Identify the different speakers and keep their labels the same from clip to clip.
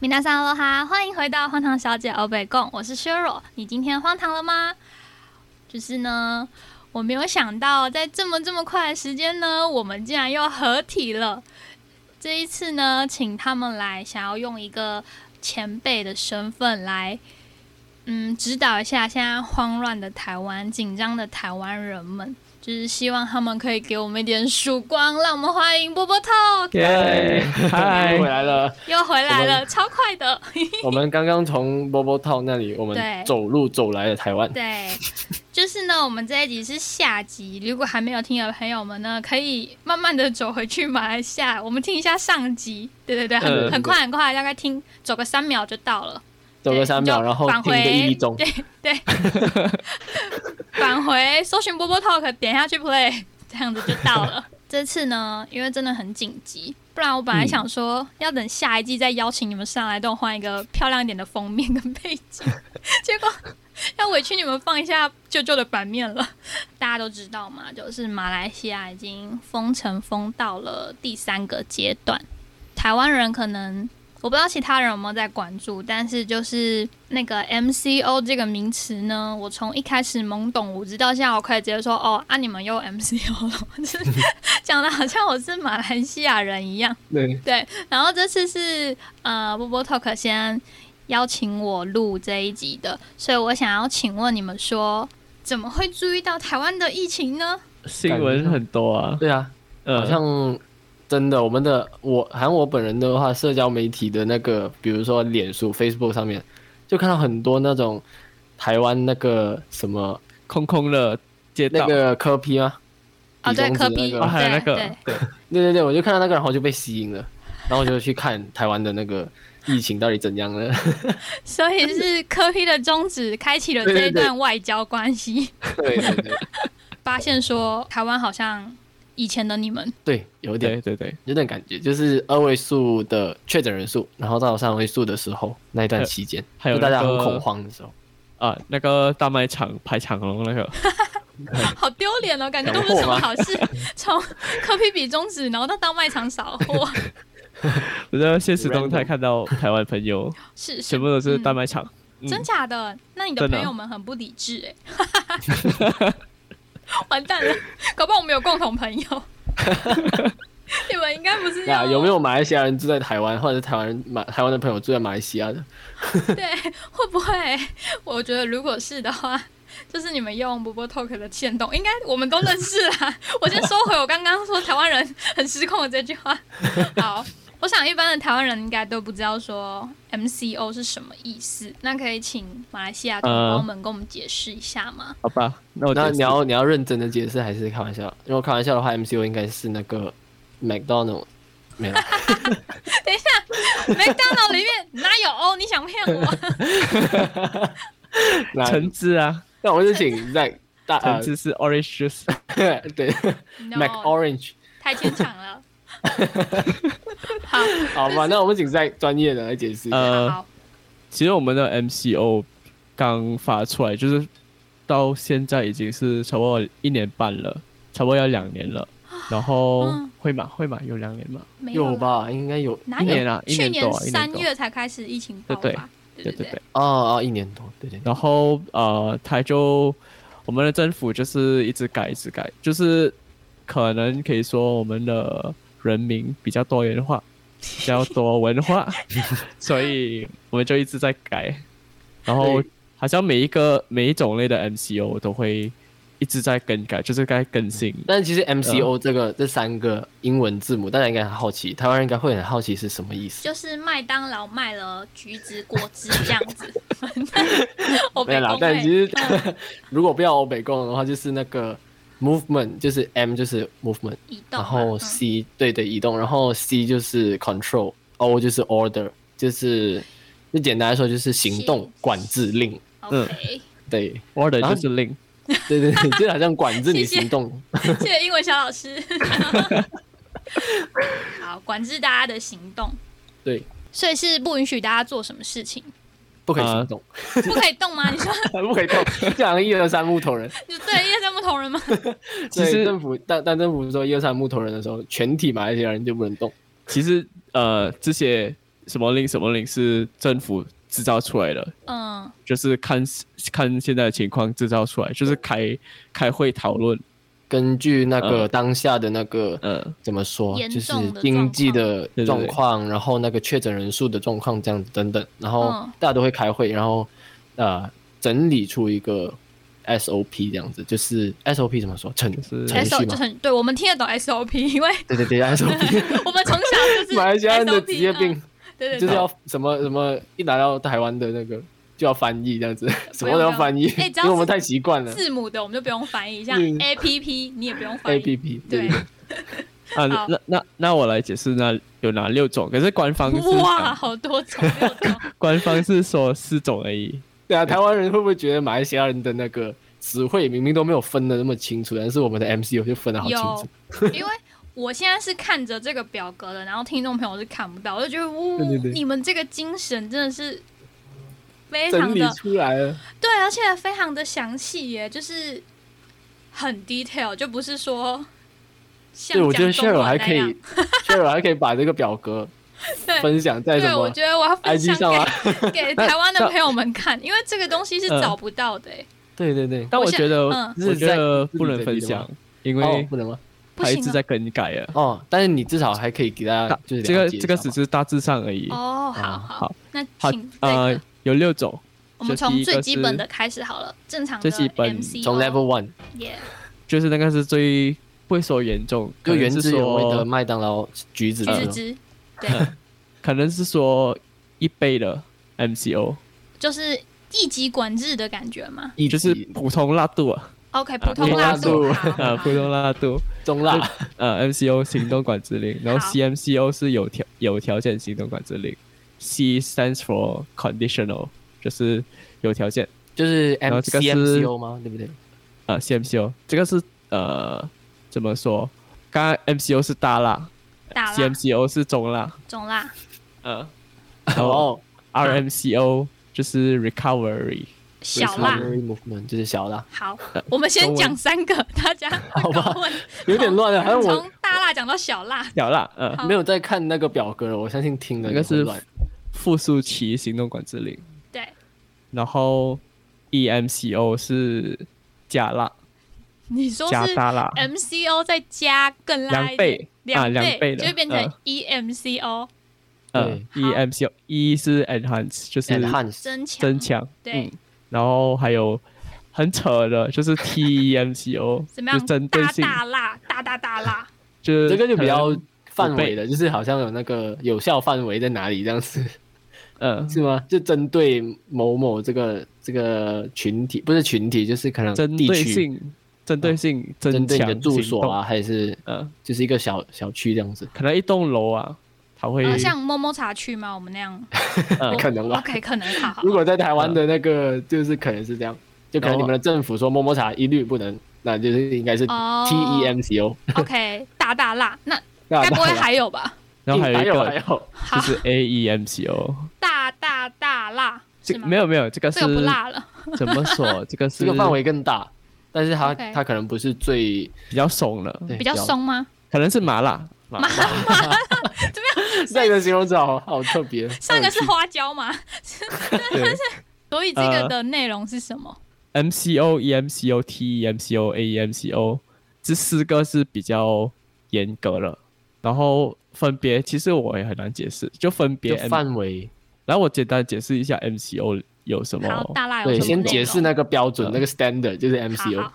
Speaker 1: 米娜桑罗哈，欢迎回到荒唐小姐欧北贡，我是 Sheryl。你今天荒唐了吗？就是呢，我没有想到，在这么这么快的时间呢，我们竟然又合体了。这一次呢，请他们来，想要用一个前辈的身份来，嗯，指导一下现在慌乱的台湾、紧张的台湾人们。就是希望他们可以给我们一点曙光，让我们欢迎波波透
Speaker 2: 耶！
Speaker 3: 嗨
Speaker 2: 嗨，
Speaker 3: 哎回来了。
Speaker 1: 又回来
Speaker 3: 我
Speaker 1: 了，超快的。
Speaker 3: 我们刚刚从 Bobo Town 那里，我
Speaker 1: 对
Speaker 3: 们走路走来了台湾。
Speaker 1: 对，就是呢，我们这一集是下集，如果还没有听的朋友们呢，可以慢慢的走回去马来西亚，我们听一下上集。对对对，很、
Speaker 3: 嗯
Speaker 1: 很快很快，大概听走个三秒就到了。
Speaker 3: 走
Speaker 1: 对
Speaker 3: 个三秒，
Speaker 1: 就
Speaker 3: 然后
Speaker 1: 返
Speaker 3: 听一个
Speaker 1: 回
Speaker 3: 一中。
Speaker 1: 对对， 返回搜寻波波 talk，点下去 play，这样子就到了。这次呢，因为真的很紧急，不然我本来
Speaker 3: 嗯
Speaker 1: 想说、要等下一季再邀请你们上来，都换一个漂亮一点的封面跟背景， 结果要委屈你们放一下旧旧的版面了。大家都知道嘛，就是马来西亚已经封城封到了第三个阶段，台湾人可能我不知道其他人有没有在关注，但是就是那个 MCO 这个名词呢，我从一开始懵懂无知到现在，我可以直接说哦啊，你们又 MCO 了，就是讲的好像我是马来西亚人一样。
Speaker 3: 对，
Speaker 1: 对，然后这次是呃波波 talk 先邀请我录这一集的，所以我想要请问你们说，怎么会注意到台湾的疫情呢？
Speaker 2: 新闻很多啊，
Speaker 3: 对啊，
Speaker 2: 呃
Speaker 3: 好像真的，我们的我，好像我本人的话，社交媒体的那个，比如说脸书、Facebook 上面，就看到很多那种台湾那个什么
Speaker 2: 空空的街
Speaker 3: 那
Speaker 2: 道，
Speaker 3: 个科批吗？
Speaker 1: 哦，对，
Speaker 3: 比
Speaker 1: 科
Speaker 3: 中指
Speaker 1: 比，
Speaker 3: 那
Speaker 2: 哦
Speaker 3: 个
Speaker 2: 还有那
Speaker 1: 对
Speaker 2: 个
Speaker 1: 对，
Speaker 3: 对对对，我就看到那个，然后就被吸引了，然后我就去看台湾的那个疫情到底怎样了。
Speaker 1: 所以是科比的宗旨开启了这一
Speaker 3: 对对
Speaker 1: 段外交关系，
Speaker 3: 对对对，
Speaker 1: 发现说台湾好像以前的你们，
Speaker 3: 对，有一点
Speaker 2: 对对对，
Speaker 3: 有点感觉，就是二位数的确诊人数，然后到三位数的时候那一段期间，
Speaker 2: 还有
Speaker 3: 就大家
Speaker 2: 那
Speaker 3: 很
Speaker 2: 个
Speaker 3: 恐慌的时候，
Speaker 2: 啊，那个大卖场排长龙那个，
Speaker 1: 好丢脸哦，感觉都不是
Speaker 3: 抢货
Speaker 1: 什么
Speaker 3: 吗
Speaker 1: 好事。从科比比中指，然后到到卖场扫货，
Speaker 2: 我在现实动态看到台湾 朋友
Speaker 1: 是
Speaker 2: 全
Speaker 1: 是
Speaker 2: 部都是大卖场，嗯
Speaker 1: 真假的？那你的
Speaker 2: 真的
Speaker 1: 朋友们很不理智哎、 完蛋了，搞不好我们有共同朋友。你们应该不是
Speaker 3: 对啊，
Speaker 1: 要
Speaker 3: 有没有马来西亚人住在台湾，或者是台湾人马台湾的朋友住在马来西亚的？
Speaker 1: 对，会不会？我觉得如果是的话，就是你们用波波 Talk 的线动，应该我们都认识啦。我先收回我刚刚说台湾人很失控的这句话。好，我想一般的台湾人应该都不知道说 MCO 是什么意思，那可以请马来西亚同胞们跟我们解释一下 吗？
Speaker 2: 好吧，那我
Speaker 3: 那
Speaker 2: 解释
Speaker 3: 你要你要认真的解释还是开玩笑？如果开玩笑的话，MCO 应该是那个 McDonald 没有
Speaker 1: 麦当劳里面哪有哦？你想骗我？
Speaker 3: 那
Speaker 2: 橙汁啊，
Speaker 3: 那我就请在大
Speaker 2: 橙
Speaker 3: 呃
Speaker 2: 汁是 orange juice，
Speaker 3: 对 Mac
Speaker 1: no，
Speaker 3: Orange
Speaker 1: 太牵强了。好，
Speaker 3: 好吧？那我们请在专业的来解释。
Speaker 2: 呃，
Speaker 1: 好，
Speaker 2: 其实我们的 MCO 刚发出来，就是到现在已经是差不多一年半了，差不多要两年了。然后
Speaker 1: 嗯
Speaker 2: 会吗？会吗？有两年吗？
Speaker 1: 没
Speaker 3: 有
Speaker 1: 了？
Speaker 3: 吧？应该有
Speaker 1: 哪
Speaker 2: 一
Speaker 1: 有
Speaker 2: 年啊，一
Speaker 1: 去
Speaker 2: 多啊，一
Speaker 1: 三
Speaker 2: 年多。
Speaker 1: 月才开始疫情爆
Speaker 2: 对
Speaker 1: 发，对
Speaker 2: 对
Speaker 1: 对
Speaker 2: 对对。
Speaker 3: 哦哦，一年多，对对对
Speaker 2: 然后呃，他就我们的政府就是一直改，一直改，就是可能可以说我们的人民比较多元化，比较多文化，所以我们就一直在改。然后
Speaker 3: 对
Speaker 2: 好像每一个每一种类的 MCO 都会一直在更改，就是在更新。
Speaker 3: 但其实 MCO 这个、这三个英文字母，大家应该很好奇，台湾人应该会很好奇是什么意思。
Speaker 1: 就是麦当劳卖了橘子果汁这样子， 我
Speaker 3: 没
Speaker 1: 被
Speaker 3: 有啦
Speaker 1: 公，
Speaker 3: 但其
Speaker 1: 会嗯
Speaker 3: 实、 如果不要欧北共的话，就是那个 movement，就是 M 就是 movement，
Speaker 1: 移动
Speaker 3: 然
Speaker 1: 嘛，嗯
Speaker 3: 后 C、对对移动，然后 C 就是 control，O 就是 order，就是就简单来说就是行动
Speaker 1: 行
Speaker 3: 管制令。
Speaker 1: 嗯 OK，
Speaker 3: 对
Speaker 2: order
Speaker 3: 然后
Speaker 2: 就是令，
Speaker 3: 对对对，就好像管制
Speaker 1: 谢
Speaker 3: 你
Speaker 1: 谢
Speaker 3: 行动。
Speaker 1: 谢谢英文小老师。 好，管制大家的行动，
Speaker 3: 对，
Speaker 1: 所以是不允许大家做什么事情，
Speaker 3: 不可以
Speaker 2: 啊
Speaker 3: 行动，
Speaker 1: 不可以动吗？你说
Speaker 3: 不可以动，这样一二三木头人。
Speaker 1: 你对叶三木同人吗？
Speaker 2: 其
Speaker 3: 对
Speaker 2: 实
Speaker 3: 政府当当政府说一二三木头人的时候，全体马来西亚人就不能动。
Speaker 2: 其实呃，这些什么令什么令是政府制造出来的，
Speaker 1: 嗯
Speaker 2: 就是看看现在的情况制造出来，就是开开会讨论，
Speaker 3: 根据那个当下的那个
Speaker 2: 嗯，
Speaker 3: 怎么说，
Speaker 1: 严
Speaker 3: 就是
Speaker 1: 重的
Speaker 3: 经济的
Speaker 2: 状况
Speaker 3: 状况，然后那个确诊人数的状况这样子等等，然后
Speaker 1: 嗯
Speaker 3: 大家都会开会，然后呃整理出一个 SOP 这样子，就是 SOP 怎么说程
Speaker 2: 就是
Speaker 3: 程
Speaker 1: ，S O
Speaker 3: 序
Speaker 1: 就
Speaker 3: 嘛？
Speaker 1: 很对我们听得懂 S O P，因为
Speaker 3: 对对 对，SOP。
Speaker 1: 我们从小就是
Speaker 3: 马来西亚人的
Speaker 1: SOP
Speaker 3: 职业病
Speaker 1: 嗯对对
Speaker 3: 就是
Speaker 1: 对。
Speaker 3: 要什么什么，一来到台湾的那个就要翻译这样子，什么都要翻译，
Speaker 1: 不用不用哎只要
Speaker 3: 因为我们太习惯了。
Speaker 1: 字母的我们就不用翻译，像
Speaker 3: 嗯
Speaker 1: A P P 你也不用
Speaker 3: A
Speaker 1: 翻译。
Speaker 3: P P 嗯
Speaker 1: 对，
Speaker 2: 啊，
Speaker 1: 好
Speaker 2: 那那那我来解释那有哪六种，可是官方是
Speaker 1: 哇，
Speaker 2: 讲
Speaker 1: 好多种，六种
Speaker 2: 官方是说四种而已，
Speaker 3: 对啊，台湾人会不会觉得马来西亚人的那个词汇明明都没有分的那么清楚，但是我们 的 M C U 就分的 好清楚
Speaker 1: 有？， 因为我现在是看着这个表格的，然后听众朋友是看不到，我就觉得，呜、
Speaker 3: 对对对
Speaker 1: 你们这个精神真的是非常
Speaker 3: 整理
Speaker 1: 的
Speaker 3: 出来了，
Speaker 1: 对，而且非常的详细耶，就是很 detail，就不是说像
Speaker 3: 对我觉得
Speaker 1: 讲中
Speaker 3: Cheryl
Speaker 1: 文
Speaker 3: 还
Speaker 1: 那
Speaker 3: 可以
Speaker 1: 样
Speaker 3: ，Cheryl 还可以把这个表格
Speaker 1: 对
Speaker 3: 分享在什
Speaker 1: 对，我
Speaker 3: 么
Speaker 1: 觉得我要分
Speaker 3: IG
Speaker 1: 享
Speaker 3: 上啊？嗯
Speaker 1: 给 给台湾的朋友们看，因为这个东西是找不到的耶，
Speaker 3: 对对对，
Speaker 2: 但我
Speaker 1: 我想
Speaker 2: 觉得
Speaker 1: 嗯
Speaker 2: 我觉得不能分享，因
Speaker 3: 哦
Speaker 2: 为，
Speaker 3: 不能吗？
Speaker 1: 不
Speaker 2: 它一
Speaker 1: 行
Speaker 2: 直
Speaker 1: 啊
Speaker 2: 在更改啊。
Speaker 3: 哦，但是你至少还可以给大
Speaker 2: 大
Speaker 3: 家啊就是
Speaker 2: 这个
Speaker 3: 了解一
Speaker 2: 这个
Speaker 3: 下
Speaker 2: 只
Speaker 3: 嘛
Speaker 2: 是大致上而已。
Speaker 1: 哦，好
Speaker 3: 啊
Speaker 1: 好
Speaker 2: 好，
Speaker 1: 那
Speaker 2: 好
Speaker 1: 请这个
Speaker 2: 呃，有六种，
Speaker 1: 我们
Speaker 2: 就第
Speaker 1: 从
Speaker 2: 一
Speaker 1: 最
Speaker 2: 个
Speaker 1: 基
Speaker 2: 是
Speaker 1: 本的开始好了，正常的哦
Speaker 2: 最基本
Speaker 1: MC
Speaker 3: 从 Level One
Speaker 1: 耶，
Speaker 2: 就是那个是最不会说严重，
Speaker 3: 就原
Speaker 2: 可能是
Speaker 3: 汁原味的
Speaker 2: 说，
Speaker 3: 麦当劳橘
Speaker 1: 橘
Speaker 3: 子汁
Speaker 1: 子
Speaker 3: 嘛
Speaker 1: 汁， 对，
Speaker 2: 可能是说一倍的 MCO，
Speaker 1: 就是一级管制的感觉嘛。
Speaker 3: 一
Speaker 2: 就是
Speaker 3: 级
Speaker 2: 普通辣度啊，
Speaker 1: OK，
Speaker 2: 啊
Speaker 1: 普通辣度，
Speaker 3: 普通辣度
Speaker 1: 好
Speaker 2: 呃，
Speaker 1: 好
Speaker 2: 普通辣度，
Speaker 3: 中辣。
Speaker 2: 呃，MCO 行动管制令，然后
Speaker 1: 好
Speaker 2: CMCO 是有条有条件行动管制令，C stands for conditional，就是有条件，
Speaker 3: 就是
Speaker 2: 然
Speaker 3: M
Speaker 2: 后
Speaker 3: C
Speaker 2: 这个是
Speaker 3: M C O 吗？对不对？
Speaker 2: 呃，CMCO 这个是呃怎么说？刚刚 MCO 是大辣
Speaker 1: 大辣、
Speaker 2: ，CMCO 是中辣，
Speaker 1: 中辣，
Speaker 2: 呃，然后
Speaker 3: 哦，
Speaker 2: RMCO 就是 recovery，
Speaker 1: 小辣。
Speaker 3: Recovery Movement 就是小辣，
Speaker 1: 好，我们先
Speaker 2: 呃中文
Speaker 1: 讲三个，大 家会搞混。
Speaker 3: 有点乱了。还有我
Speaker 1: 从大辣讲到小辣，
Speaker 2: 小辣，嗯，
Speaker 1: 好
Speaker 3: 没有在看那个表格了，我相信听了
Speaker 2: 那个
Speaker 3: 也会
Speaker 2: 是
Speaker 3: 乱
Speaker 2: 复数期行动管制令，
Speaker 1: 对，
Speaker 2: 然后 E EMCO 是加辣
Speaker 1: 你说
Speaker 2: 加
Speaker 1: 是
Speaker 2: 大辣，
Speaker 1: MCO 再加更辣一
Speaker 2: 两倍
Speaker 1: 点，
Speaker 2: 啊
Speaker 1: 两
Speaker 2: 两倍的
Speaker 1: 就会变成 E
Speaker 2: 嗯
Speaker 1: EMCO
Speaker 2: 嗯
Speaker 1: 对好
Speaker 2: ，EMCO 一 E 是 enhance 就是
Speaker 3: enhance
Speaker 1: 增强，
Speaker 2: 增强，嗯
Speaker 1: 对，
Speaker 2: 然后还有很扯的就是 E TEMCO
Speaker 1: 怎么样？
Speaker 2: 哦就针对
Speaker 1: 大
Speaker 2: 性，
Speaker 1: 大辣，大大大辣。
Speaker 2: 就是
Speaker 3: 这个就比
Speaker 2: 可
Speaker 3: 较
Speaker 2: 能
Speaker 3: 范围的，就是好像有那个有效范围在哪里这样 子，
Speaker 2: 嗯，
Speaker 3: 是吗？就针对某某这个这个群体，不是群体，就是可能
Speaker 2: 针
Speaker 3: 地
Speaker 2: 对
Speaker 3: 区，嗯
Speaker 2: 性针对性
Speaker 3: 针
Speaker 2: 增
Speaker 3: 对你
Speaker 2: 强
Speaker 3: 的住
Speaker 2: 行
Speaker 3: 所
Speaker 2: 动，
Speaker 3: 啊，还是
Speaker 2: 嗯，
Speaker 3: 就是一个小小区这样子，
Speaker 2: 可能一栋楼啊，它会
Speaker 1: 呃，像摸摸茶去吗？我们那样
Speaker 2: 嗯
Speaker 3: 可能吧。
Speaker 1: ，OK，可能啊好好
Speaker 3: 如果在台湾的那个，就是可能是这样，就可能你们的政府说摸摸茶一律不能，那就是应该是 T
Speaker 1: 哦
Speaker 3: E M C O。
Speaker 1: ，OK，大大辣，那
Speaker 3: 那
Speaker 1: 该不会
Speaker 3: 那
Speaker 1: 还有吧？
Speaker 2: 然后还有一
Speaker 3: 还
Speaker 2: 个
Speaker 3: 有
Speaker 2: 就
Speaker 1: 好，
Speaker 2: 是 E AEMCO，
Speaker 1: 大大大辣
Speaker 2: 哦这
Speaker 1: 是吗？
Speaker 2: 没有没有，这个是
Speaker 1: 这个不辣了，
Speaker 2: 怎么说？这个
Speaker 3: 这
Speaker 2: 是
Speaker 3: 个范围更大，但是它
Speaker 1: OK
Speaker 3: 它可能不是最
Speaker 2: 比较怂了，
Speaker 3: 对
Speaker 1: 比较，松吗？
Speaker 2: 可能是麻辣。麻辣
Speaker 3: 这个形容词好好特别。
Speaker 1: 上一个是花椒嘛，
Speaker 2: 对
Speaker 1: 所以这个的内容是什么？
Speaker 2: MCO、EMCO、TEMCO、AEMCO 这四个是比较严格了，然后分别其实我也很难解释，就分别
Speaker 3: 就
Speaker 2: M,
Speaker 3: 范围，
Speaker 2: 然后我简单解释一下 MCO 有什
Speaker 1: 然后
Speaker 2: 么，
Speaker 1: 大辣有什
Speaker 3: 对，
Speaker 1: 么内容？
Speaker 3: 先解释那个标准
Speaker 2: 嗯，
Speaker 3: 那个 standard 就是
Speaker 1: 好
Speaker 3: MCO，
Speaker 1: 好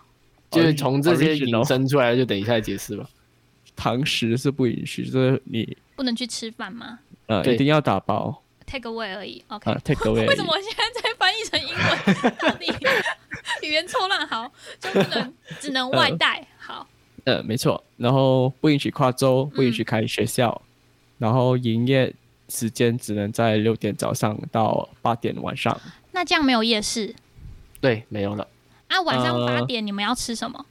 Speaker 3: 就是从这些
Speaker 2: Original
Speaker 3: 引申出来，就等一下解释吧。
Speaker 2: 堂食是不允许，就是你
Speaker 1: 不能去吃饭吗
Speaker 2: 呃
Speaker 3: 对
Speaker 2: 一定要打包
Speaker 1: ？Take away 而已，OK
Speaker 2: 啊。，take away。
Speaker 1: 为什么我现在在翻译成英文？ 到底语言错乱好，就不能只能外带好。
Speaker 2: 呃，没错。然后不允许跨州，不允许
Speaker 1: 嗯
Speaker 2: 开学校，然后营业时间只能在六点早上到八点晚上。
Speaker 1: 那这样没有夜市
Speaker 3: 对，没有了，
Speaker 1: 啊？晚上八
Speaker 2: 呃
Speaker 1: 点你们要吃什么？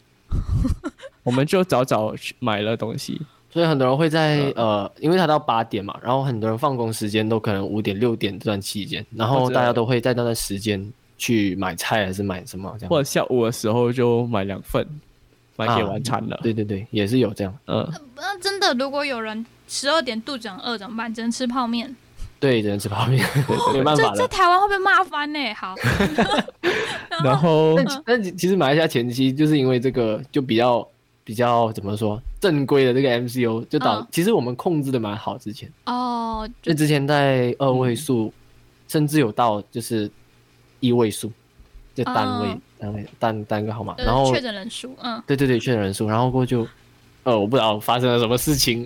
Speaker 2: 我们就早早去买了东西，
Speaker 3: 所以很多人会在
Speaker 2: 嗯
Speaker 3: 呃，因为他到八点嘛，然后很多人放工时间都可能五点六点这段期间，然
Speaker 2: 或
Speaker 3: 后
Speaker 2: 者
Speaker 3: 大家都会在那段时间去买菜还是买什么这
Speaker 2: 或
Speaker 3: 样。
Speaker 2: 者下午的时候就买两份，买给
Speaker 3: 啊
Speaker 2: 晚餐了。
Speaker 3: 对对对，也是有这样。
Speaker 2: 嗯、
Speaker 1: 那真的，如果有人十二点肚子很饿怎么办？只能吃泡面。
Speaker 3: 对，只能吃泡面， 没办法
Speaker 1: 这在
Speaker 3: 了。
Speaker 1: 台湾会被骂翻呢、好，
Speaker 2: 然后
Speaker 1: 嗯
Speaker 3: 但哦其其实马来西亚前期就是因为这个就比较比较怎么说正规的这个 MCO 就导，
Speaker 1: 嗯
Speaker 3: 其实我们控制的蛮好。之前
Speaker 1: 哦，
Speaker 3: 就之前在
Speaker 1: 嗯
Speaker 3: 二位数，甚至有到就是一位数，就单位、
Speaker 1: 嗯
Speaker 3: 单位单单个号码，
Speaker 1: 就
Speaker 3: 然后
Speaker 1: 呃是确诊人数，嗯，
Speaker 3: 对对对确诊人数，然后过后就呃我不知道发生了什么事情，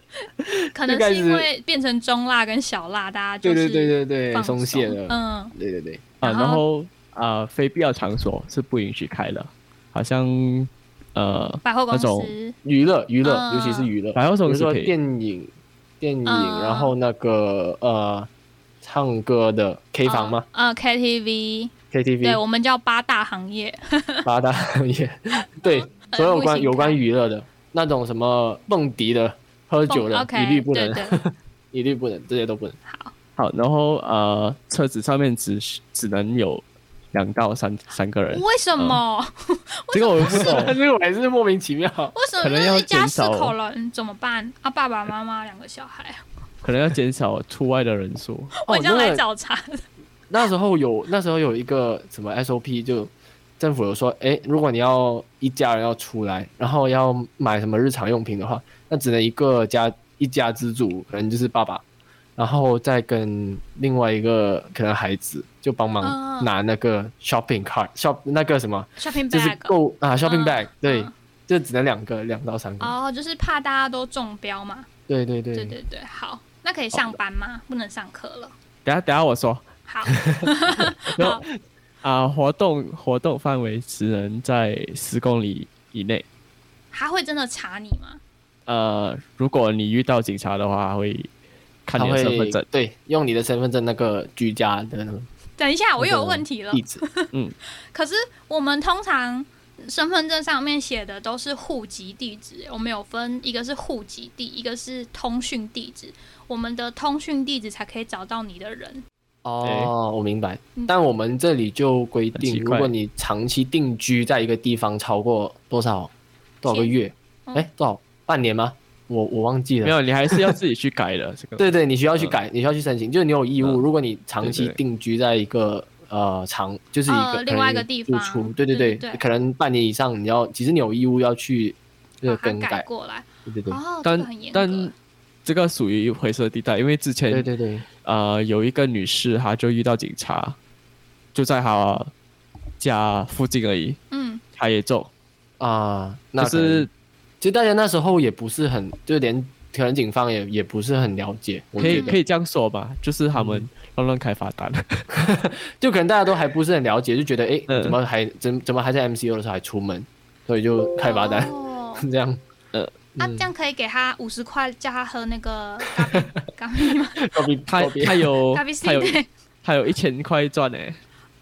Speaker 1: 可能
Speaker 3: 就开
Speaker 1: 是
Speaker 3: 始
Speaker 1: 因为变成中辣跟小辣，大家就
Speaker 3: 对
Speaker 1: 是
Speaker 3: 对对对对，
Speaker 1: 放
Speaker 3: 松懈了，
Speaker 1: 嗯，
Speaker 3: 对对对，
Speaker 2: 啊，
Speaker 1: 然
Speaker 2: 然后啊、非必要场所是不允许开的，好像呃，
Speaker 1: 百货公
Speaker 2: 那种
Speaker 1: 司，哦
Speaker 3: 娱乐娱乐，
Speaker 1: 嗯
Speaker 3: 尤其是娱乐，
Speaker 2: 百货
Speaker 3: 比
Speaker 2: 公
Speaker 3: 如
Speaker 2: 司
Speaker 3: 说
Speaker 2: 可以
Speaker 3: 电影、电影，
Speaker 1: 嗯
Speaker 3: 然后那个呃，唱歌的 K 房吗
Speaker 1: 呃？呃，KTV，对
Speaker 3: ？KTV
Speaker 1: 我们叫八大行业，
Speaker 3: 八大 行业，对，所有
Speaker 1: 不行
Speaker 3: 关有关
Speaker 1: 开
Speaker 3: 娱乐的那种什么蹦迪的、喝酒的，
Speaker 1: 哦 OK，
Speaker 3: 一律不能，
Speaker 1: 对 对，
Speaker 3: 一律不能，这些都不能。
Speaker 2: 好，然后呃，车子上面只只能有两到三三个人，
Speaker 1: 为什么？
Speaker 3: 哦
Speaker 2: 这个我不
Speaker 3: 但
Speaker 2: 懂。
Speaker 3: 是我还是莫名其妙，
Speaker 1: 为什么
Speaker 2: 可能
Speaker 1: 就是
Speaker 2: 要
Speaker 1: 一家
Speaker 2: 减
Speaker 1: 四
Speaker 2: 少
Speaker 1: 口人怎么办？啊，爸爸妈妈两个小孩，
Speaker 2: 可能要减少出外的人数。
Speaker 1: 我将
Speaker 3: 哦那
Speaker 1: 来
Speaker 3: 个
Speaker 1: 找茬。
Speaker 3: 那时候有那时候有一个什么 SOP，就政府有说，哎，如果你要一家人要出来，然后要买什么日常用品的话，那只能一个家一家之主，可能就是爸爸，然后再跟另外一个可能孩子就帮忙
Speaker 1: 嗯
Speaker 3: 拿那个 shopping cart、shop 那个什么，
Speaker 1: shopping
Speaker 3: 就是
Speaker 1: bag，
Speaker 3: 购啊 shopping
Speaker 1: 嗯
Speaker 3: bag，、对
Speaker 1: 嗯，
Speaker 3: 就只能两个两到三个，
Speaker 1: 哦，就是怕大家都中标嘛。
Speaker 3: 对对对
Speaker 1: 对对对，好，那可以上班吗？不能上课了。
Speaker 2: 等下等下我说
Speaker 1: 好，
Speaker 2: 然
Speaker 1: 好，
Speaker 2: 啊、活动活动范围只能在十公里以内。
Speaker 1: 他会真的查你吗？
Speaker 2: 呃，如果你遇到警察的话，会看
Speaker 3: 他
Speaker 2: 你的
Speaker 3: 会
Speaker 2: 身份证。
Speaker 3: 对，啊用你的身份证那个居家的那个
Speaker 1: 等一下，我又有问题了
Speaker 3: 地。址，
Speaker 1: 可是我们通常身份证上面写的都是户籍地址，我们有分一个是户籍地，一个是通讯地址。我们的通讯地址才可以找到你的人。
Speaker 3: 哦，我明白
Speaker 1: 嗯。
Speaker 3: 但我们这里就规
Speaker 2: 很
Speaker 3: 定，
Speaker 2: 奇
Speaker 3: 如
Speaker 2: 怪
Speaker 3: 果你长期定居在一个地方超过多少多少个月，
Speaker 1: 嗯
Speaker 3: 哎，多少半年吗？我我忘记
Speaker 2: 没
Speaker 3: 了。
Speaker 2: 有，你还是要自己去改的。这个
Speaker 3: 对对，你需要去
Speaker 2: 嗯
Speaker 3: 改，你需要去申请，就是你有义务。
Speaker 2: 嗯
Speaker 3: 如果你长期
Speaker 2: 对对
Speaker 3: 定居在一个呃长，就是一个
Speaker 1: 呃
Speaker 3: 可能
Speaker 1: 另外一个地方
Speaker 3: 住处，对对
Speaker 1: 对对
Speaker 3: 对
Speaker 1: 对，
Speaker 3: 可能半年以上，你要其实你有义务要去这个
Speaker 1: 把它
Speaker 3: 更
Speaker 1: 改
Speaker 3: 改，
Speaker 1: 过来
Speaker 3: 对对对
Speaker 1: 哦，这个
Speaker 2: 但
Speaker 1: 很严格
Speaker 2: 但这个属于灰色地带，因为之前
Speaker 3: 对对对，
Speaker 2: 呃有一个女士，她就遇到警察，就在她家附近而已，
Speaker 1: 嗯，
Speaker 2: 她也中，
Speaker 3: 啊，那
Speaker 2: 就
Speaker 3: 可能
Speaker 2: 是
Speaker 3: 其实大家那时候也不是很，就连可能警方也也不是很了嗯解，我
Speaker 2: 可以
Speaker 3: 觉
Speaker 2: 可
Speaker 3: 得
Speaker 2: 以这样说吧，就是他们乱乱开罚 单，
Speaker 3: 就可能大家都还不是很了解，就觉得诶，
Speaker 2: 嗯
Speaker 3: 怎么还怎怎么还在 MCO 的时候还出门，所以就开罚 单、
Speaker 1: 哦
Speaker 3: 这样。
Speaker 1: 啊，这样可以给他五十块，叫他喝那个咖啡咖啡吗？
Speaker 3: 告 别
Speaker 2: 她
Speaker 3: 告别
Speaker 2: 她有
Speaker 1: 咖啡 C
Speaker 2: 她有
Speaker 1: 对
Speaker 2: 她有一千块赚呢，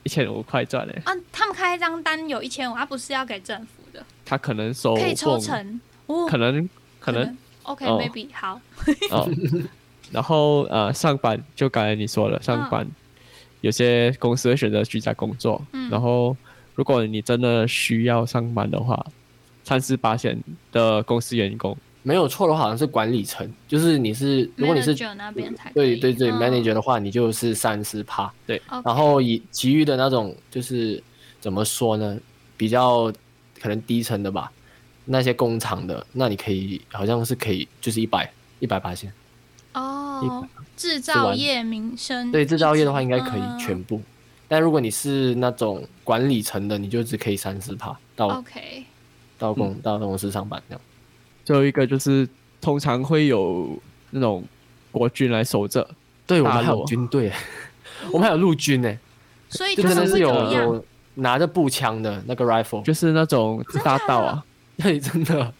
Speaker 2: 一千五块赚呢，欸
Speaker 1: 啊，他们开一张单有一千五，他不是要给政府的，
Speaker 2: 她可能收
Speaker 1: 可以抽
Speaker 2: 共
Speaker 1: 成哦，
Speaker 2: 可能可能
Speaker 1: OK
Speaker 2: 哦
Speaker 1: maybe 好，
Speaker 2: 哦，然后呃，上班就刚才你说了，上班、有些公司会选择居家工作，
Speaker 1: 嗯
Speaker 2: 然后如果你真的需要上班的话，三十八线的公司员工
Speaker 3: 没有错的话，好像是管理层，就是你是如果你是
Speaker 1: manager 那边才可以
Speaker 3: 对对对、
Speaker 1: 嗯
Speaker 3: manager 的话，你就是三十趴，
Speaker 1: OK
Speaker 3: 然后以其余的那种就是怎么说呢，比较可能低层的吧，那些工厂的，那你可以好像是可以就是一百一百八千。
Speaker 1: 哦，制
Speaker 3: 是
Speaker 1: 造
Speaker 3: 玩
Speaker 1: 业民生
Speaker 3: 对，制造业的话应该可以
Speaker 1: 嗯
Speaker 3: 全部，但如果你是那种管理层的，你就只可以三十趴到、
Speaker 1: 哦 OK
Speaker 3: 到公、到公司上班这样。
Speaker 2: 最后一个就是通常会有那种国军来守着，
Speaker 3: 对我
Speaker 2: 大
Speaker 3: 们还有
Speaker 2: 陆
Speaker 3: 军 队，我们还有陆军呢，
Speaker 1: 哎所以
Speaker 3: 就
Speaker 1: 他
Speaker 3: 真
Speaker 1: 们
Speaker 3: 的
Speaker 1: 会
Speaker 3: 是
Speaker 1: 怎
Speaker 3: 有
Speaker 1: 么样
Speaker 3: 有拿着步枪的那个 rifle，
Speaker 2: 就是那种
Speaker 1: 真的
Speaker 2: 大
Speaker 1: 啊
Speaker 2: 盗啊，
Speaker 3: 对，真的。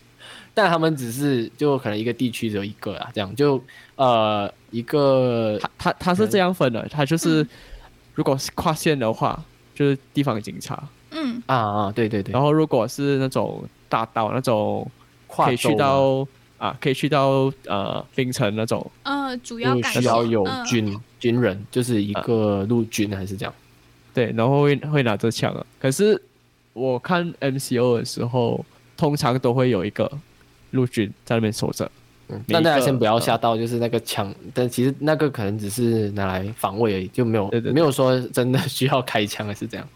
Speaker 3: 但他们只是就可能一个地区只有一个啊，这样就呃一个
Speaker 2: 他他他是这样分的，他就是如果是跨县的话，就是地方警察，
Speaker 1: 嗯
Speaker 3: 啊啊，对对对
Speaker 2: 然，后如果是那种大盗那种。
Speaker 3: 跨
Speaker 2: 可以
Speaker 3: 州
Speaker 2: 去
Speaker 3: 嘛
Speaker 2: 到啊，可以去到呃冰城那种，
Speaker 1: 呃，主要
Speaker 3: 就
Speaker 1: 感
Speaker 3: 需要
Speaker 1: 谢
Speaker 3: 有
Speaker 1: 嗯
Speaker 3: 军、军人，就是一个陆军还是这样。
Speaker 2: 对，然后会会拿着枪啊。可是我看 MCO 的时候，通常都会有一个陆军在那边守着，
Speaker 3: 嗯
Speaker 2: 没
Speaker 3: 但大家
Speaker 2: 错
Speaker 3: 先不要
Speaker 2: 嗯
Speaker 3: 吓到，就是那个枪，但其实那个可能只是拿来防卫而已，就没有
Speaker 2: 对对对
Speaker 3: 没有说真的 需要开枪还是这样，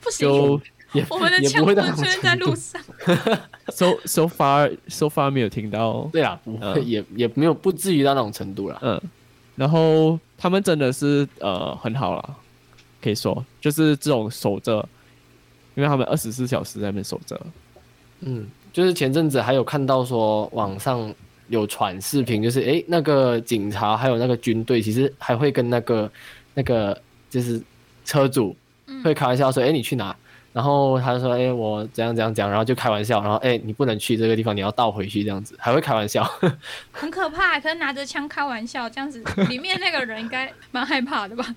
Speaker 1: 不行，
Speaker 2: 就
Speaker 3: 也
Speaker 1: 我们的
Speaker 3: 也
Speaker 1: 枪不
Speaker 3: 不会到
Speaker 1: 能出
Speaker 3: 那种
Speaker 1: 现在
Speaker 3: 程度
Speaker 1: 路。上。
Speaker 2: so so far so far 没有听到，
Speaker 3: 对啦，不会、
Speaker 2: 嗯
Speaker 3: 也也没有不至于到那种程度啦。
Speaker 2: 嗯，然后他们真的是呃很好啦，可以说就是这种守着，因为他们二十四小时在那边守着，
Speaker 3: 嗯，就是前阵子还有看到说网上有传视频，就是诶那个警察还有那个军队，其实还会跟那个那个就是车主
Speaker 1: 嗯
Speaker 3: 会开玩笑说，诶你去哪？然后他就说，诶我怎样怎样怎样，然后就开玩笑，然后诶你不能去这个地方，你要倒回去这样子，还会开玩笑。
Speaker 1: 很可怕，可是拿着枪开玩笑这样子，里面那个人应该蛮害怕的吧？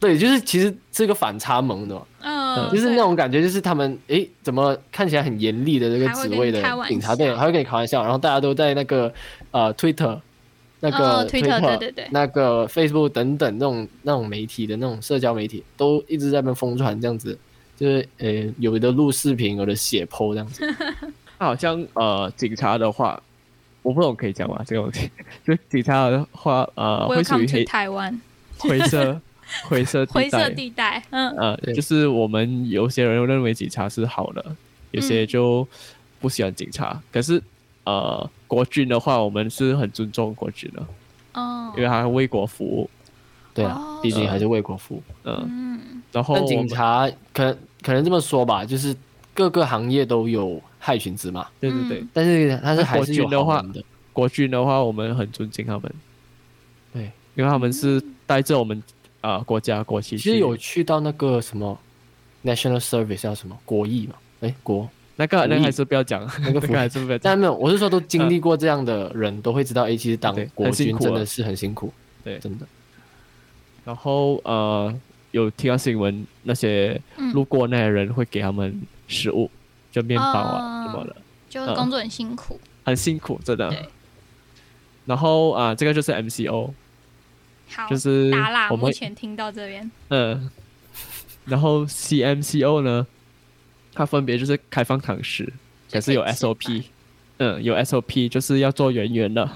Speaker 3: 对，就是其实是个反差萌的嘛，
Speaker 1: 嗯，
Speaker 3: 就是那
Speaker 1: 对
Speaker 3: 种感觉，就是他们诶怎么看起来很严厉的这个
Speaker 1: 还会
Speaker 3: 职
Speaker 1: 跟
Speaker 3: 位
Speaker 1: 你
Speaker 3: 的
Speaker 1: 开玩
Speaker 3: 警察
Speaker 1: 笑
Speaker 3: 队，还会跟你开玩笑，然后大家都在那个呃 Twitter 那个
Speaker 1: 嗯推特对对对
Speaker 3: 那个 Facebook 等等那种那种媒体的那种社交媒体，都一直在那边疯传这样子，就是呃有的录视频，有的写 PO 这样子，
Speaker 2: 那好像呃，警察的话，我不懂可以讲吗？这个东西， 就警察的话，呃，会属于
Speaker 1: Welcome to
Speaker 2: 黑
Speaker 1: 台湾
Speaker 2: 灰 色灰色
Speaker 1: 灰
Speaker 2: 地
Speaker 1: 色
Speaker 2: 带。
Speaker 1: 地带，嗯，
Speaker 2: 呃，
Speaker 3: 对
Speaker 2: 就是我们有些人认为警察是好的，有些
Speaker 1: 嗯
Speaker 2: 就不喜欢警察。可是呃，国军的话，我们是很尊重国军的，
Speaker 1: 哦
Speaker 2: 因，为他为国服务。
Speaker 3: 对啊
Speaker 1: 哦，
Speaker 3: 毕竟还是为国服务。
Speaker 2: 嗯，
Speaker 1: 嗯，
Speaker 2: 然后
Speaker 3: 但
Speaker 2: 我
Speaker 3: 警
Speaker 2: 们
Speaker 3: 察可能可能这么说吧，就是各个行业都有害群之马，
Speaker 2: 对对对
Speaker 1: 嗯，
Speaker 3: 但是他是还是有
Speaker 2: 国军的话
Speaker 3: 好人的。
Speaker 2: 国军的话，我们很尊敬他们，
Speaker 3: 对，
Speaker 2: 因为他们是
Speaker 1: 嗯
Speaker 2: 带着我们啊、呃国家国旗
Speaker 3: 其
Speaker 2: 去。
Speaker 3: 实有去到那个什么 national service 叫什么国义嘛？哎、国，
Speaker 2: 那个那
Speaker 3: 服
Speaker 2: 个
Speaker 3: 役
Speaker 2: 还是不 要讲，
Speaker 3: 那 个服役
Speaker 2: 还是不要讲。
Speaker 3: 但没有，我是说都经历过这样的人、都会知道，哎，其实当
Speaker 2: 嗯对
Speaker 3: 国
Speaker 2: 很辛
Speaker 3: 军
Speaker 2: 苦啊
Speaker 3: 真的是很辛苦，
Speaker 2: 对
Speaker 3: 真的。
Speaker 2: 然后呃，有听到新闻，那些
Speaker 1: 嗯
Speaker 2: 路过那些人会给他们食物，就面包啊
Speaker 1: 哦
Speaker 2: 什么的，
Speaker 1: 就是工作很辛苦，
Speaker 2: 很辛苦，真的
Speaker 1: 对。
Speaker 2: 然后啊、这个就是 MCO，
Speaker 1: 好，
Speaker 2: 就是
Speaker 1: 打蜡，
Speaker 2: 我
Speaker 1: 目
Speaker 2: 们
Speaker 1: 前听到这边，
Speaker 2: 嗯、然后 CMCO 呢，它分别就是开放堂食，可是有
Speaker 1: 就可以吃
Speaker 2: SOP，嗯，有 SOP 就是要做圆 圆的，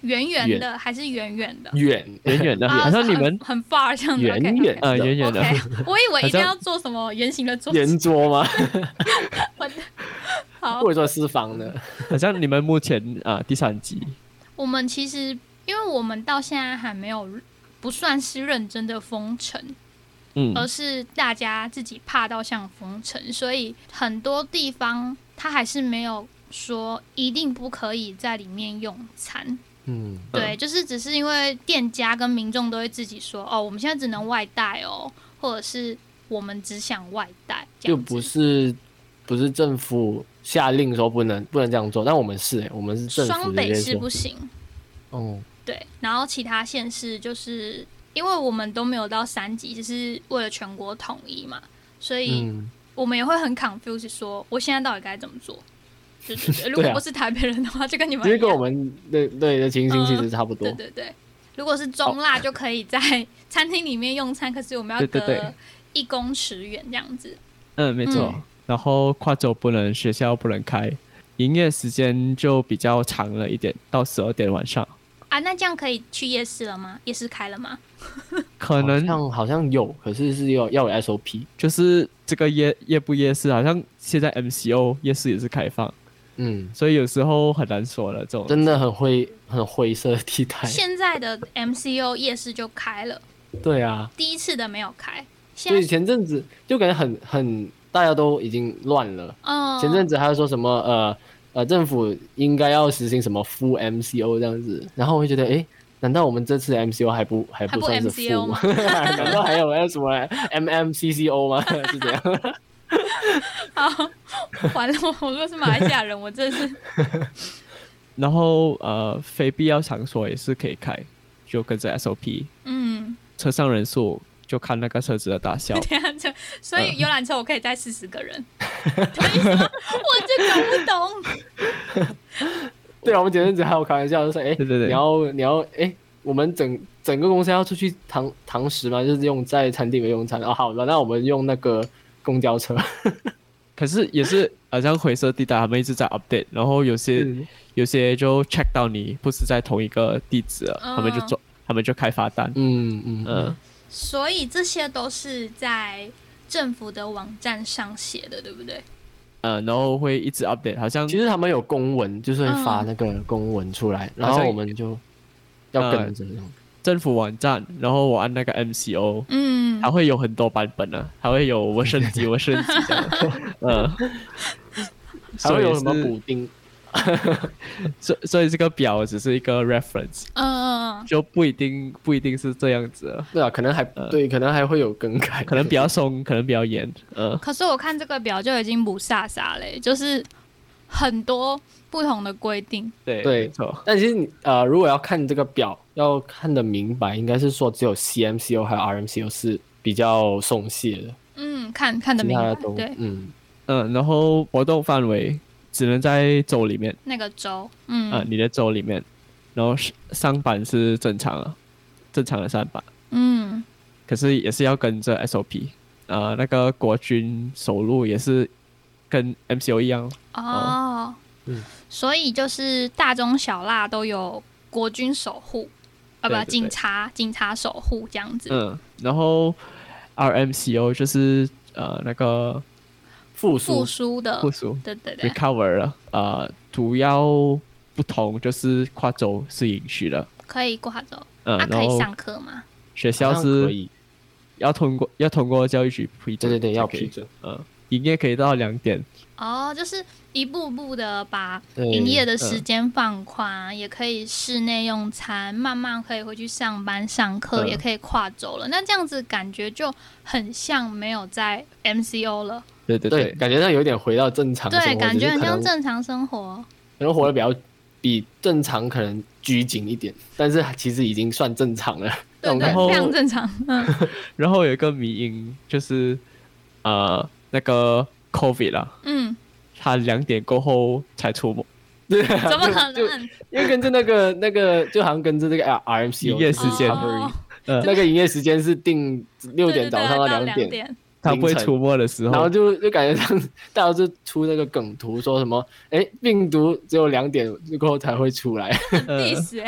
Speaker 1: 圆圆的还是圆圆的，
Speaker 3: 远
Speaker 2: 圆圆的，
Speaker 1: 啊
Speaker 2: 好像你们
Speaker 1: 很很 far 这样子，
Speaker 3: 圆圆
Speaker 2: 呃圆圆
Speaker 1: OK，
Speaker 2: 的
Speaker 1: OK，我以为一定
Speaker 2: 好像
Speaker 1: 要做什么圆形的桌
Speaker 3: 圆
Speaker 1: 子，
Speaker 3: 桌吗？
Speaker 1: 我的好
Speaker 3: 或，者说四方的？
Speaker 2: 好像你们目前啊、第三集，
Speaker 1: 我们其实因为我们到现在还没有不算是认真的封城，
Speaker 2: 嗯，
Speaker 1: 而是大家自己怕到像封城，所以很多地方它还是没有说一定不可以在里面用餐。
Speaker 3: 嗯，
Speaker 1: 对，就是只是因为店家跟民众都会自己说，哦，我们现在只能外带哦，或者是我们只想外带，这
Speaker 3: 就
Speaker 1: 样子
Speaker 3: 不是不是政府下令说不能不能这样做，但我们是、哎，我们是政府
Speaker 1: 双
Speaker 3: 直
Speaker 1: 北
Speaker 3: 接
Speaker 1: 是
Speaker 3: 说，
Speaker 1: 不行，
Speaker 3: 哦，
Speaker 1: 对，然后其他县市就是因为我们都没有到三级，就是为了全国统一嘛，所以
Speaker 3: 嗯，
Speaker 1: 我们也会很 confused，说我现在到底该怎么做？对对 对，如果
Speaker 3: 对啊
Speaker 1: 我是台北人的话，就跟你们
Speaker 3: 其
Speaker 1: 一
Speaker 3: 实跟我
Speaker 1: 样。
Speaker 3: 们对对的情形其实差不多
Speaker 1: 对，对对，如果是中辣，就可以在餐厅里面用餐，可是我们要
Speaker 2: 对对对
Speaker 1: 隔一公尺远这样子。
Speaker 2: 嗯，没错。
Speaker 1: 嗯
Speaker 2: 然后跨州不能，学校不能开，营业时间就比较长了一点，到十二点晚上。
Speaker 1: 啊，那这样可以去夜市了吗？夜市开了吗？
Speaker 2: 可
Speaker 3: 好
Speaker 2: 能
Speaker 3: 像好像有，可是是要要有 SOP，
Speaker 2: 就是这个夜夜不夜市，好像现在 MCO 夜市也是开放，
Speaker 3: 嗯，
Speaker 2: 所以有时候很难说了。这种
Speaker 3: 真的很灰很灰色地带。
Speaker 1: 现在的 MCO 夜市就开了，
Speaker 3: 对啊，
Speaker 1: 第一次的没有开，现
Speaker 3: 所以
Speaker 1: 在
Speaker 3: 前阵子就感觉很很大家都已经乱了。
Speaker 1: 嗯，
Speaker 3: 前阵子还有说什么呃呃政府应该要实行什么 full MCO 这样子，然后我就觉得诶，难道我们这次 MCO 还不还
Speaker 1: 还
Speaker 3: 不
Speaker 1: 不
Speaker 3: 算是
Speaker 1: MCO
Speaker 3: full
Speaker 1: 吗
Speaker 3: 吗？ 难道还有还有什么 MMCCO 吗？ 是这样？
Speaker 1: 好，完了，我我若是马来西亚 人，我真的是
Speaker 2: 然后呃，非必要场所也是可以开，就跟着 SOP，
Speaker 1: 嗯，。
Speaker 2: 车上人数就看那个车子的大 小
Speaker 1: 对啊，这所
Speaker 3: 嗯
Speaker 1: 以游览车我可以载四十个人， 什么意思吗？我就搞不懂。
Speaker 3: 对啊，我们前阵子还有开玩笑就说诶，
Speaker 2: 对对对
Speaker 3: 你要你要诶，我们整整个公司要出去堂堂食嘛，就是用在餐厅里面用餐哦，好了，那我们用那个公交车。
Speaker 2: 可是也是好像灰色地带，他们一直在 update，然后有些、
Speaker 3: 嗯
Speaker 2: 有些就 check 到你不是在同一个地址了，他们就
Speaker 1: 嗯
Speaker 2: 做，他们就开罚单。
Speaker 3: 嗯嗯
Speaker 2: 嗯，
Speaker 1: 所以这些都是在政府的网站上写的，对不对？
Speaker 2: 呃，然后会一直 update，好像
Speaker 3: 其实他们有公文，就是会发
Speaker 1: 嗯
Speaker 3: 那个公文出来，
Speaker 2: 好
Speaker 3: 然后
Speaker 2: 像
Speaker 3: 我们就要跟
Speaker 2: 呃
Speaker 3: 着这样。
Speaker 2: 政府网站，然后我按那个 MCO，
Speaker 1: 嗯
Speaker 2: 它，会有很多版本啊，还会有我升级，我升级这样。 嗯，
Speaker 3: 还会有
Speaker 2: 所以
Speaker 3: 什么
Speaker 2: 是
Speaker 3: 补丁？
Speaker 2: 所所以这个表只是一个 reference，
Speaker 1: 嗯嗯嗯，
Speaker 2: 就不一定不一定是这样子了，
Speaker 3: 对啊，可能还
Speaker 2: 呃
Speaker 3: 对，可能还会有更改，
Speaker 2: 可能比较松，可能比较严。嗯，
Speaker 1: 可是我看这个表就已经不飒飒嘞，就是很多不同的规定。
Speaker 2: 对
Speaker 3: 对
Speaker 2: 没错。
Speaker 3: 但其实你呃，如果要看这个表，要看得明白，应该是说只有 CMCO 还有 RMCO 是比较松懈的，
Speaker 1: 嗯，看看得
Speaker 3: 其
Speaker 1: 明
Speaker 3: 他
Speaker 1: 白
Speaker 3: 的，都
Speaker 1: 对，
Speaker 3: 嗯，
Speaker 2: 嗯，然后活动范围只能在州里面，
Speaker 1: 那个州，嗯，
Speaker 2: 啊、你的州里面，然后是上班是正常啊，正常的上班，
Speaker 1: 嗯，
Speaker 2: 可是也是要跟着 SOP，呃，那个国军首入也是跟 MCO 一样，
Speaker 1: 哦，
Speaker 3: 嗯
Speaker 1: 所以就是大中小辣都有国军守护，啊
Speaker 2: 对
Speaker 1: 不，
Speaker 2: 对
Speaker 1: 警
Speaker 2: 对
Speaker 1: 察警察守护这样子，
Speaker 2: 嗯，然后 RMCO 就是呃那个
Speaker 3: 复
Speaker 1: 复
Speaker 3: 苏
Speaker 1: 苏的
Speaker 2: 附，属
Speaker 1: 对对对，
Speaker 2: recover 了，呃，主要不同就是跨州是允许的，
Speaker 1: 可以挂走，
Speaker 2: 嗯，
Speaker 1: 啊，
Speaker 2: 然
Speaker 1: 可以
Speaker 2: 后
Speaker 1: 上课吗？
Speaker 2: 学
Speaker 3: 好
Speaker 2: 校
Speaker 3: 像可
Speaker 2: 是
Speaker 3: 以，
Speaker 2: 要通过要通过教育局批
Speaker 3: 对
Speaker 2: 准，
Speaker 3: 对对，要批
Speaker 2: 批，
Speaker 3: 准，
Speaker 2: 嗯，营业可以到两点。
Speaker 1: 哦，就是一步步的把
Speaker 3: 对嗯
Speaker 1: 营业的时间放宽，也可以室内用餐，慢慢可以回去上班上课，
Speaker 2: 嗯
Speaker 1: 也可以跨州了。那这样子感觉就很像没有在 MCO 了，
Speaker 2: 对对
Speaker 3: 对，
Speaker 2: 对，
Speaker 3: 感觉上有点回到正常生活，
Speaker 1: 对，感觉
Speaker 3: 只是
Speaker 1: 很
Speaker 3: 可
Speaker 1: 像
Speaker 3: 能
Speaker 1: 正常生活。
Speaker 3: 可能活得比较比正常可能拘谨一点，但是其实已经算正常了，
Speaker 1: 对
Speaker 3: 那种感
Speaker 1: 对，
Speaker 3: 觉
Speaker 2: 后
Speaker 1: 非常正常。嗯，
Speaker 2: 然后有一个迷因就是，呃，那个 COVID 啊，
Speaker 1: 嗯，
Speaker 2: 他两点过后才出没，
Speaker 3: 对啊，
Speaker 1: 怎么可
Speaker 3: 就就
Speaker 1: 能？
Speaker 3: 因为跟着那个那个，就好像跟着这个啊 R RMC
Speaker 2: 营业时间
Speaker 1: 哦
Speaker 2: 呃
Speaker 3: 那个营业时间是定六点早上
Speaker 1: 到
Speaker 3: 两
Speaker 1: 两
Speaker 3: 点，
Speaker 1: 点，
Speaker 2: 他不会
Speaker 3: 凌晨
Speaker 2: 出没的时
Speaker 3: 然后
Speaker 2: 候，
Speaker 3: 就就感觉上大家就出那个梗图，说什么哎病毒只有两点过后才会出来，
Speaker 1: 很
Speaker 2: 呃
Speaker 1: diss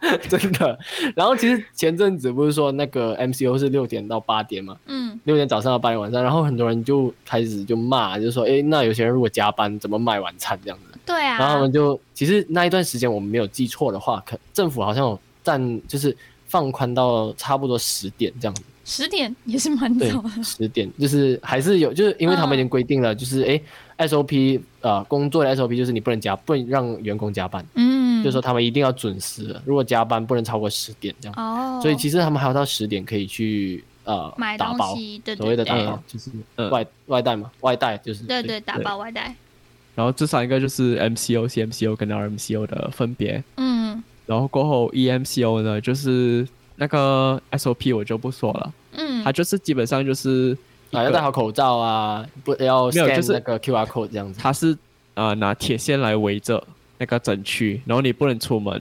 Speaker 1: 哎，
Speaker 3: 真的。然后其实前阵子不是说那个 MCO 是六点到八点嘛，
Speaker 1: 嗯，
Speaker 3: 六点早上到八点晚上，然后很多人就开始就骂，就说哎那有些人如果加班怎么卖晚餐这样子，
Speaker 1: 对
Speaker 3: 然后他
Speaker 1: 啊，
Speaker 3: 们就其实那一段时间我们没有记错的话，可政府好像有占就是放宽到差不多十点这样子。
Speaker 1: 十点也是蛮
Speaker 3: 对
Speaker 1: 早的，，
Speaker 3: 十点就是还是有，就是因为他们已经规定
Speaker 1: 嗯
Speaker 3: 了，就是诶 SOP 呃工作的 SOP 就是你不能加，不能让员工加班，
Speaker 1: 嗯，
Speaker 3: 就是说他们一定要准时，如果加班不能超过十点这样。
Speaker 1: 哦，
Speaker 3: 所以其实他们还有到十点可以去呃
Speaker 1: 买
Speaker 3: 打
Speaker 1: 东
Speaker 3: 包，
Speaker 1: 西，对
Speaker 3: 所谓
Speaker 1: 对
Speaker 3: 的打
Speaker 1: 对，
Speaker 3: 包就是
Speaker 2: 嗯
Speaker 3: 外外带嘛，外带就是
Speaker 1: 对对打
Speaker 2: 对
Speaker 1: 包外带，
Speaker 2: 然后这三个就是 MCO、CMCO 跟 RMCO 的分别。
Speaker 1: 嗯
Speaker 2: 然后过后 E EMCO 呢，就是那个 SOP 我就不说了，
Speaker 1: 嗯
Speaker 2: 它，就是基本上就是一
Speaker 3: 啊要戴
Speaker 2: 个，
Speaker 3: 好口罩啊，不要
Speaker 2: 没有就
Speaker 3: scan
Speaker 2: 是
Speaker 3: 那个 QR code 这样子。
Speaker 2: 它是呃拿铁线来围着那个整区，然后你不能出门，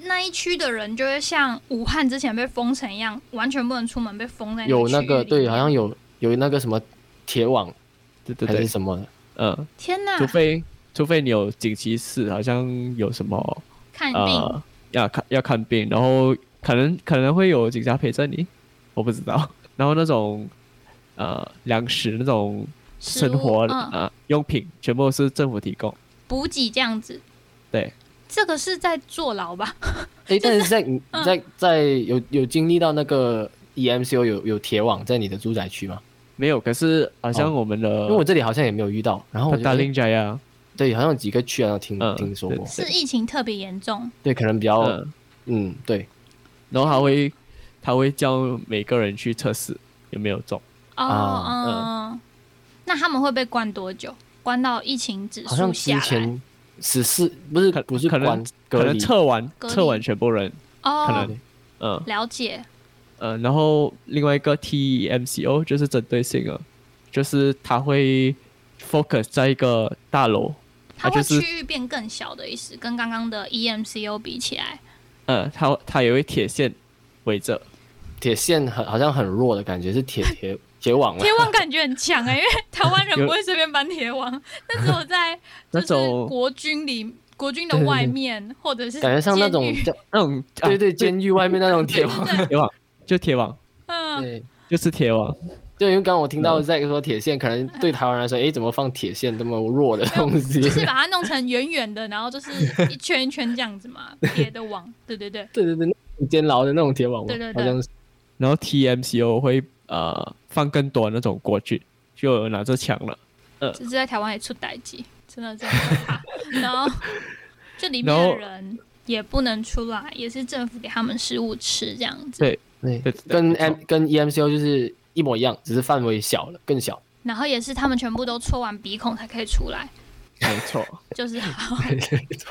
Speaker 1: 那一区的人就会像武汉之前被封城一样，完全不能出门，被封在
Speaker 3: 有
Speaker 1: 那
Speaker 3: 那个
Speaker 1: 区域里
Speaker 3: 对，
Speaker 1: 面
Speaker 3: 好像有有那个什么铁网
Speaker 2: 对对
Speaker 3: 还是
Speaker 2: 对，
Speaker 3: 什么的，
Speaker 2: 嗯，
Speaker 1: 天哪
Speaker 2: 除，非除非你有紧急事，好像有什么。
Speaker 1: 看病
Speaker 2: 呃，要看要看病，然后可能可能会有警察陪着你，我不知道。 然后那种呃粮食那种
Speaker 1: 食
Speaker 2: 生
Speaker 1: 物
Speaker 2: 活
Speaker 1: 嗯
Speaker 2: 啊、呃用品，全部是政府提供。
Speaker 1: 补给这样子，
Speaker 2: 对，
Speaker 1: 这个是在坐牢吧？哎
Speaker 3: 诶，但是在你
Speaker 1: 嗯
Speaker 3: 在在有有经历到那个 E EMCO 有有铁网在你的住宅区吗？
Speaker 2: 没有，可是好像
Speaker 3: 哦
Speaker 2: 我们的
Speaker 3: 因为我这里好像也没有遇到，然后我就
Speaker 2: 大
Speaker 3: 诶
Speaker 2: 哦林家呀，
Speaker 3: 对，好像有几个区好像听
Speaker 2: 嗯
Speaker 3: 听说过，
Speaker 1: 是疫情特别严重，
Speaker 3: 对，可能比较
Speaker 2: 嗯，
Speaker 3: 嗯对，
Speaker 2: 然后他会他会叫每个人去测试有没有中，
Speaker 1: 哦，
Speaker 3: 啊
Speaker 1: 嗯，那他们会被关多久？关到疫情指
Speaker 3: 好像
Speaker 1: 数下
Speaker 3: 之
Speaker 1: 来？
Speaker 3: 前十四不是
Speaker 2: 可
Speaker 3: 不是
Speaker 2: 可能
Speaker 3: 关
Speaker 2: 可
Speaker 3: 隔
Speaker 2: 能
Speaker 3: 离，
Speaker 2: 测完
Speaker 1: 隔离
Speaker 2: 测完全部人，可
Speaker 1: 哦
Speaker 2: 能，嗯
Speaker 1: 了解，
Speaker 2: 呃，然后另外一个 TEMCO 就是针对性的，就是它会 focus 在一个大楼，
Speaker 1: 它
Speaker 2: 它
Speaker 1: 会
Speaker 2: 就是
Speaker 1: 区域变更小的意思，跟刚刚的 E EMCO 比起来，
Speaker 2: 呃，它它有一铁线围着，
Speaker 3: 铁线很好像很弱的感觉，是铁铁铁网 啊了
Speaker 1: 铁。网感觉很强哎、因为台湾人不会随便搬铁 网，那只有在就
Speaker 2: 那
Speaker 1: 是
Speaker 2: 种
Speaker 1: 国军里、国军的
Speaker 2: 对对对
Speaker 1: 外面或者是
Speaker 3: 感觉像那种
Speaker 1: 监狱
Speaker 3: 叫
Speaker 2: 那种啊
Speaker 3: 对对，监狱外面那种铁网。
Speaker 1: 对
Speaker 2: 铁网就铁网，
Speaker 1: 嗯，
Speaker 3: 对，
Speaker 2: 就是铁网。
Speaker 3: 对，因为刚刚我听到 z a 说铁线，可能对台湾人来说，诶，怎么放铁线这么弱的东西？
Speaker 1: 就是把它弄成圆圆的，然后就是一圈一圈这样子 嘛，铁的网，对对对，
Speaker 3: 对对对，那种监牢的那种铁网嘛，啊
Speaker 1: 对对对
Speaker 3: 好像是。
Speaker 2: 然后 TMCO 会呃放更多那种锅具，就有拿着抢了。
Speaker 1: 这是在台湾也出代机，真的真的可怕。 然后这里面
Speaker 2: 然后
Speaker 1: 的人也不能出来，也是政府给他们食物吃这样子，
Speaker 2: 对
Speaker 3: 对
Speaker 2: 对对
Speaker 3: 跟
Speaker 2: 没错
Speaker 3: M 跟 EMCO 就是一模一样，只是范围小了，更小。
Speaker 1: 然后也是他们全部都戳完鼻孔才可以出来，
Speaker 2: 没错，
Speaker 1: 就是好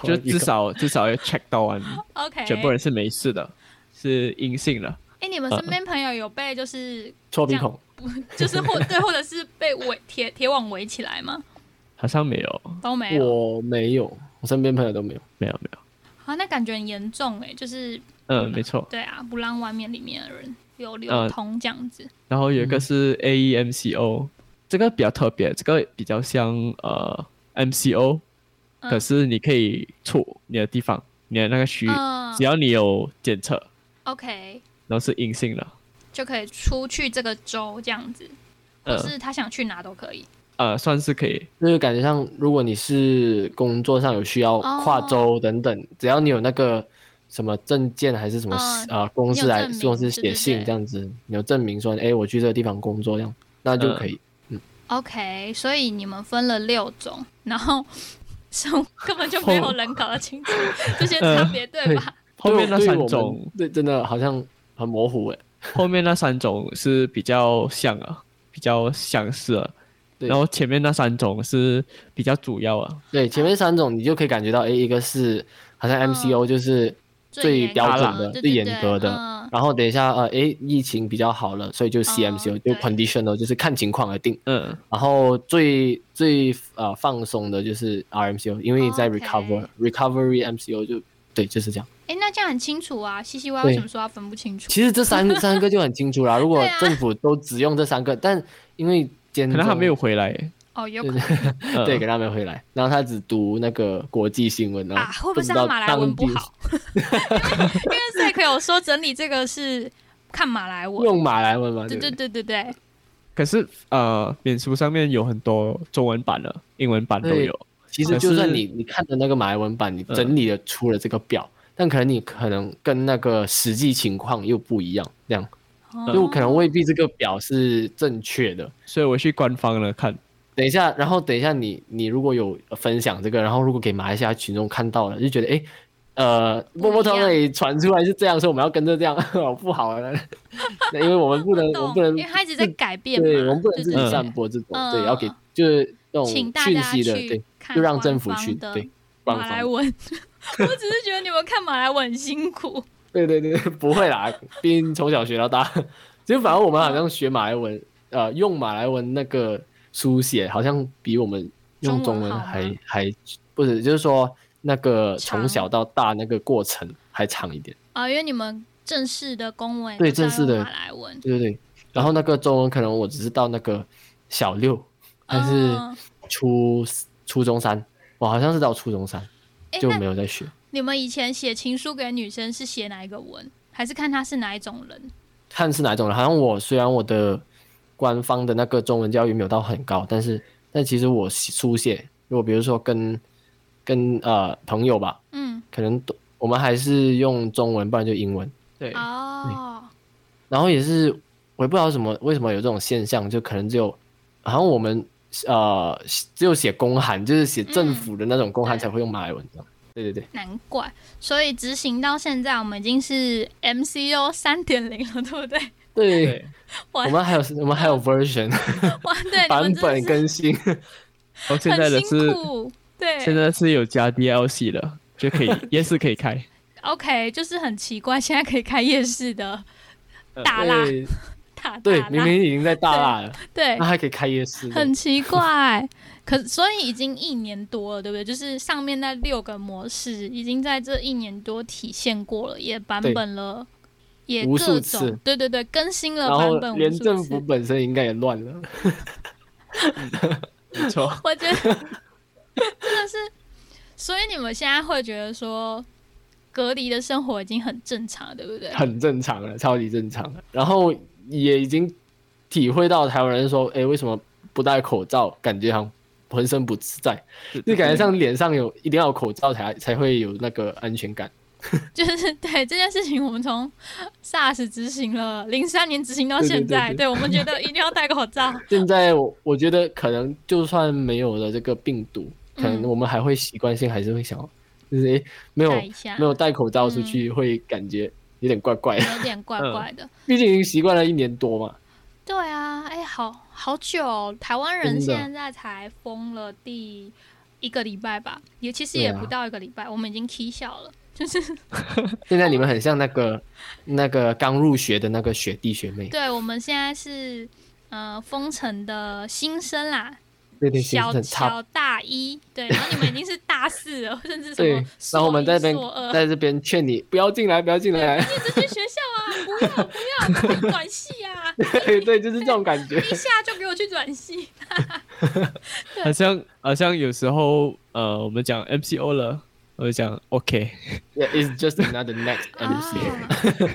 Speaker 2: 就至少至少要 check 到 完，
Speaker 1: OK。
Speaker 2: 全部人是嗯没事的，是阴性的。
Speaker 1: 哎、你们身边朋友有被就是
Speaker 3: 戳鼻孔，
Speaker 1: 就是或对，或者是被围铁铁网围起来吗？
Speaker 2: 好像没有，
Speaker 1: 都没有
Speaker 3: 我没有，我身边朋友都没有。
Speaker 2: 没有，没有。
Speaker 1: 啊，那感觉很严重哎、就是
Speaker 2: 嗯，没错。
Speaker 1: 对啊，不让外面里面的人有流
Speaker 2: 呃
Speaker 1: 通这样子。
Speaker 2: 然后有一个
Speaker 3: 嗯
Speaker 2: 是 E AEMCO，、这个比较特别，这个比较像呃 MCO，
Speaker 1: 嗯
Speaker 2: 可是你可以出你的地方，你的那个区域，
Speaker 1: 嗯
Speaker 2: 只要你有检测，
Speaker 1: ，OK，
Speaker 2: 然后是阴性的，
Speaker 1: 就可以出去这个州这样子，或
Speaker 2: 呃
Speaker 1: 是他想去哪都可以。
Speaker 2: 呃，算是可以。
Speaker 3: 就是感觉上，如果你是工作上有需要
Speaker 1: 哦
Speaker 3: 跨州等等，只要你有那个什么证件还是什么
Speaker 1: 嗯
Speaker 3: 啊、公司
Speaker 1: 你有
Speaker 3: 来
Speaker 1: 证明
Speaker 3: 公司
Speaker 1: 对
Speaker 3: 写
Speaker 1: 对
Speaker 3: 信
Speaker 1: 对
Speaker 3: 这样子，你有证明说，哎，我去这个地方工作这样，那就
Speaker 2: 嗯
Speaker 3: 可以。
Speaker 1: OK，所以你们分了六种，然后生根本就没有人搞得清楚
Speaker 3: 哦
Speaker 1: 这些
Speaker 3: 呃
Speaker 1: 差别，对吧？
Speaker 2: 后面那
Speaker 3: 对我
Speaker 2: 三
Speaker 3: 们
Speaker 2: 种，
Speaker 3: 对，真的好像很模糊哎。
Speaker 2: 后面那三种是比较像啊，比较相似啊。
Speaker 3: 对
Speaker 2: 然后前面那三种是比较主要啊，
Speaker 3: 对，前面三种你就可以感觉到，哎，一个是好像
Speaker 1: 嗯
Speaker 3: MCO 就是 最
Speaker 1: 严
Speaker 3: 标
Speaker 1: 格
Speaker 2: 准
Speaker 3: 的
Speaker 1: 对
Speaker 3: 最
Speaker 1: 对
Speaker 3: 严
Speaker 1: 对
Speaker 3: 格的
Speaker 1: 嗯
Speaker 3: 然后等一下，呃，诶，疫情比较好了，所以就 CMCO、就
Speaker 1: 哦对
Speaker 3: conditional，就是看情况而定。
Speaker 2: 嗯，
Speaker 3: 然后最最呃放松的就是 RMCO，因为在
Speaker 1: 哦 OK
Speaker 3: recover、recovery MCO 就对，就是 这样。
Speaker 1: 哎，那这样很清楚啊，西西歪为
Speaker 3: 对
Speaker 1: 什么说他分不清楚？
Speaker 3: 其实这三三个就很清楚啦。如果
Speaker 1: 对啊
Speaker 3: 政府都只用这三个，但因为监
Speaker 2: 可能他
Speaker 3: 中
Speaker 2: 没有回来，
Speaker 1: 哦，有可
Speaker 3: 对
Speaker 1: 能
Speaker 2: 嗯、
Speaker 3: 对，给他们回来，然后他只读那个国际新闻
Speaker 1: 啊，会不会是
Speaker 3: 知
Speaker 1: 他
Speaker 3: 道
Speaker 1: 马来文
Speaker 3: 当
Speaker 1: 不
Speaker 3: 地
Speaker 1: 好？啊 因为因为赛克有说整理这个是看马来文，
Speaker 3: 用马来文嘛？
Speaker 1: 对对
Speaker 3: 不
Speaker 1: 对对对，
Speaker 2: 可是呃，脸书上面有很多中文版的、英文版都
Speaker 3: 对
Speaker 2: 有，
Speaker 3: 其实
Speaker 2: 可
Speaker 3: 就算
Speaker 2: 是
Speaker 3: 你你看的那个马来文版，你
Speaker 2: 嗯
Speaker 3: 整理的出了这个表，但可能你可能跟那个实际情况又不一样，这样
Speaker 1: 哦
Speaker 2: 嗯
Speaker 3: 就可能未必这个表是正确的。
Speaker 2: 所以我去官方了看，
Speaker 3: 等一下，然后等一下你你如果有分享这个，然后如果给马来西亚群众看到了，就觉得诶，
Speaker 1: 一
Speaker 3: 呃，
Speaker 1: 样
Speaker 3: 波波涛那里传出来是这样，所以我们要跟着这样， 不好啊，那因为我们不能，我们
Speaker 1: 懂
Speaker 3: 不，能
Speaker 1: 因为，他一直在改变嘛，
Speaker 3: 对，我们不能
Speaker 1: 对
Speaker 3: 自
Speaker 1: 对
Speaker 3: 己
Speaker 1: 对
Speaker 3: 散播这种，
Speaker 1: 嗯
Speaker 3: 对，要给就是那
Speaker 1: 请
Speaker 3: 种
Speaker 1: 大
Speaker 3: 讯
Speaker 1: 家
Speaker 3: 息的，对
Speaker 1: 去，看
Speaker 3: 就让政府
Speaker 1: 官方
Speaker 3: 去，
Speaker 1: 的
Speaker 3: 对，官
Speaker 1: 马
Speaker 3: 方
Speaker 1: 来文。 我只是觉得你们看马来文很辛苦，
Speaker 3: 对对对， 不会啦，毕竟从小学到大， 其实反而我们好像学马来文，
Speaker 1: 嗯
Speaker 3: 呃，用马来文那个书写，好像比我们用中
Speaker 1: 中文
Speaker 3: 文
Speaker 1: 好吗
Speaker 3: 还还不是，就是说那个
Speaker 1: 长
Speaker 3: 从小到大那个过程还长一点。
Speaker 1: 啊，因为你们正式的公文
Speaker 3: 对
Speaker 1: 都是要
Speaker 3: 正式的
Speaker 1: 用马来文，
Speaker 3: 对对对，然后那个中文可能我只是到那个小六还是
Speaker 1: 嗯
Speaker 3: 初、初中三，我好像是到初中三
Speaker 1: 诶
Speaker 3: 就
Speaker 1: 那
Speaker 3: 没有在学，
Speaker 1: 你们以前写情书给女生是写哪一个文，还是看她是哪一种人？
Speaker 3: 看是哪种了。好像我虽然我的官方的那个中文教育没有到很高，但是但其实我写书写，如果比如说跟跟呃朋友吧，
Speaker 1: 嗯，
Speaker 3: 可能都我们还是用中文，不然就英文。
Speaker 2: 对
Speaker 3: 嗯
Speaker 1: 哦，
Speaker 3: 然后也是我也不知道什么为什么有这种现象，就可能只有好像我们呃只有写公函，就是写政府的那种公函
Speaker 1: 嗯
Speaker 3: 才会用马来文。对对对，
Speaker 1: 难怪，所以执行到现在，我们已经是 MCO 三点零了，对不对？
Speaker 3: 对
Speaker 2: 对，
Speaker 1: 我
Speaker 3: 我们还有我们还有 version
Speaker 1: 哇，对，你
Speaker 3: 版
Speaker 1: 们
Speaker 3: 本
Speaker 1: 真的
Speaker 3: 更新。
Speaker 2: 然后
Speaker 1: 是
Speaker 2: 现在的
Speaker 1: 很辛
Speaker 2: 是
Speaker 1: 苦，欸对，
Speaker 2: 现在是有加 DLC 的，就可以 夜市可以开，
Speaker 1: OK，就是很奇怪，现在可以开夜市的大辣
Speaker 3: 对
Speaker 1: 大大
Speaker 3: 对
Speaker 1: 辣，，
Speaker 3: 明啊明已经在大辣了，
Speaker 1: 对
Speaker 3: 那，还可以开夜市。
Speaker 1: 哎很奇怪。可所以已经一年多了，对不对？就是上面那六个模式已经在这一年多体现过了，也版本了也
Speaker 3: 无
Speaker 1: 各
Speaker 3: 数
Speaker 1: 种
Speaker 3: 次
Speaker 1: 对对对更新了
Speaker 3: 然后
Speaker 1: 版本无
Speaker 3: 连
Speaker 1: 数
Speaker 3: 政
Speaker 1: 次
Speaker 3: 府本身应该也乱 了。
Speaker 2: 嗯没错，
Speaker 1: 我觉得真的是，所以你们现在会觉得说隔离的生活已经很正常了，对不对？
Speaker 3: 很正常了，超级正常。啊然后也已经体会到台湾人说，哎、为什么不戴口罩？感觉好像浑身不自在，就感觉上脸上有一定要有口罩才才会有那个安全感。
Speaker 1: 就是 对这件事情，我们从 SARS 执行了零三年执行到
Speaker 3: 对对
Speaker 1: 现在，
Speaker 3: 对对
Speaker 1: 我们觉得一定要戴口罩。
Speaker 3: 现在我我觉得可能就算没有了这个病毒，可能
Speaker 1: 嗯
Speaker 3: 我们还会习惯性还是会想，就是、诶没有
Speaker 1: 戴一下嗯
Speaker 3: 没有戴口罩出去会感觉有点怪怪的，
Speaker 1: 有点怪
Speaker 3: 嗯
Speaker 1: 怪的。
Speaker 3: 毕竟已经习惯了一年多嘛。
Speaker 1: 对啊，哎、好好久哦，台湾人
Speaker 3: 真的
Speaker 1: 现在才封了第一个礼拜吧，也其实
Speaker 3: 对
Speaker 1: 也
Speaker 3: 啊
Speaker 1: 不到一个礼拜，我们已经 K 笑了。
Speaker 3: 现在你们很像那个那个刚入学的那个学弟学妹，
Speaker 1: 对，我们现在是呃封城的新生啦，
Speaker 3: 对对，心
Speaker 1: 小
Speaker 3: 很差
Speaker 1: 小大一，对，然后你们已经是大四了， 甚至什
Speaker 3: 对
Speaker 1: 么，硕
Speaker 3: 然后我们
Speaker 1: 一
Speaker 3: 在
Speaker 1: 硕
Speaker 3: 这边
Speaker 1: 二
Speaker 3: 在这边劝你不要进来，不要进 来，
Speaker 1: 这些学校啊，不要不要，快转系啊，
Speaker 3: 对对，就是这种感觉。
Speaker 1: 一下就给我去转系，
Speaker 2: 好像好像有时候呃，我们讲 MCO 了，我就讲 OK，
Speaker 3: Yeah, It's just another next
Speaker 1: 啊
Speaker 3: MC。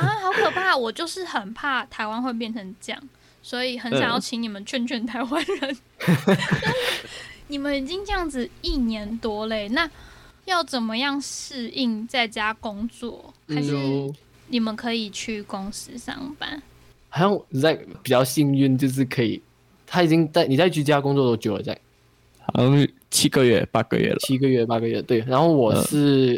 Speaker 1: 啊，好可怕！我就是很怕台湾会变成这样，所以很想要
Speaker 2: 嗯
Speaker 1: 请你们劝劝台湾人。但是你们已经这样子一年多嘞，那要怎么样适应在家工作？还是
Speaker 3: 嗯
Speaker 1: 你们可以去公司上班？
Speaker 3: 好像 Zack 比较幸运，就是可以，他已经在你在居家工作多久了？Zack
Speaker 2: 好像七个月八个月了，
Speaker 3: 七个月、八个月。对，然后我
Speaker 2: 嗯
Speaker 3: 是、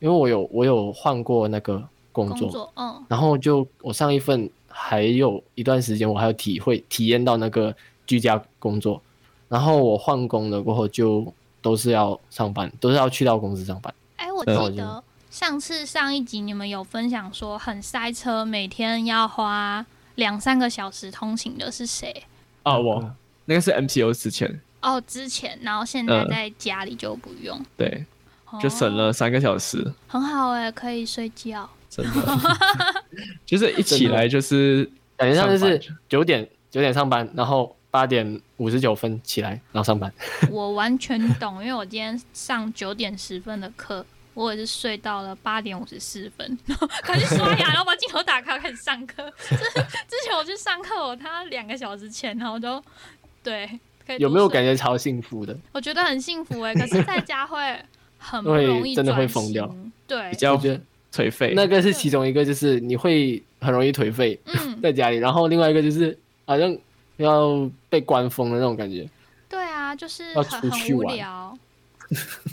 Speaker 3: 因为我有我有换过那个工
Speaker 1: 工
Speaker 3: 作，
Speaker 1: 作，嗯，
Speaker 3: 然后就我上一份还有一段时间，我还有体会体验到那个居家工作，然后我换工了过后就都是要上班，都是要去到公司上班。
Speaker 1: 哎，我
Speaker 2: 对
Speaker 3: 我
Speaker 1: 记
Speaker 3: 觉
Speaker 1: 得
Speaker 3: 得
Speaker 1: 上次上一集你们有分享说很塞车，每天要花两三个小时通勤的是谁？
Speaker 2: 啊，我那个是 MCO 之前，
Speaker 1: 哦，之前，然后现在
Speaker 2: 嗯
Speaker 1: 在家里就不用，
Speaker 2: 对，就省
Speaker 1: 哦，
Speaker 2: 了三个小时，
Speaker 1: 很好哎，可以睡觉。
Speaker 2: 真的， 就是一起来就是
Speaker 3: 感觉上就是
Speaker 2: 上
Speaker 3: 九点九点上班，然后八点五十九分起来，然后上班。
Speaker 1: 我完全懂，因为我今天上九点十分的课，我也是睡到了八点五十四分， 然后赶紧刷牙，然后把镜头打开，开始上课。 之之前我去上课，我他两个小时前，然后都对，可以多
Speaker 3: 有没有
Speaker 1: 睡
Speaker 3: 感觉超幸福的？
Speaker 1: 我觉得很幸福 哎、可是在家会很不
Speaker 3: 会
Speaker 1: 容易
Speaker 3: 真的会
Speaker 1: 专
Speaker 3: 疯
Speaker 1: 心
Speaker 3: 掉。
Speaker 1: 对
Speaker 2: 比，较
Speaker 3: 我觉得
Speaker 2: 颓废，
Speaker 3: 那个是其中一个，就是你会很容易颓废
Speaker 1: 嗯，
Speaker 3: 在家里，然后另外一个就是好像要被关封的那种感觉。
Speaker 1: 对啊，就是
Speaker 3: 要
Speaker 1: 很
Speaker 3: 出
Speaker 1: 很
Speaker 3: 去
Speaker 1: 无
Speaker 3: 玩
Speaker 1: 聊。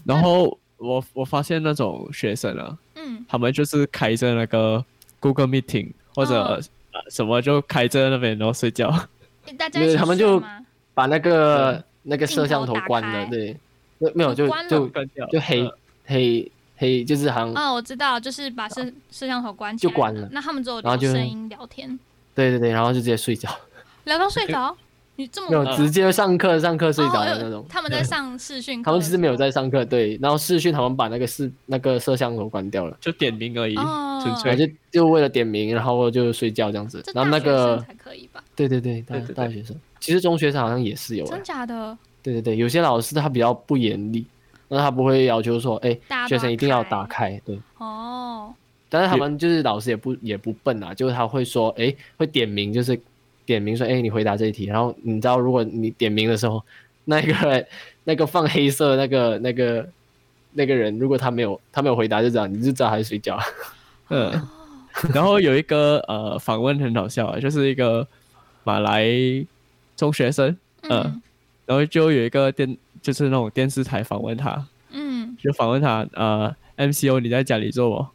Speaker 2: 然后我我发现那种学生啊，
Speaker 1: 嗯，
Speaker 2: 他们就是开着那个 Google Meeting 或者、
Speaker 3: 哦
Speaker 1: 嗯
Speaker 2: 呃什么就开着那边然后睡觉，
Speaker 1: 大家一
Speaker 3: 对
Speaker 1: 起
Speaker 3: 他们
Speaker 1: 睡
Speaker 3: 就
Speaker 1: 吗
Speaker 3: 把那个那个
Speaker 1: 镜
Speaker 3: 摄像
Speaker 1: 头
Speaker 3: 头
Speaker 1: 打
Speaker 3: 关
Speaker 1: 开
Speaker 3: 了，对，没没有就
Speaker 1: 关了
Speaker 3: 就
Speaker 2: 关掉
Speaker 3: 就黑黑黑，就是好像
Speaker 1: 啊、我知道，就是把摄摄像头关起
Speaker 3: 啊就
Speaker 1: 来，
Speaker 3: 关了
Speaker 1: 那他们只有
Speaker 3: 然后
Speaker 1: 留
Speaker 3: 就
Speaker 1: 声音聊天，
Speaker 3: 对对对，然后就直接睡觉，
Speaker 1: 聊到睡着。 你这么
Speaker 3: 没有
Speaker 1: 晚
Speaker 3: 直接上课上课睡
Speaker 1: 嗯哦
Speaker 3: 着的
Speaker 1: 呃
Speaker 3: 那种。
Speaker 1: 他们在上视讯课
Speaker 3: 他
Speaker 1: 的时候，
Speaker 3: 们其实没有在上课，对，然后视讯他们把那个视那个摄像头关掉了，
Speaker 2: 就点名而已，
Speaker 1: 哦
Speaker 2: 纯粹
Speaker 3: 然后就就为了点名，然后就睡觉这样子
Speaker 1: 这。
Speaker 3: 然后那
Speaker 1: 大学生
Speaker 3: 个
Speaker 1: 才可以吧？
Speaker 3: 对对对，大
Speaker 2: 对对对
Speaker 3: 大学生，其实中学生好像也是有
Speaker 1: 真
Speaker 3: 的，
Speaker 1: 假的？
Speaker 3: 对对对，有些老师他比较不严厉，那他不会要求说，哎
Speaker 1: 大家，都
Speaker 3: 学生一定要
Speaker 1: 打
Speaker 3: 打开，对。
Speaker 1: 哦，
Speaker 3: 但是他们就是老师也不也不笨啊，就是他会说，哎，会点名，就是点名说，哎，你回答这一题。然后你知道，如果你点名的时候，那个那个放黑色那个那个那个人，如果他没有他没有回答，就这样，你就知道他在睡觉。
Speaker 2: 嗯。然后有一个呃访问很好笑啊，就是一个马来中学生，
Speaker 3: 呃
Speaker 1: 嗯
Speaker 2: 然后就有一个电就是那种电视台访问他，
Speaker 1: 嗯，
Speaker 2: 就访问他呃 MCO 你在家里做么？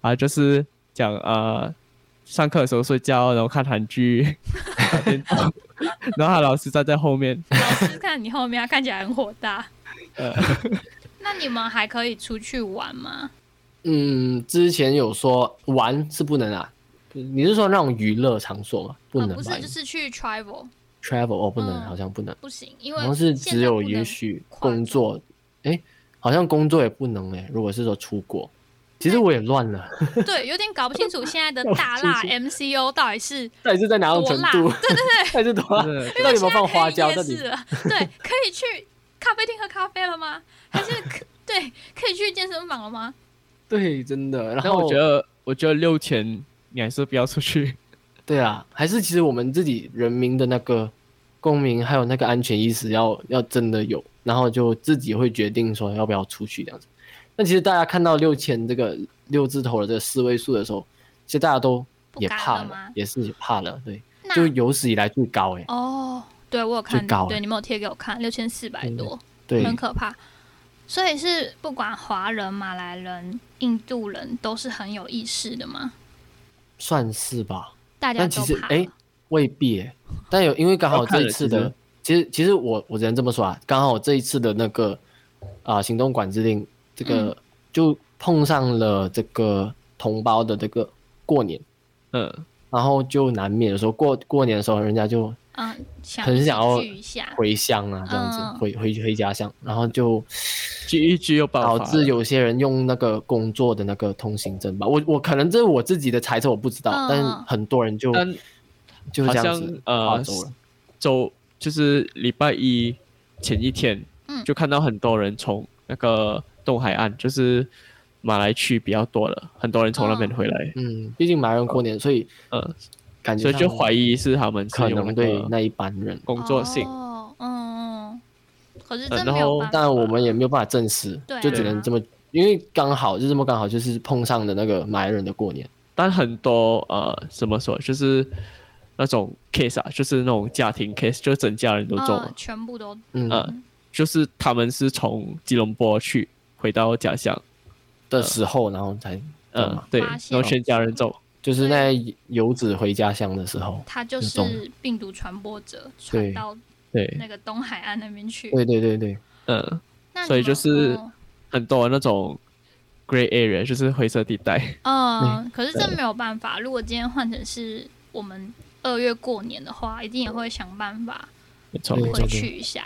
Speaker 2: 啊，就是讲呃上课的时候睡觉，然后看韩剧， 打电动，然后他老师站在后面，
Speaker 1: 老师看你后面，他看起来很火 大。
Speaker 2: 呃，
Speaker 1: 那你们还可以出去玩吗？
Speaker 3: 嗯，之前有说玩是不能啊，你是说那种娱乐场所吗？不
Speaker 1: 啊，
Speaker 3: 能
Speaker 1: 不
Speaker 3: 吧、
Speaker 1: 是，就是去 travel
Speaker 3: travel 哦，不能，
Speaker 1: 嗯
Speaker 3: 好像不能，
Speaker 1: 不行，因为
Speaker 3: 好像是
Speaker 1: 现在
Speaker 3: 只有
Speaker 1: 不能
Speaker 3: 允许
Speaker 1: 跨
Speaker 3: 工
Speaker 1: 州
Speaker 3: 作，哎，好像工作也不能哎、如果是说出国。其实我也乱了，
Speaker 1: 对，有点搞不清楚现 在的大辣 MCO 到底是
Speaker 3: 到底是在哪种
Speaker 1: 多
Speaker 3: 程
Speaker 1: 辣，
Speaker 3: 度
Speaker 1: 对？对 对，
Speaker 3: 到底是多辣？
Speaker 2: 真的
Speaker 3: 到底有没
Speaker 1: 现
Speaker 3: 有放
Speaker 1: 在
Speaker 3: 花
Speaker 1: 可以
Speaker 3: 椒？
Speaker 1: 夜
Speaker 3: 到
Speaker 1: 市
Speaker 3: 底
Speaker 1: 了，对，可以去咖啡厅喝咖啡了吗？还是 可对，可以去健身房了吗？
Speaker 3: 对，真的。 然
Speaker 2: 但
Speaker 3: 后
Speaker 2: 我觉得，我觉得六千你还是不要出去。
Speaker 3: 对啊，还是其实我们自己人民的那个公民还有那个安全意识要要真的有，然后就自己会决定说要不要出去这样子。那其实大家看到六千这个六字头的这个四位数的时候，其实大家都
Speaker 1: 不
Speaker 3: 也
Speaker 1: 敢
Speaker 3: 怕
Speaker 1: 了
Speaker 3: 了
Speaker 1: 吗，
Speaker 3: 也是怕了，对，
Speaker 1: 那
Speaker 3: 就有史以来最高哎、
Speaker 1: 哦，对我有
Speaker 3: 最
Speaker 1: 看
Speaker 3: 高
Speaker 1: 到，
Speaker 3: 了
Speaker 1: 对你们有贴给我看，六千四百
Speaker 3: 真的
Speaker 1: 多，
Speaker 3: 对
Speaker 1: 很可怕。所以是不管华人、马来人、印度人都是很有意识的嘛，
Speaker 3: 算是吧，
Speaker 1: 大家
Speaker 3: 但其
Speaker 1: 都
Speaker 3: 实
Speaker 1: 怕了。
Speaker 3: 哎未必欸、但有因为刚好
Speaker 2: 要看
Speaker 3: 这
Speaker 2: 了
Speaker 3: 一次的，其实其实我我只能这么说啊，刚好这一次的那个啊、行动管制令这个、
Speaker 1: 嗯
Speaker 3: 就碰上了这个同胞的这个过年，
Speaker 2: 嗯，
Speaker 3: 然后就难免有时候过过年的时候人家就
Speaker 1: 嗯，想
Speaker 3: 很
Speaker 1: 一起
Speaker 3: 想要
Speaker 1: 聚一下，
Speaker 3: 回乡啊这样子，
Speaker 1: 嗯
Speaker 3: 回回回家乡，然后就
Speaker 2: 聚一聚又爆
Speaker 3: 导
Speaker 2: 发
Speaker 3: 致
Speaker 2: 了。
Speaker 3: 有些人用那个工作的那个通行证吧，我我可能这是我自己的猜测，我不知道，
Speaker 1: 嗯
Speaker 3: 但是
Speaker 1: 嗯
Speaker 3: 很多人就
Speaker 2: 但
Speaker 3: 就
Speaker 2: 好
Speaker 3: 这样
Speaker 2: 像
Speaker 3: 子划
Speaker 2: 呃
Speaker 3: 走了，
Speaker 2: 周就是礼拜一前一天，
Speaker 1: 嗯
Speaker 2: 就看到很多人从那个东海岸，就是马来区比较多了，很多人从那边
Speaker 1: 哦
Speaker 2: 回来，
Speaker 3: 嗯，毕竟马来人过年，所以
Speaker 2: 嗯，
Speaker 3: 感觉
Speaker 2: 所以就
Speaker 3: 上
Speaker 2: 怀疑是他们
Speaker 3: 可
Speaker 2: 是用
Speaker 3: 能
Speaker 2: 那
Speaker 3: 对
Speaker 2: 个
Speaker 3: 那一般人，
Speaker 2: 工作性。
Speaker 1: 哦，嗯嗯，可是
Speaker 2: 呃
Speaker 1: 真
Speaker 2: 然
Speaker 1: 没有
Speaker 2: 后
Speaker 1: 办法。
Speaker 3: 但我们也没有办法证实，
Speaker 1: 对啊
Speaker 3: 就只能这么，因为刚好就这么刚好就是碰上的那个马来人的过年，
Speaker 2: 但很多呃，怎么说，就是那种 case 啊，就是那种家庭 case，就整家人都中了，
Speaker 1: 嗯全部都
Speaker 3: 嗯，
Speaker 2: 呃，就是他们是从吉隆坡去回到家乡，
Speaker 3: 的时候，然后才，
Speaker 2: 嗯、
Speaker 3: 嗯，
Speaker 2: 对，
Speaker 1: 巴
Speaker 2: 然
Speaker 1: 西
Speaker 2: 后全家人中，
Speaker 3: 就是那游子回家乡的时候，
Speaker 1: 他就
Speaker 3: 就中
Speaker 1: 是病毒传播者，
Speaker 3: 对
Speaker 1: 传到
Speaker 2: 对，
Speaker 1: 那个东海岸那边去。
Speaker 3: 对对对对，
Speaker 2: 嗯、
Speaker 1: 那你
Speaker 2: 所以
Speaker 1: 们
Speaker 2: 就是
Speaker 1: 嗯
Speaker 2: 很多那种 grey area，就是灰色地带，
Speaker 1: 嗯，可是真没有办法。如果今天换成是我们二月过年的话，一定也会想办法
Speaker 2: 没错，
Speaker 3: 对
Speaker 1: 回去一下。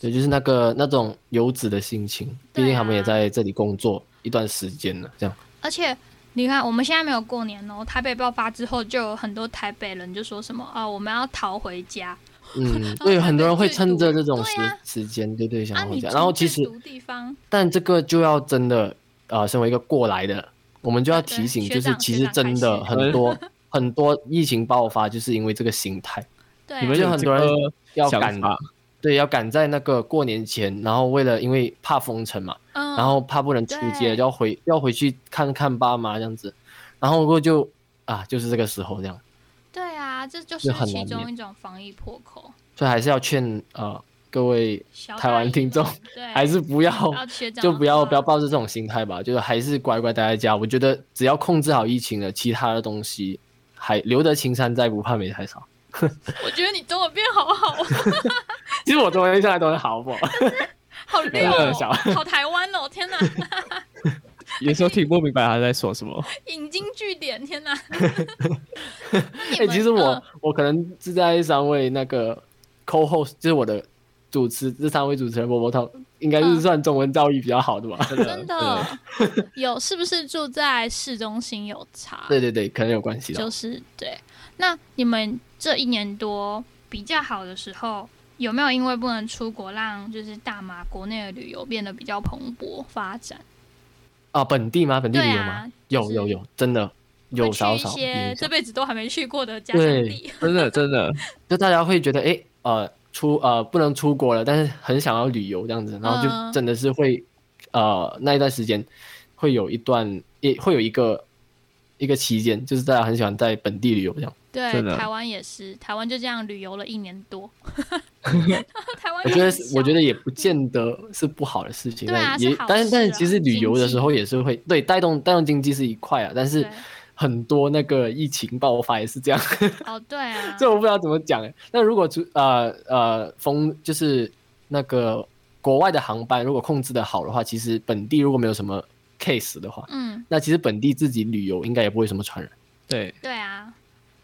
Speaker 3: 对，就是那个那种游子的心情，
Speaker 1: 对
Speaker 3: 毕
Speaker 1: 啊
Speaker 3: 竟他们也在这里工作一段时间了，这样，
Speaker 1: 而且你看，我们现在没有过年哦，台北爆发之后，就有很多台北人就说什么啊，我们要逃回家
Speaker 3: 嗯，
Speaker 1: 后
Speaker 3: 对，
Speaker 1: 哦他们
Speaker 3: 很多人会
Speaker 1: 最
Speaker 3: 趁着
Speaker 1: 毒
Speaker 3: 这种时
Speaker 1: 对啊
Speaker 3: 时间，对对，想
Speaker 1: 啊，
Speaker 3: 要回
Speaker 1: 你
Speaker 3: 家，然后其
Speaker 1: 住
Speaker 3: 实
Speaker 1: 在毒地方，
Speaker 3: 但这个就要真的，呃，身为一个过来的，我们就要提醒，
Speaker 1: 对
Speaker 3: 就
Speaker 1: 学
Speaker 3: 是
Speaker 1: 长
Speaker 3: 其实真
Speaker 1: 学
Speaker 3: 的
Speaker 1: 长
Speaker 2: 开
Speaker 3: 很
Speaker 2: 始
Speaker 3: 多很多疫情爆发，就是因为这个心态，
Speaker 1: 对啊、
Speaker 2: 你们有
Speaker 3: 就很
Speaker 2: 这
Speaker 3: 多人
Speaker 2: 个
Speaker 3: 要
Speaker 2: 想
Speaker 3: 赶
Speaker 2: 法，
Speaker 3: 对，要赶在那个过年前，然后为了因为怕封城嘛，
Speaker 1: 嗯，
Speaker 3: 然后怕不能出街，
Speaker 1: 对
Speaker 3: 要回要回去看看爸妈这样子，然后过后就啊，就是这个时候这样，
Speaker 1: 对啊，这就是
Speaker 3: 就很难
Speaker 1: 其中
Speaker 3: 免
Speaker 1: 一种防疫破口。
Speaker 3: 所以还是要劝呃各位
Speaker 1: 小
Speaker 3: 台
Speaker 1: 大
Speaker 3: 湾
Speaker 1: 姨
Speaker 3: 听众
Speaker 1: 们，对，嗯
Speaker 3: 还是不要。
Speaker 1: 要学长
Speaker 3: 就不要不要
Speaker 1: 报。
Speaker 3: 抱着这种心态吧，就是还是乖乖待在家。我觉得只要控制好疫情了，其他的东西还留得青山在，不怕没柴烧。
Speaker 1: 我觉得你中文变好好，
Speaker 3: 其实我中文现在都很好，好不好？
Speaker 1: 好溜、
Speaker 3: 开
Speaker 1: 哦
Speaker 3: 玩笑，
Speaker 1: 好台湾哦！天哪，
Speaker 2: 有时候听不明白他在说 什么。
Speaker 1: 引经据典，天 哪！
Speaker 3: 哎、
Speaker 1: 哎
Speaker 3: 其实我、我可能是在三位那个 co-host，就是我的主持这三位主持人波波涛，应该是
Speaker 1: 嗯
Speaker 3: 算中文造诣比较好的吧？
Speaker 1: 真的有是不是住在市中心有差？
Speaker 3: 对对对，可能有关系的。
Speaker 1: 就是对。那你们这一年多比较好的时候，有没有因为不能出国，让就是大马国内的旅游变得比较蓬勃发展？
Speaker 3: 啊，本地吗？本地旅游
Speaker 1: 对
Speaker 3: 吗？
Speaker 1: 啊
Speaker 3: 有
Speaker 1: 就是
Speaker 3: 有有，真的有
Speaker 1: 会去
Speaker 3: 少
Speaker 1: 一
Speaker 3: 少。
Speaker 1: 些
Speaker 3: 嗯
Speaker 1: 这辈子都还没去过的家乡
Speaker 3: 对
Speaker 1: 地。
Speaker 2: 真的真的，
Speaker 3: 就大家会觉得，诶，呃，出呃不能出国了，但是很想要旅游这样子，然后就
Speaker 1: 嗯
Speaker 3: 真的是会，呃，那一段时间会有一段，也会有一个一个期间，就是大家很喜欢在本地旅游这样。
Speaker 1: 对
Speaker 2: 真，的
Speaker 1: 台湾也是，台湾就这样旅游了一年 多。台湾
Speaker 3: 我
Speaker 1: 也
Speaker 3: 觉得
Speaker 1: 很，小
Speaker 3: 我觉得也不见得是不好的事情，
Speaker 1: 对啊
Speaker 3: 但也，
Speaker 1: 是好
Speaker 3: 但是但是
Speaker 1: 事啊
Speaker 3: 其实旅游的
Speaker 1: 经济
Speaker 3: 时候也是会对带动带动经济是一块啊，但是
Speaker 1: 对
Speaker 3: 很多那个疫情爆发也是这样。
Speaker 1: 哦，对啊，
Speaker 3: 这我不知道怎么讲欸。那如果出呃呃风就是那个国外的航班，如果控制的好的话，其实本地如果没有什么 case 的话，
Speaker 1: 嗯，
Speaker 3: 那其实本地自己旅游应该也不会什么传染。
Speaker 2: 对，
Speaker 1: 对啊，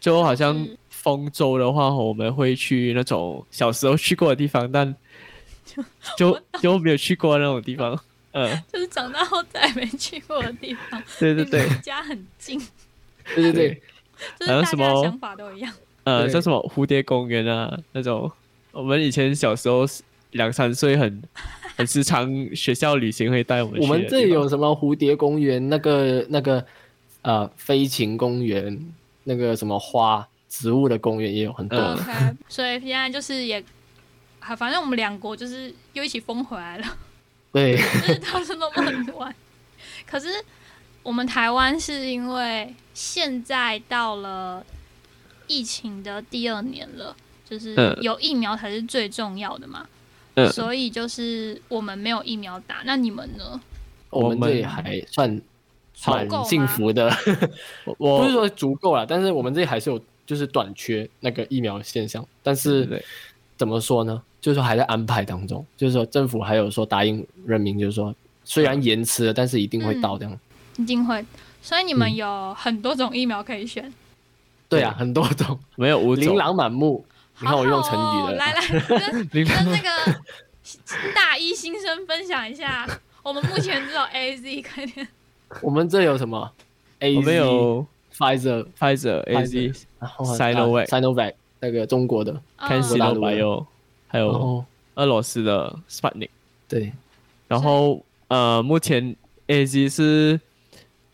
Speaker 2: 就好像
Speaker 1: 是
Speaker 2: 丰州的话，我们会去那种小时候去过的地方，但就就没有去过那种地方。嗯，
Speaker 1: 就是长大后再也没去过的地方，
Speaker 2: 对对对
Speaker 1: 离，家很近，
Speaker 3: 对对对，
Speaker 1: 就是
Speaker 2: 还有
Speaker 1: 大
Speaker 2: 什
Speaker 1: 家的
Speaker 2: 么
Speaker 1: 想法都一样。
Speaker 2: 呃，
Speaker 3: 对
Speaker 2: 像什么蝴蝶公园啊那种，我们以前小时候两三岁很很时常学校旅行会带我们去
Speaker 3: 我
Speaker 2: 的地
Speaker 3: 们
Speaker 2: 方。
Speaker 3: 这里有什么蝴蝶公园，那个那个呃飞禽公园，那个什么花植物的公园也有很多。
Speaker 2: 嗯
Speaker 1: OK，所以现在就是也，啊，反正我们两国就是又一起疯回来了。
Speaker 3: 对，
Speaker 1: 就是到处都不能玩。可是我们台湾是因为现在到了疫情的第二年了，就是
Speaker 2: 嗯
Speaker 1: 有疫苗才是最重要的嘛，
Speaker 2: 嗯
Speaker 1: 所以就是我们没有疫苗打。那你们呢？
Speaker 3: 我
Speaker 2: 我
Speaker 3: 们
Speaker 2: 们
Speaker 3: 这里还算
Speaker 1: 足
Speaker 3: 蛮
Speaker 1: 够吗
Speaker 3: 幸福的，
Speaker 2: 我
Speaker 3: 不是
Speaker 2: 我
Speaker 3: 说足够啦，但是我们这里还是有就是短缺那个疫苗现象，但
Speaker 2: 对
Speaker 3: 是
Speaker 2: 对
Speaker 3: 怎么说呢？就是说还在安排当中，就是说政府还有说答应人民，就是说虽然延迟了，但是一定会到这
Speaker 1: 嗯
Speaker 3: 样。
Speaker 1: 一定会。所以你们
Speaker 3: 嗯
Speaker 1: 有很多种疫苗可以选，
Speaker 3: 对啊，很多 种，
Speaker 2: 没有五
Speaker 3: 琳
Speaker 2: 种
Speaker 3: 琅满目。你看我用成
Speaker 1: 好好
Speaker 3: 语
Speaker 1: 哦
Speaker 3: 了，
Speaker 1: 来来， 跟
Speaker 2: 琳琅
Speaker 1: 跟那 个大一新生分享一下，我们目前 只有 A Z，快点。
Speaker 3: 我们这有什么？A
Speaker 2: 我们有
Speaker 3: Pfizer，
Speaker 2: 拍着 A Z
Speaker 3: Pfizer 然后
Speaker 2: Sinovac
Speaker 3: Sinovac 那个中国的，
Speaker 2: 看
Speaker 1: 嗯
Speaker 2: 西
Speaker 3: 大
Speaker 2: 罗
Speaker 3: 陆
Speaker 2: 白
Speaker 3: 的
Speaker 2: 油，还
Speaker 3: 然
Speaker 2: 有
Speaker 3: 后
Speaker 2: 俄罗斯的 Sputnik。
Speaker 3: 对
Speaker 1: 哎
Speaker 2: 然后呃，目前 A Z 是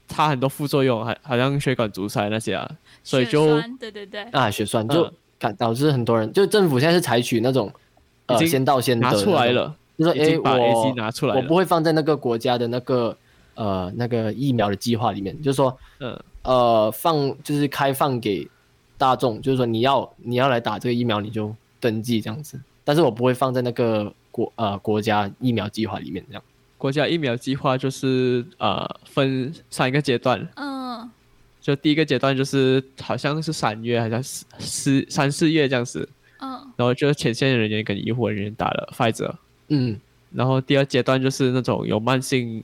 Speaker 2: 它很多副作用，还好像血管阻塞那些啊，所以
Speaker 1: 血
Speaker 2: 就
Speaker 1: 栓对对对，
Speaker 3: 啊血栓就
Speaker 2: 嗯
Speaker 3: 感导致很多人，就政府现在是采取那种
Speaker 2: 已
Speaker 3: 呃
Speaker 2: 经
Speaker 3: 先到先得
Speaker 2: 拿出来
Speaker 3: 的那种，
Speaker 2: 了，
Speaker 3: 就
Speaker 2: 已
Speaker 3: 是
Speaker 2: 经把 A
Speaker 3: 哎
Speaker 2: Z
Speaker 3: 我
Speaker 2: 拿出来
Speaker 3: 我不
Speaker 2: 了。
Speaker 3: 会放在那个国家的那个呃那个疫苗的计划里面，就是说
Speaker 2: 嗯，
Speaker 3: 呃放就是开放给大众，就是说你要你要来打这个疫苗你就登记这样子，但是我不会放在那个国呃国家疫苗计划里面这样。
Speaker 2: 国家疫苗计划就是呃分三个阶段，
Speaker 1: 嗯，
Speaker 2: 就第一个阶段就是好像是三月，好像四四三四月这样子，
Speaker 1: 嗯，
Speaker 2: 然后就前线人员跟医护人员打了 p f i z e
Speaker 3: 嗯，
Speaker 2: 然后第二阶段就是那种有慢性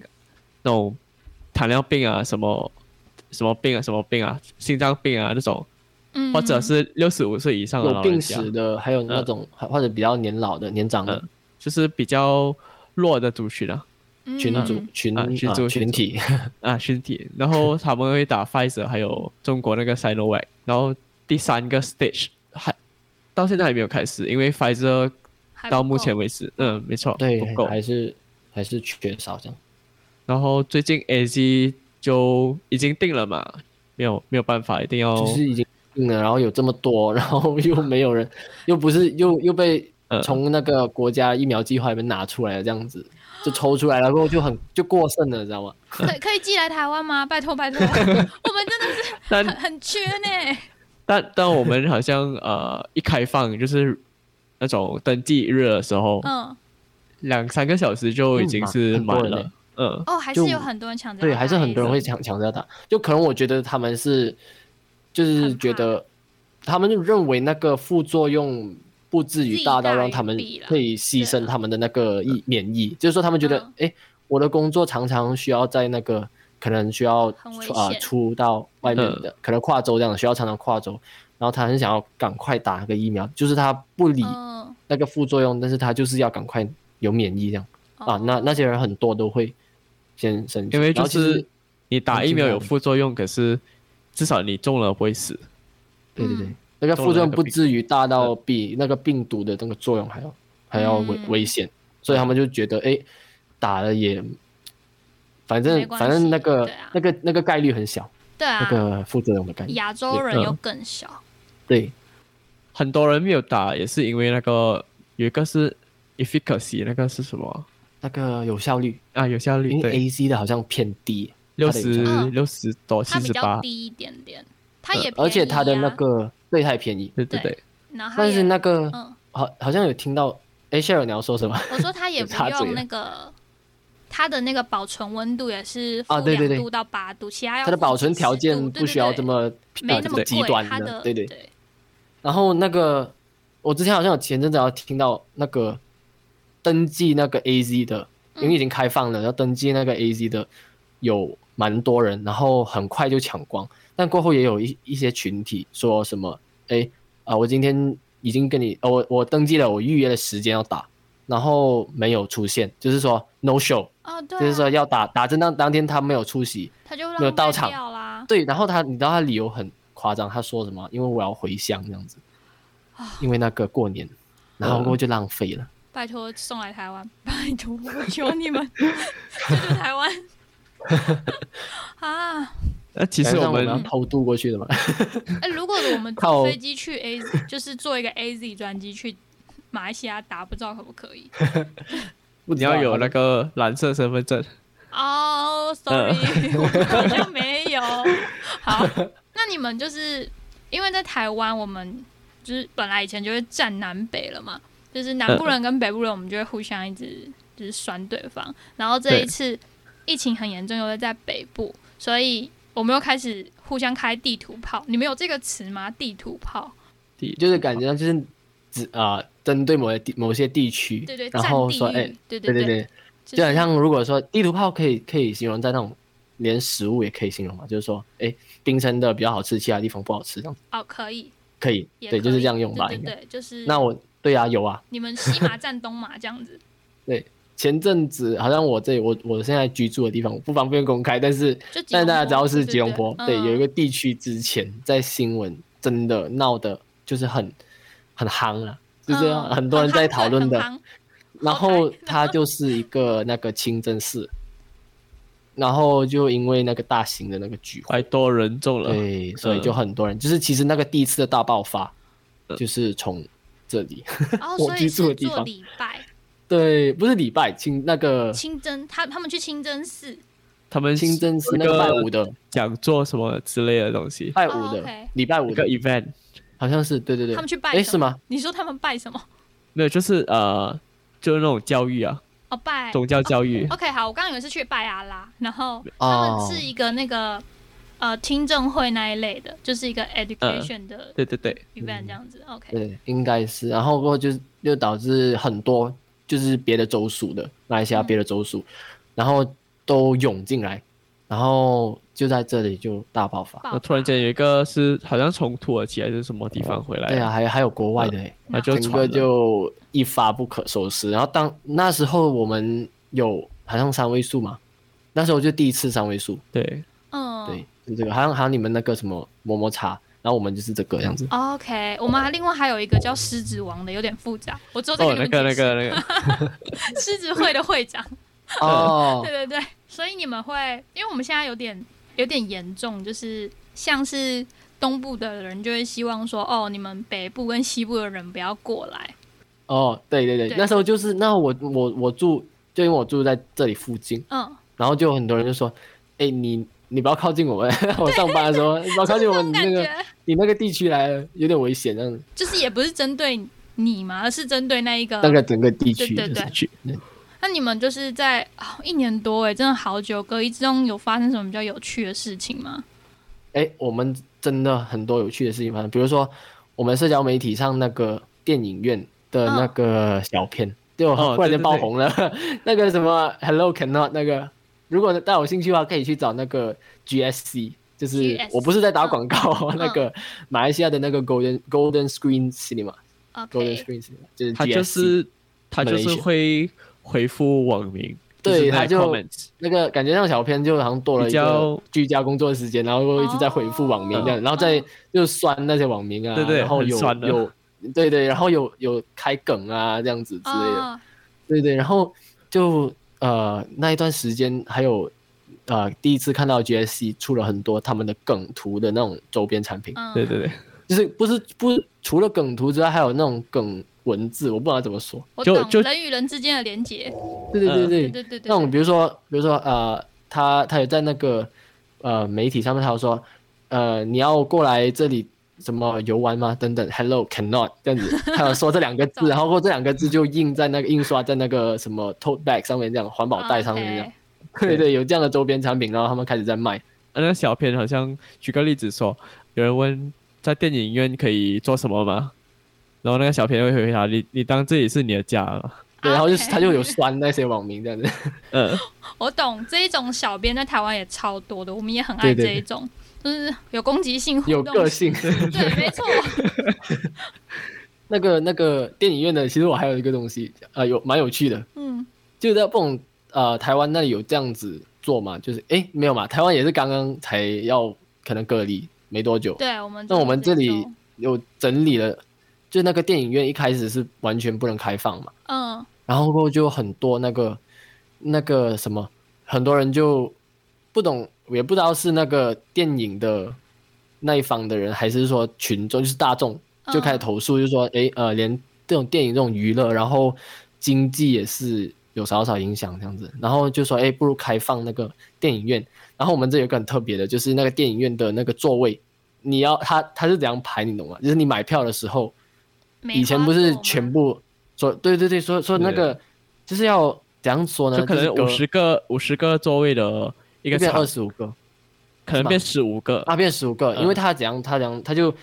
Speaker 2: 那种糖尿病啊什么什么病啊什么病啊心脏病啊那种，
Speaker 1: 嗯，
Speaker 2: 或者是六十五岁以上的
Speaker 3: 有
Speaker 2: 老
Speaker 3: 病
Speaker 2: 人家，
Speaker 3: 史的，还有那种或者比较年老的、年长的
Speaker 2: 嗯就是比较弱的族群啊
Speaker 3: 群
Speaker 1: 嗯
Speaker 3: 组、群
Speaker 2: 啊群
Speaker 3: 啊
Speaker 2: 组
Speaker 3: 群体。
Speaker 2: 啊群体，然后他们会打 p f i z e 还有中国那个 Sinovac，然后第三个 stage 还到现在还没有开始，因为 p f i z e
Speaker 1: 还不
Speaker 2: 到目前
Speaker 1: 够
Speaker 2: 为止，嗯，没错，
Speaker 3: 对
Speaker 2: 不，够。
Speaker 3: 还是还是缺少这样。
Speaker 2: 然后最近 A Z 就已经定了嘛，没有没有办法，一定要
Speaker 3: 就是已经定了，然后有这么多，然后又没有人， 又不是又又被
Speaker 2: 嗯
Speaker 3: 从那个国家疫苗计划里面拿出来了，这样子就抽出来了，然后就很就过剩了，知道吗？
Speaker 1: 可可以寄来台湾吗？拜托拜托，我们真的是
Speaker 2: 但
Speaker 1: 很很缺呢。
Speaker 2: 但但我们好像呃一开放就是那种登记日的时候，
Speaker 3: 哦
Speaker 1: 嗯，
Speaker 2: 两三个小时就已经是满了，嗯，
Speaker 1: 哦，还
Speaker 3: 就是
Speaker 1: 有很多人抢着
Speaker 3: 对，
Speaker 1: 要
Speaker 3: 还是
Speaker 1: 打
Speaker 3: 很多
Speaker 1: A
Speaker 3: 人会
Speaker 1: Z。
Speaker 3: 抢抢着打，就可能我觉得他们是就是
Speaker 1: 很怕
Speaker 3: 觉得他们就认为那个副作用。不至于大到让他们
Speaker 1: 利大于弊啦
Speaker 3: 可以牺
Speaker 1: 对
Speaker 3: 牲
Speaker 1: 啊
Speaker 3: 他们的那个
Speaker 2: 嗯
Speaker 3: 疫免疫，就是说他们觉得
Speaker 1: 嗯，
Speaker 3: 哎，我的工作常常需要在那个可能需要
Speaker 1: 很危
Speaker 3: 出啊
Speaker 1: 险
Speaker 3: 出到外面
Speaker 2: 嗯
Speaker 3: 的，可能跨州这样的，需要常常跨州，然后他很想要赶快打那个疫苗，就是他不理
Speaker 1: 嗯，
Speaker 3: 那个副作用，但是他就是要赶快有免疫这样
Speaker 1: 哦
Speaker 3: 啊。那那些人很多都会先生气，
Speaker 2: 因为
Speaker 3: 然
Speaker 2: 就
Speaker 3: 后其实
Speaker 2: 是你打疫苗有副作用，可是至少你中了不会死，
Speaker 3: 对对对
Speaker 1: 嗯，
Speaker 3: 那个副嗯作用不至于大
Speaker 2: 中了
Speaker 3: 到比那个病毒的那个作用还要还要危
Speaker 1: 嗯
Speaker 3: 危险，所以他们就觉得哎，打了也，反
Speaker 1: 没
Speaker 3: 正
Speaker 1: 关系
Speaker 3: 反正那个
Speaker 1: 对啊
Speaker 3: 那个那个概率很小，
Speaker 1: 对
Speaker 3: 那
Speaker 1: 啊，
Speaker 3: 个副作用的概率，
Speaker 1: 亚洲人
Speaker 2: 嗯
Speaker 1: 又更小。
Speaker 3: 对，
Speaker 2: 很多人没有打也是因为那个有一个是 efficacy 那个是什么
Speaker 3: 那个有效率，
Speaker 2: 啊？有效率
Speaker 3: 因为
Speaker 2: 对，
Speaker 3: A C 的好像偏低，
Speaker 2: 六
Speaker 3: 它的
Speaker 2: 十
Speaker 3: 有
Speaker 1: 效率
Speaker 2: 六十多
Speaker 1: 嗯它
Speaker 2: 七
Speaker 1: 比
Speaker 2: 十
Speaker 1: 较
Speaker 2: 八，
Speaker 1: 低一点点，它也
Speaker 3: 嗯而且
Speaker 1: 便宜
Speaker 3: 它的那
Speaker 1: 啊，
Speaker 3: 个对太便宜，
Speaker 2: 对对对，
Speaker 1: 然后它
Speaker 3: 但
Speaker 1: 也
Speaker 3: 是那个
Speaker 1: 嗯，
Speaker 3: 好好像有听到，哎，Sheryl 你要说什么？
Speaker 1: 我说它也
Speaker 3: 有
Speaker 1: 不
Speaker 3: 差嘴
Speaker 1: 用
Speaker 3: 了
Speaker 1: 那个。它的那个保存温度也是
Speaker 3: 啊
Speaker 1: 负
Speaker 3: 对对
Speaker 1: 两
Speaker 3: 对
Speaker 1: 度到八度，其他要
Speaker 3: 它的
Speaker 1: 负
Speaker 3: 保存
Speaker 1: 10
Speaker 3: 条
Speaker 1: 度
Speaker 3: 件
Speaker 1: 对
Speaker 3: 不
Speaker 1: 对
Speaker 3: 需要
Speaker 1: 对
Speaker 3: 这么
Speaker 1: 没那
Speaker 3: 这
Speaker 1: 么
Speaker 3: 么极
Speaker 1: 贵
Speaker 3: 端
Speaker 1: 它的
Speaker 3: 对对。
Speaker 1: 对，
Speaker 3: 然后那个我之前好像有前阵子好像听到那个登记那个 A Z 的，
Speaker 1: 嗯
Speaker 3: 因为已经开放了，然后登记那个 A Z 的有蛮多人，然后很快就抢光。但过后也有一一些群体说什么，哎啊、我今天已经跟你，呃、我我登记了，我预约了时间要打，然后没有出现，就是说 no show，
Speaker 1: 哦，对、啊，
Speaker 3: 就是说要打打针当当天他没有出席，
Speaker 1: 他就
Speaker 3: 没有
Speaker 1: 让
Speaker 3: 到场
Speaker 1: 掉啦。
Speaker 3: 对，然后他你知道他理由很夸张，他说什么？因为我要回乡这样子，
Speaker 1: 啊
Speaker 3: 因为那个过年，然
Speaker 2: 嗯
Speaker 3: 后过后就浪费了。
Speaker 1: 拜托送来台湾，拜托，我求你们救救台湾啊！
Speaker 2: 那其实
Speaker 3: 难道
Speaker 2: 我
Speaker 3: 我要
Speaker 2: 们
Speaker 3: 偷渡过去的嘛，
Speaker 1: 哎、如果我们
Speaker 3: 靠
Speaker 1: 坐飞机去 A，就是坐一个 AZ 专机去马来西亚打，不知道可不可以？
Speaker 3: 不
Speaker 2: 你
Speaker 3: 知道
Speaker 2: 要有
Speaker 3: 他
Speaker 2: 那个蓝色身份证，
Speaker 1: 哦、s o r r y
Speaker 3: 嗯
Speaker 1: 我好像没有。好，那你们就是因为在台湾，我们就是本来以前就会站南北了嘛，就是南部人跟北部人，我们就会互相一直就是酸对方。然后这一
Speaker 2: 对
Speaker 1: 次疫情很严重，又在北部，所以我们又开始互相开地图炮。你们有这个词吗？地图炮？
Speaker 3: 就是感觉上就是只啊、针对某些地某些地区，
Speaker 1: 对对，
Speaker 3: 然
Speaker 1: 占
Speaker 3: 后
Speaker 1: 地
Speaker 3: 说哎、
Speaker 1: 域，对
Speaker 3: 对
Speaker 1: 对
Speaker 3: 对，
Speaker 1: 就
Speaker 3: 就很
Speaker 1: 是
Speaker 3: 像如果说地图炮可以可以形容在那种连食物也可以形容嘛，就是说哎、冰城的比较好吃，其他地方不好吃这样
Speaker 1: 哦，可以，
Speaker 3: 可以，
Speaker 1: 也
Speaker 3: 对，
Speaker 1: 可
Speaker 3: 就是
Speaker 1: 以
Speaker 3: 这样用吧。
Speaker 1: 对
Speaker 3: 应该
Speaker 1: 对对，就是
Speaker 3: 那我对啊，有啊，
Speaker 1: 你们西马占东马这样子。
Speaker 3: 前阵子好像我这里我我现在居住的地方我不方便公开，但是
Speaker 1: 就吉
Speaker 3: 但是大家
Speaker 1: 隆
Speaker 3: 知道
Speaker 1: 坡
Speaker 3: 是吉隆坡，
Speaker 1: 对嗯
Speaker 3: 对，有一
Speaker 1: 个
Speaker 3: 个地区之前在新闻真的闹的就是很很夯了、就是
Speaker 1: 嗯
Speaker 3: 很
Speaker 1: 哦
Speaker 3: 多人在讨论的，然后它就是一个那个清真寺，然后就因为那个大型的那个聚会，
Speaker 2: 太多人中了。
Speaker 3: 对，所以就很多人，就是其实那个第一次的大爆发，就是从这里，
Speaker 1: 哦，
Speaker 3: 我
Speaker 1: 所以
Speaker 3: 居住
Speaker 1: 是
Speaker 3: 的地
Speaker 1: 做
Speaker 3: 方
Speaker 1: 礼拜
Speaker 3: 对，不是礼拜清那个
Speaker 1: 清真，他他们去清真寺，
Speaker 2: 他们
Speaker 3: 清真寺那个拜五的
Speaker 2: 讲座什么之类的东西，
Speaker 3: 拜
Speaker 1: 哦
Speaker 3: 五的
Speaker 1: OK
Speaker 3: 礼拜
Speaker 2: 一
Speaker 3: 五
Speaker 2: 个
Speaker 3: 的，
Speaker 2: event，
Speaker 3: 好像是对对对
Speaker 1: 他，们去拜什
Speaker 3: 哎
Speaker 1: 么？
Speaker 3: 是吗？
Speaker 1: 你说他们拜什么？
Speaker 2: 没有，就是呃，就是那种教育啊，
Speaker 1: 哦，拜哦
Speaker 2: 宗教教育。
Speaker 1: OK，好，我刚刚以为是去拜阿拉，然后他们
Speaker 3: 哦
Speaker 1: 是一个那个呃听证会那一类的，就是一个 education 的
Speaker 2: 对对对，
Speaker 1: event 这样子。OK，
Speaker 3: 嗯对，应该是。然后过后就是又导致很多就是别的州属的马来西亚别的州属，然后都涌进来，然后就在这里就大爆发。
Speaker 1: 爆
Speaker 2: 我突然间有一个是好像从土耳其还是什么地方回来，
Speaker 3: 对啊，，还还有国外的、欸，
Speaker 2: 那就
Speaker 3: 整
Speaker 2: 传
Speaker 3: 个
Speaker 2: 了
Speaker 3: 就一发不可收拾。然后当那时候我们有好像三位数嘛，那时候就第一次三位数，
Speaker 2: 对，
Speaker 1: 嗯，
Speaker 3: 对，是这个。好像好像你们那个什么么么茶，然后我们就是这个样子。
Speaker 1: OK，我们还另外还有一个叫狮子王的，有点复杂，我之后再
Speaker 2: 哦
Speaker 1: 给，你
Speaker 2: 那
Speaker 1: 们
Speaker 2: 个那
Speaker 1: 解释
Speaker 2: 个那个，
Speaker 1: 狮子会的会长。
Speaker 3: 哦，
Speaker 1: 对对对，所以你们会，因为我们现在有点有点严重，就是像是东部的人就会希望说，哦，你们北部跟西部的人不要过来。
Speaker 3: 哦，对对对，
Speaker 1: 对
Speaker 3: 那时候就是那我我我住，就因为我住在这里附近，
Speaker 1: 嗯，
Speaker 3: 然后就很多人就说，哎，你你不要靠近我 们，我上班的时候不要靠近
Speaker 1: 这
Speaker 3: 我
Speaker 1: 种
Speaker 3: 们，你
Speaker 1: 感
Speaker 3: 那
Speaker 1: 觉、嗯
Speaker 3: 个你那个地区来了有点危险，这样子，
Speaker 1: 就是也不是针对你嘛，而是针对那一个。
Speaker 3: 那个整个地区
Speaker 1: 对对
Speaker 3: 就是
Speaker 1: 对
Speaker 3: 去
Speaker 1: 那你们就是在、哦一年多哎，真的好久隔离之中有发生什么比较有趣的事情吗？
Speaker 3: 哎，我们真的很多有趣的事情发生，比如说我们社交媒体上那个电影院
Speaker 1: 嗯
Speaker 3: 的那个小片，就
Speaker 2: 哦
Speaker 3: 忽然
Speaker 2: 对对
Speaker 3: 间
Speaker 2: 对
Speaker 3: 爆红了， 那个什么 Hello Cannot 那个，如果大家有兴趣的话，可以去找那个 GSC，就是
Speaker 1: GSC
Speaker 3: 我不是在打广告 哦，
Speaker 1: 嗯
Speaker 3: 那个马来西亚的那个 Golden Golden Screen Cinema，Golden
Speaker 1: 啊，
Speaker 3: Screen Cinema 就是 GSC，
Speaker 2: 他就是他就是会回复网民，
Speaker 3: 对
Speaker 2: 是那个
Speaker 3: 他就
Speaker 2: comments
Speaker 3: 那个感觉像小片就好像多了一
Speaker 2: 比
Speaker 3: 个
Speaker 2: 较嗯
Speaker 3: 居家工作的时间，然后一直在回复网民这样，
Speaker 1: 哦
Speaker 3: 然后再就酸那些网民啊，
Speaker 2: 对对
Speaker 3: 然后
Speaker 2: 很
Speaker 3: 有
Speaker 2: 酸的
Speaker 3: 有对对，然后有有开梗啊这样子之类的，
Speaker 1: 哦
Speaker 3: 对对，然后就呃那一段时间还有呃第一次看到 GSC 出了很多他们的梗图的那种周边产品，
Speaker 1: 嗯，
Speaker 2: 对对对，
Speaker 3: 就是不是不是除了梗图之外，还有那种梗文字，我不知道怎么说，
Speaker 1: 我
Speaker 2: 就
Speaker 1: 懂
Speaker 2: 就
Speaker 1: 人与人之间的连接，
Speaker 3: 对对对对，
Speaker 2: 嗯
Speaker 1: 对对对对，
Speaker 3: 那种
Speaker 1: 对
Speaker 3: 比如说，比如说呃，他他有在那个呃媒体上面，他有说呃你要过来这里什么游玩吗？等等，Hello cannot 这样子，他有说这两个 字，然后过这两个字就印在那个印刷在那个什么 tote bag 上面，这样环保袋上面这样
Speaker 1: 啊 OK，
Speaker 3: 对对，有这样的周边产品，然后他们开始在卖。
Speaker 2: 啊那个小片好像举个例子说，有人问在电影院可以做什么吗？然后那个小片会回答你，你当这里是你的家吗？
Speaker 3: 对，然后就
Speaker 1: 啊 OK
Speaker 3: 他就有酸那些网民这样子，
Speaker 2: 嗯，
Speaker 1: 我懂这一种小编在台湾也超多的，我们也很爱
Speaker 3: 对对
Speaker 1: 这一种，就是有攻击性、互
Speaker 3: 有
Speaker 1: 动
Speaker 3: 个
Speaker 1: 性。
Speaker 3: 性。
Speaker 1: 对，没 错，
Speaker 3: 那个那个电影院的，其实我还有一个东西，呃，有蛮有趣的，
Speaker 1: 嗯，
Speaker 3: 就是在不懂呃台湾那里有这样子做吗？就是诶，没有嘛，台湾也是刚刚才要可能隔离没多久，
Speaker 1: 对我们
Speaker 3: 那我们这
Speaker 1: 就
Speaker 3: 里有整理了，就那个电影院一开始是完全不能开放嘛，
Speaker 1: 嗯
Speaker 3: 然后过后就很多那个那个什么，很多人就不懂，也不知道是那个电影的那一方的人，还是说群众就是大众就开始投诉，就说诶呃，连这种电影这种娱乐，然后经济也是有少少影响这样子，然后就说诶，不如开放那个电影院。然后我们这有一个很特别的，就是那个电影院的那个座位，你要它它是怎样排，你懂吗？就是你买票的时候，
Speaker 1: 梅
Speaker 3: 以前不
Speaker 1: 花
Speaker 3: 是
Speaker 1: 座
Speaker 3: 全
Speaker 1: 吗
Speaker 3: 部说，对对对，说说那个就是要怎样说呢？
Speaker 2: 就可能
Speaker 3: 是隔
Speaker 2: 五十个五十个座位的一
Speaker 3: 就
Speaker 2: 个
Speaker 3: 变
Speaker 2: 场
Speaker 3: 二，十五个，
Speaker 2: 可能变十五个，
Speaker 3: 啊变十五个，
Speaker 2: 嗯
Speaker 3: 因为他怎样他怎样他就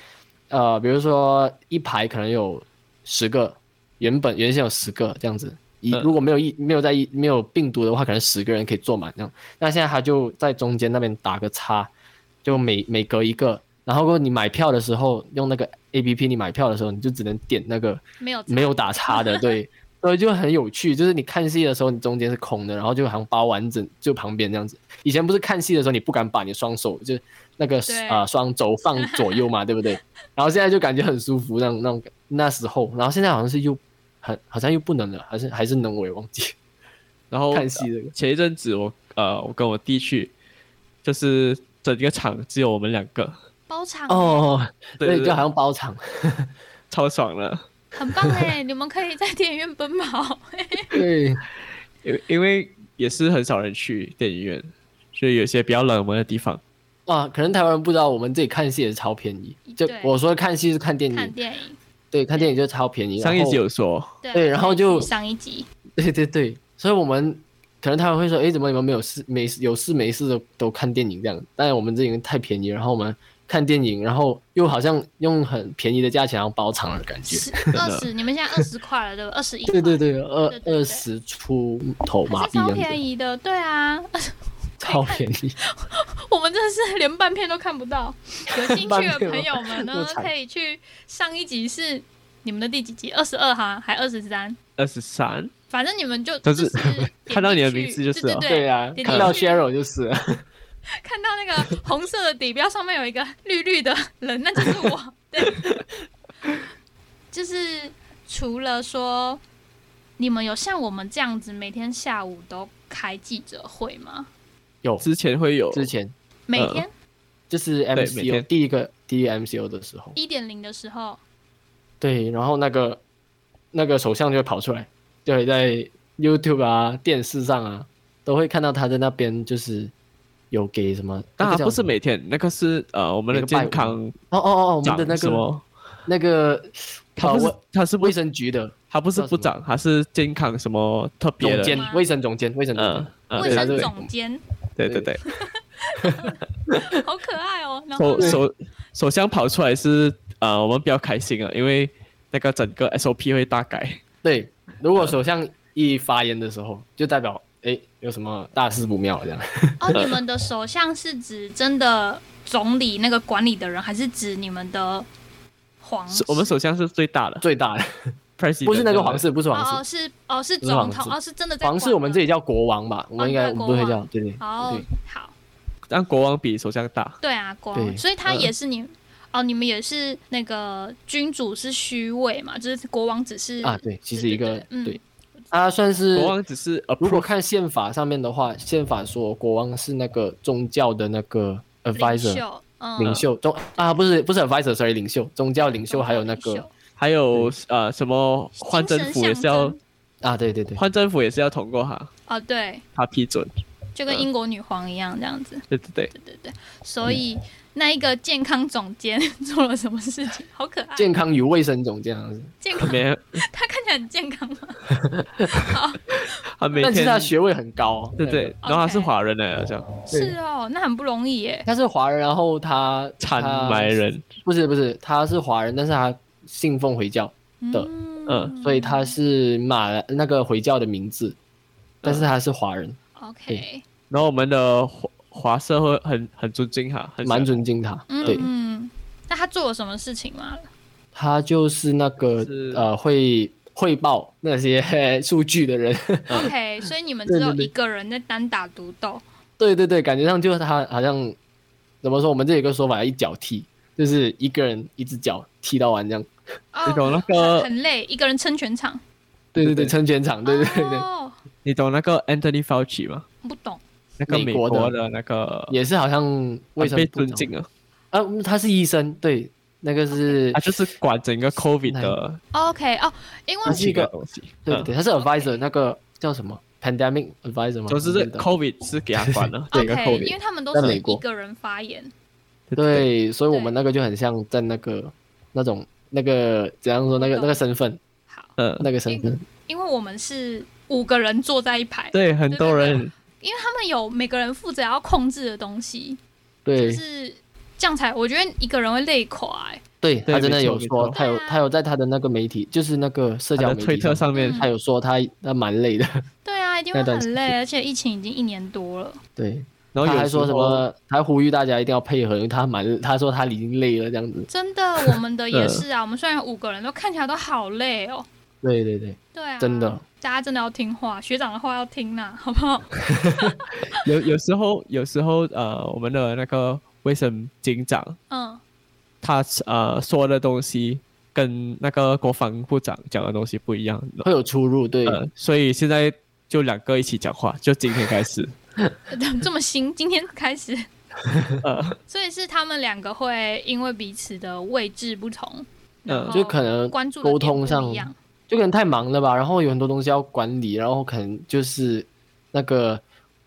Speaker 3: 呃，比如说一排可能有十个，原本原先有十个这样子。以
Speaker 2: 嗯
Speaker 3: 如果没有疫没有在疫没有病毒的话，可能十个人可以坐满这样。那现在他就在中间那边打个叉，就每每隔一个，然后过后你买票的时候用那个 A P P，你买票的时候你就只能点那个
Speaker 1: 没有
Speaker 3: 没有打叉的，对，所以就很有趣。就是你看戏的时候，你中间是空的，然后就好像包完整，就旁边这样子。以前不是看戏的时候，你不敢把你双手就那个
Speaker 1: 对
Speaker 3: 啊双肘放左右嘛，对不对？然后现在就感觉很舒服，那种那种那时候，然后现在好像是又很好像又不能了，还是还是能我也忘记
Speaker 2: 然后
Speaker 3: 看戏这个。
Speaker 2: 前一阵子我呃，我跟我弟去，就是整个场只有我们两 个，
Speaker 1: 包场
Speaker 3: 哦，
Speaker 2: 对对
Speaker 3: 对，
Speaker 2: 对
Speaker 3: 就好像包场，
Speaker 2: 超爽的。
Speaker 1: 很棒哎， 你们可以在电影院奔跑。
Speaker 3: 对，
Speaker 2: 因为因为也是很少人去电影院，所以有些比较冷门的地方，
Speaker 3: 哇，可能台湾人不知道，我们这里看戏也是超便宜。就
Speaker 1: 对
Speaker 3: 我说看戏是看电
Speaker 1: 看
Speaker 3: 影，
Speaker 1: 电影，
Speaker 3: 对，看电影就超便宜。
Speaker 2: 上一
Speaker 3: 然后
Speaker 2: 集有说，
Speaker 1: 对
Speaker 3: 对然后就
Speaker 1: 上一集，
Speaker 3: 对对对，所以我们可能他们会说，诶，怎么你们没有事没事有事没事的都看电影这样？但是我们这里太便宜，然后我们看电影，然后又好像用很便宜的价钱然后包场的感觉。
Speaker 1: 十二十，你们现在二十块了对吧？二十一，
Speaker 3: 对对，对，
Speaker 1: 对
Speaker 3: 二
Speaker 1: 对对
Speaker 3: 二十出头马
Speaker 1: 还是
Speaker 3: 币这
Speaker 1: 超
Speaker 3: 样
Speaker 1: 便
Speaker 3: 子，
Speaker 1: 宜的，对啊，
Speaker 3: 超便宜。
Speaker 1: 我们真的是连半片都看不 到。有兴趣的朋友们
Speaker 3: 半片吗那
Speaker 1: 呢
Speaker 3: 么，惨
Speaker 1: 可以去上一集是你们的第几集？二十二哈，还二十三？
Speaker 2: 二十三，
Speaker 1: 反正你们就
Speaker 2: 但
Speaker 1: 就是 是点进去
Speaker 2: 看到你的名字就是
Speaker 1: 对
Speaker 2: 了
Speaker 1: 对
Speaker 3: 对
Speaker 1: 对，
Speaker 3: 啊
Speaker 1: 对，
Speaker 3: 看到
Speaker 1: 对对
Speaker 3: Cheryl 就是了，
Speaker 1: 看到那个红色的底标上面有一个绿绿的人，那就是 我。对，就是除了说你们有像我们这样子每天下午都开记者会吗？
Speaker 3: 有
Speaker 2: 之前会有，
Speaker 3: 之前
Speaker 1: 每
Speaker 2: 呃
Speaker 1: 天
Speaker 3: 就是
Speaker 2: 每
Speaker 3: MCO
Speaker 2: 天
Speaker 3: 第一个第一个 MCO 的时候，
Speaker 1: 一点零的时候，
Speaker 3: 对，然后那个那个首相就会跑出来，就会在 YouTube 啊、电视上啊，都会看到他在那边就是有给什么，那
Speaker 2: 当然
Speaker 3: 个叫
Speaker 2: 啊不是每天，那个是呃我们的
Speaker 3: 每个拜
Speaker 2: 健
Speaker 3: 五
Speaker 2: 康
Speaker 3: 哦哦哦，我们
Speaker 2: 长
Speaker 3: 的那
Speaker 2: 什
Speaker 3: 个
Speaker 2: 么，
Speaker 3: 那个
Speaker 2: 他
Speaker 3: 呃
Speaker 2: 不是
Speaker 3: 卫
Speaker 2: 他是不
Speaker 3: 卫生局的
Speaker 2: 他不是
Speaker 3: 叫什
Speaker 2: 部
Speaker 3: 么
Speaker 2: 长，他是健康什么特别
Speaker 3: 总
Speaker 2: 的，
Speaker 3: 监
Speaker 1: 吗，
Speaker 3: 卫生总监，卫生总
Speaker 2: 嗯
Speaker 3: 监，
Speaker 2: 嗯，
Speaker 1: 卫
Speaker 3: 对他
Speaker 1: 生
Speaker 3: 就
Speaker 1: 总监
Speaker 2: 对对对，
Speaker 1: 好可爱哦。然后
Speaker 2: 首
Speaker 1: 呢
Speaker 2: 首首相跑出来是呃我们比较开心啊，因为那个整个 SOP 会大改，
Speaker 3: 对，如果首相一发言的时候，就代表哎有什么大事不妙这样。
Speaker 1: 哦，你们的首相是指真的总理那个管理的人，还是指你们的皇室？
Speaker 2: 我们首相是最大的
Speaker 3: 最大的
Speaker 2: ，president
Speaker 3: 不是那个皇室，不是皇
Speaker 1: 哦哦
Speaker 3: 室，
Speaker 1: 是哦是
Speaker 3: 不是皇
Speaker 1: 总统
Speaker 3: 室
Speaker 1: 哦是真的在
Speaker 3: 皇室
Speaker 1: 管
Speaker 3: 我们
Speaker 1: 的
Speaker 3: 这里叫国王吧，我们应该
Speaker 1: 哦
Speaker 3: 我
Speaker 1: 对
Speaker 3: 们不会
Speaker 1: 国
Speaker 3: 叫
Speaker 1: 王，
Speaker 3: 对对
Speaker 1: 哦
Speaker 3: 对，
Speaker 1: 好
Speaker 2: 但国王比首相大，
Speaker 1: 对啊，国
Speaker 3: 对
Speaker 1: 王，所以他
Speaker 2: 嗯
Speaker 1: 也是你、哦，你们也是那个君主是虚位嘛，就是国王只是
Speaker 3: 啊对，其实一个
Speaker 1: 嗯
Speaker 3: 对，他算是
Speaker 2: 国王只是 a p
Speaker 3: 如
Speaker 2: p r
Speaker 3: 果
Speaker 2: o
Speaker 3: 看宪法上面的话，宪法说国王是那个宗教的那个
Speaker 1: 领
Speaker 3: advisor
Speaker 1: 袖，嗯，
Speaker 3: 领袖宗啊，不是不是 advisor，sorry，领袖宗教领
Speaker 1: 宗
Speaker 3: 袖，
Speaker 1: 教
Speaker 3: 还有那
Speaker 1: 哦领
Speaker 3: 个
Speaker 1: 袖
Speaker 2: 还有
Speaker 3: 嗯
Speaker 2: 呃什么
Speaker 1: 精
Speaker 2: 换政
Speaker 1: 神
Speaker 2: 府也
Speaker 1: 象
Speaker 2: 是要
Speaker 1: 征
Speaker 3: 啊，对对对，
Speaker 2: 换政府也是要通过哈，
Speaker 1: 哦，对，
Speaker 2: 他批准，
Speaker 1: 就跟
Speaker 2: 嗯
Speaker 1: 英国女皇一样这样子，
Speaker 2: 对对对，
Speaker 1: 对对对，所
Speaker 3: 嗯
Speaker 1: 以、那一个健康总监 做了什么事情？好可爱，
Speaker 3: 健康与卫生总监好像是，
Speaker 1: 健
Speaker 2: 他
Speaker 1: 康，
Speaker 2: 每
Speaker 1: 他看起来很健康吗？
Speaker 2: 他每
Speaker 3: 但是
Speaker 2: 天
Speaker 3: 他学位很高哦，
Speaker 2: 对对，
Speaker 1: OK
Speaker 2: 然后他是华人来的，这样
Speaker 3: 对
Speaker 1: 是哦，那很不容易耶。
Speaker 3: 他是华人，然后他
Speaker 2: 惨
Speaker 3: 他
Speaker 2: 埋人，
Speaker 3: 不是不是，他是华人，但是他信奉回教，的
Speaker 1: 嗯
Speaker 2: 嗯
Speaker 3: 所以他是马来那个回教的名字，但是
Speaker 2: 嗯
Speaker 3: 他是华人，
Speaker 1: OK，
Speaker 2: 然后我们的华华社会很很尊敬他，很
Speaker 3: 蛮尊敬他，
Speaker 1: 嗯
Speaker 3: 对
Speaker 1: 嗯，那他做了什么事情吗？
Speaker 3: 他就是那个
Speaker 2: 是
Speaker 3: 呃会汇报那些 数据的人。
Speaker 1: OK，所以你们只有
Speaker 3: 对对对
Speaker 1: 一个人在单打独斗。
Speaker 3: 对对对，感觉上就是他好像怎么说？我们这有一个说法，一脚踢，就是一个人一只脚踢到完这样。
Speaker 2: 你懂
Speaker 1: 哦，
Speaker 2: 那个
Speaker 1: 很累，一个人撑全场。
Speaker 3: 对对
Speaker 2: 对啊
Speaker 3: 对，撑全场，对对对对，
Speaker 1: 哦，
Speaker 2: 你懂那个 Anthony Fauci 吗？
Speaker 1: 不懂。
Speaker 2: 那个
Speaker 3: 美
Speaker 2: 美
Speaker 3: 国的
Speaker 2: 国的那个
Speaker 3: 也是好像卫
Speaker 2: 很
Speaker 3: 生
Speaker 2: 被
Speaker 3: 部
Speaker 2: 尊
Speaker 3: 长
Speaker 2: 敬了，
Speaker 3: 啊，嗯他是医生，对，那个是
Speaker 2: 他就是管整个 COVID 的
Speaker 1: OK，哦，因为
Speaker 3: 他是一个
Speaker 2: 疫情的东西，
Speaker 3: 对对
Speaker 2: 嗯
Speaker 3: 对，他是 advisor 那个叫什么 pandemic advisor 吗？
Speaker 2: 总之
Speaker 3: 我
Speaker 2: 是
Speaker 3: 不知道
Speaker 2: COVID 是给他 管的整个
Speaker 1: OK，因为
Speaker 2: COVID，
Speaker 1: 他们都
Speaker 3: 在
Speaker 1: 是
Speaker 3: 美
Speaker 1: 一
Speaker 3: 国
Speaker 1: 个人发言。
Speaker 2: 对对
Speaker 3: 对，所以我
Speaker 1: 对
Speaker 3: 们那个就很像在那个那种那个怎样说那个那个身份
Speaker 1: 好，
Speaker 2: 嗯，
Speaker 3: 那个身份，
Speaker 1: 因为我们是五个人坐在一排，
Speaker 2: 对，很多人
Speaker 1: 因为他们有每个人负责要控制的东西，就
Speaker 3: 对
Speaker 1: 是这样才我觉得一个人会累垮、欸。
Speaker 3: 对，
Speaker 2: 对
Speaker 3: 他真的
Speaker 2: 没错
Speaker 3: 有
Speaker 2: 没
Speaker 3: 说
Speaker 2: 错
Speaker 3: 他有
Speaker 1: 对啊
Speaker 3: 他有在他的那个媒体，就是那个社
Speaker 2: 他
Speaker 3: 交
Speaker 2: 的
Speaker 3: 媒体
Speaker 2: 推特
Speaker 3: 上
Speaker 2: 上面
Speaker 1: 嗯
Speaker 3: 他有说他他蛮累的，
Speaker 1: 对啊，一定会
Speaker 3: 那段时
Speaker 1: 很累，而且疫情已经一年多了。
Speaker 3: 对，他
Speaker 2: 然后有
Speaker 3: 还说
Speaker 2: 时
Speaker 3: 什
Speaker 2: 候
Speaker 3: 么，他呼吁大家一定要配合，因为他蛮他说他已经累了这样子，
Speaker 1: 真的，我们的
Speaker 3: 嗯
Speaker 1: 也是啊。我们虽然有五个人，都看起来都好累哦。
Speaker 3: 对对对，
Speaker 1: 对啊，
Speaker 3: 真的，
Speaker 1: 大家真的要听话，学长的话要听呐、好不好？
Speaker 2: 有有时候有时候呃，我们的那个卫生警长
Speaker 1: 嗯，
Speaker 2: 他呃说的东西跟那个国防部长讲的东西不一样的，
Speaker 3: 会有出入，对，
Speaker 2: 呃，所以现在就两个一起讲话，就今天开始，
Speaker 1: 这么新，今天开始，
Speaker 2: 呃，
Speaker 1: 所以是他们两个会因为彼此的位置不同，
Speaker 2: 嗯
Speaker 1: 然后
Speaker 3: 就可能
Speaker 1: 哦关注的
Speaker 3: 呃沟
Speaker 1: 点
Speaker 3: 通
Speaker 1: 不
Speaker 3: 上
Speaker 1: 一样。
Speaker 3: 就可能太忙了吧，然后有很多东西要管理，然后可能就是那个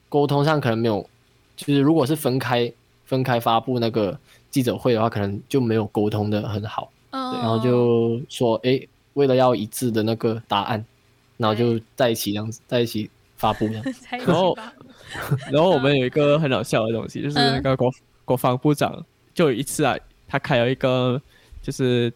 Speaker 3: 沟通上可能没有，就是如果是分开分开发布那个记者会的话，可能就没有沟通的很好，
Speaker 1: 嗯，，
Speaker 3: 然后
Speaker 2: 哦
Speaker 3: 就说诶，为了要一致的那个答案，然后就在一起这样子，在一起发布这 样
Speaker 1: 嗯才一起
Speaker 2: 然后
Speaker 1: 吧
Speaker 3: 哦
Speaker 2: 然后我们有一个很好笑的东西，就是
Speaker 1: 嗯
Speaker 2: 那个国、国防部长就有一次啊，他开了一个就是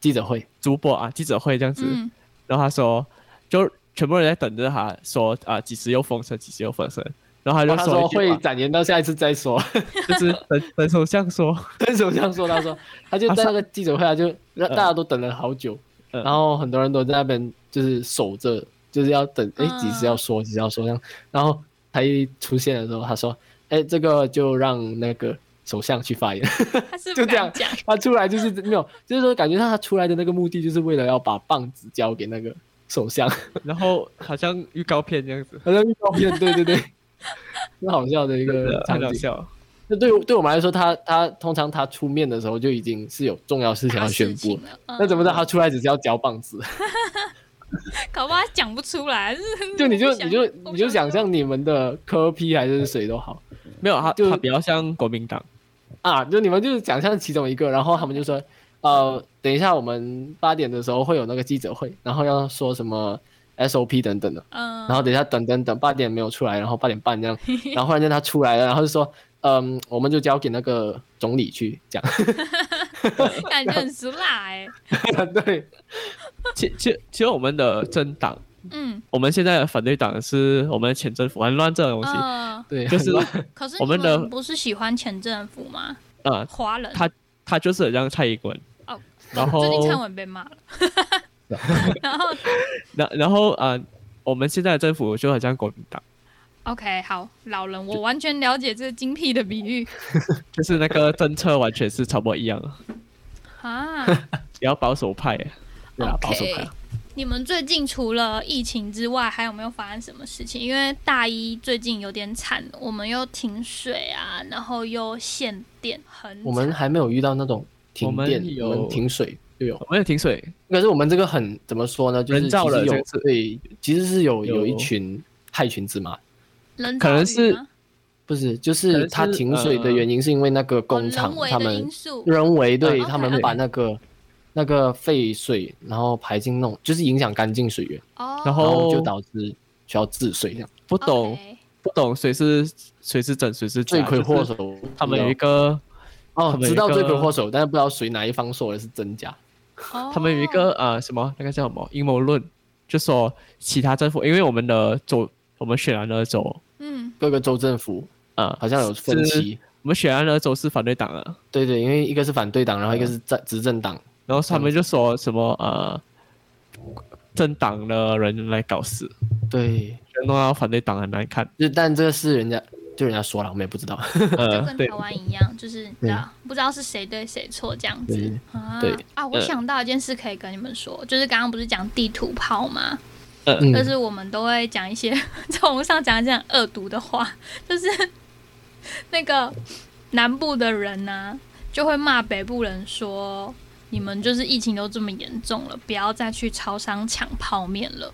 Speaker 3: 记者会，
Speaker 2: 主播啊记者会这样 子，
Speaker 1: 嗯，
Speaker 2: 然后他说就全部人在等着他说啊几时又封城，几时又封城，然 后他
Speaker 3: 然后
Speaker 2: 就
Speaker 3: 哦他说
Speaker 2: 一句
Speaker 3: 会
Speaker 2: 话
Speaker 3: 展延到下一次再 说，
Speaker 2: 就是 等等首相说，
Speaker 3: 跟首相说，他说他就在那个记者会，他就让大家都等了好久，
Speaker 2: 嗯
Speaker 3: 然后很多人都在那边就是守着，就是要等，哎
Speaker 2: 啊
Speaker 1: 嗯，
Speaker 3: 几时要说，几时要说这样。然后他一出现的时候，他说，哎，这个就让那个首相去发言。
Speaker 1: 他是不
Speaker 3: 就这样
Speaker 1: 敢讲，
Speaker 3: 他出来就是没有，就是说感觉上他出来的那个目的就是为了要把棒子交给那个首相，
Speaker 2: 然后好像预告片这样 子，
Speaker 3: 好像预告片，对对 对，很好笑的一个
Speaker 2: 很
Speaker 3: 场
Speaker 2: 搞
Speaker 3: 景。
Speaker 2: 笑。
Speaker 3: 那对对我们来说，他他通常他出面的时候就已经是有重要事情
Speaker 1: 大
Speaker 3: 要宣
Speaker 1: 事
Speaker 3: 布
Speaker 1: 情，了。嗯
Speaker 3: 那怎么知道他出来只是要交棒 子？
Speaker 1: 搞不好他讲不出来，
Speaker 3: 就你就
Speaker 1: 我不想
Speaker 3: 你就
Speaker 1: 我不
Speaker 3: 你就
Speaker 1: 想
Speaker 3: 想象你们的科批还是谁都好
Speaker 2: 没有他，
Speaker 3: 就
Speaker 2: 他比较像国民党，
Speaker 3: 啊，就你们就是想象其中一个，然后他们就说，呃，等一下我们八点的时候会有那个记者会，然后要说什么 SOP 等等的，
Speaker 1: 嗯，
Speaker 3: 然后等一下等等等，八点没有出来，然后八点半这样，然后忽然间他出来了，然后就说，嗯，我们就交给那个总理去 讲，
Speaker 1: 感觉 很俗辣哎、
Speaker 3: 对，
Speaker 2: 其其其实我们的政党，
Speaker 1: 嗯
Speaker 2: 我们现在的反对党是我们的前政府很乱这种东西，
Speaker 1: 嗯，
Speaker 3: 对，
Speaker 2: 就是
Speaker 1: 可是
Speaker 2: 我们的
Speaker 1: 你不是喜欢前政府吗？
Speaker 2: 啊，
Speaker 1: 华人
Speaker 2: 他他就是很像蔡英文，
Speaker 1: 哦，
Speaker 2: 然后
Speaker 1: 最近蔡文被骂了，然后
Speaker 2: 然然后啊，我们现在的政府就很像国民党，
Speaker 1: OK 好，老人我完全了解这精辟的比 喻
Speaker 2: 就是那个政策完全是差不多一样，
Speaker 1: 啊。
Speaker 2: 比较保守派耶，
Speaker 3: 对啊，保守派
Speaker 1: OK，你们最近除了疫情之外，还有没有发生什么事情？因为大一最近有点惨，我们又停水啊，然后又限电，很惨
Speaker 3: 我们还没有遇到那种
Speaker 2: 我
Speaker 3: 停
Speaker 2: 们
Speaker 3: 电，
Speaker 2: 有
Speaker 3: 我们停水就有。
Speaker 2: 我们有停水，
Speaker 3: 可是我们这个很怎么说呢？就是
Speaker 2: 人造
Speaker 3: 其实
Speaker 2: 了
Speaker 3: 有
Speaker 2: 这个
Speaker 3: 对，其实是有
Speaker 2: 有
Speaker 3: 有一群害群之马，
Speaker 1: 人
Speaker 2: 可能
Speaker 1: 造雨
Speaker 2: 是
Speaker 1: 吗
Speaker 3: 不是，就
Speaker 2: 可
Speaker 3: 是
Speaker 2: 能
Speaker 3: 它
Speaker 2: 是
Speaker 3: 停水的
Speaker 2: 呃
Speaker 3: 原因是因为那个
Speaker 1: 哦
Speaker 3: 工厂
Speaker 1: 人为
Speaker 3: 他
Speaker 1: 的
Speaker 3: 们
Speaker 1: 因素，
Speaker 3: 人为
Speaker 1: 嗯
Speaker 3: 对他
Speaker 1: OK，
Speaker 3: 们把
Speaker 1: OK
Speaker 3: 那个那个废水然后排进那种，就是影响干净水源，
Speaker 1: 哦，
Speaker 2: 然
Speaker 3: 然
Speaker 2: 后
Speaker 3: 后就导致需要治水这样，
Speaker 2: 不懂
Speaker 1: OK
Speaker 2: 不懂谁是谁是真谁是假
Speaker 3: 罪魁祸
Speaker 2: 啊就是
Speaker 3: 首。
Speaker 2: 他们
Speaker 3: 知道
Speaker 2: 有一个
Speaker 3: 哦
Speaker 2: 他，们有
Speaker 3: 知
Speaker 2: 一
Speaker 3: 道罪魁
Speaker 2: 个
Speaker 3: 祸首，但是不知道谁哪一方说的是真假。
Speaker 1: 哦
Speaker 2: 他们有一个呃什么那个叫什么阴谋论，就说其他政府，因为我们的州，我们雪兰莪州，
Speaker 1: 嗯，
Speaker 3: 各个州政府
Speaker 2: 呃，
Speaker 3: 好像有分
Speaker 2: 是
Speaker 3: 歧，
Speaker 2: 我们雪兰莪州是反对党的，
Speaker 3: 对对，因为
Speaker 2: 嗯
Speaker 3: 一个是反对党，然后一个是在执政党，
Speaker 2: 然后他们就说什么呃，政党的人来搞事，
Speaker 3: 对，
Speaker 2: 全弄到反对党很 难看。
Speaker 3: 就但这个是人家就人家说了，我们也不知道。
Speaker 1: 就
Speaker 2: 呃，
Speaker 1: 跟
Speaker 2: 对
Speaker 1: 台，湾一样，就是你知道不知道是谁对谁错这样子
Speaker 3: 对
Speaker 1: 啊
Speaker 2: 对
Speaker 1: 啊！我
Speaker 2: 呃
Speaker 1: 想到一件事可以跟你们说，就是刚刚不是讲地图炮吗？
Speaker 3: 嗯
Speaker 1: 就是我们都会讲一些 在网络上讲一些很恶毒的话，就是 那个南部的人呢、就会骂北部人说：“你们就是疫情都这么严重了，不要再去超商抢泡面了。”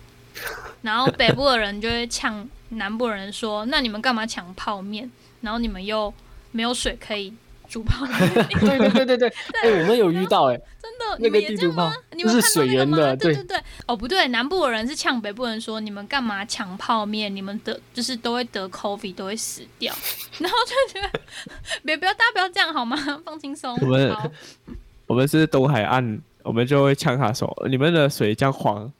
Speaker 1: 然后北部的人就会呛南部人说：“那你们干嘛抢泡面？然后你们又没有水可以煮泡面，
Speaker 3: 对对对对对，哎、我们有遇到哎、
Speaker 1: 真的？
Speaker 3: 那
Speaker 1: 你
Speaker 3: 个
Speaker 1: 们也
Speaker 3: 地
Speaker 1: 这样
Speaker 3: 图炮
Speaker 1: 吗？你们
Speaker 3: 这
Speaker 1: 看
Speaker 3: 是
Speaker 1: 到
Speaker 3: 水
Speaker 1: 那个
Speaker 3: 源
Speaker 1: 吗
Speaker 3: 的
Speaker 1: 对
Speaker 3: 对
Speaker 1: 对。哦，不对，南部人是呛北部人说你们干嘛抢泡面？你们得就是都会得 COVID，都会死掉。 然后就觉得，别不要大家不要这样好吗？ 放轻松。
Speaker 2: 我们
Speaker 1: 好，
Speaker 2: 我们是东海岸，我们就会呛他说：“你们的水这样黄。”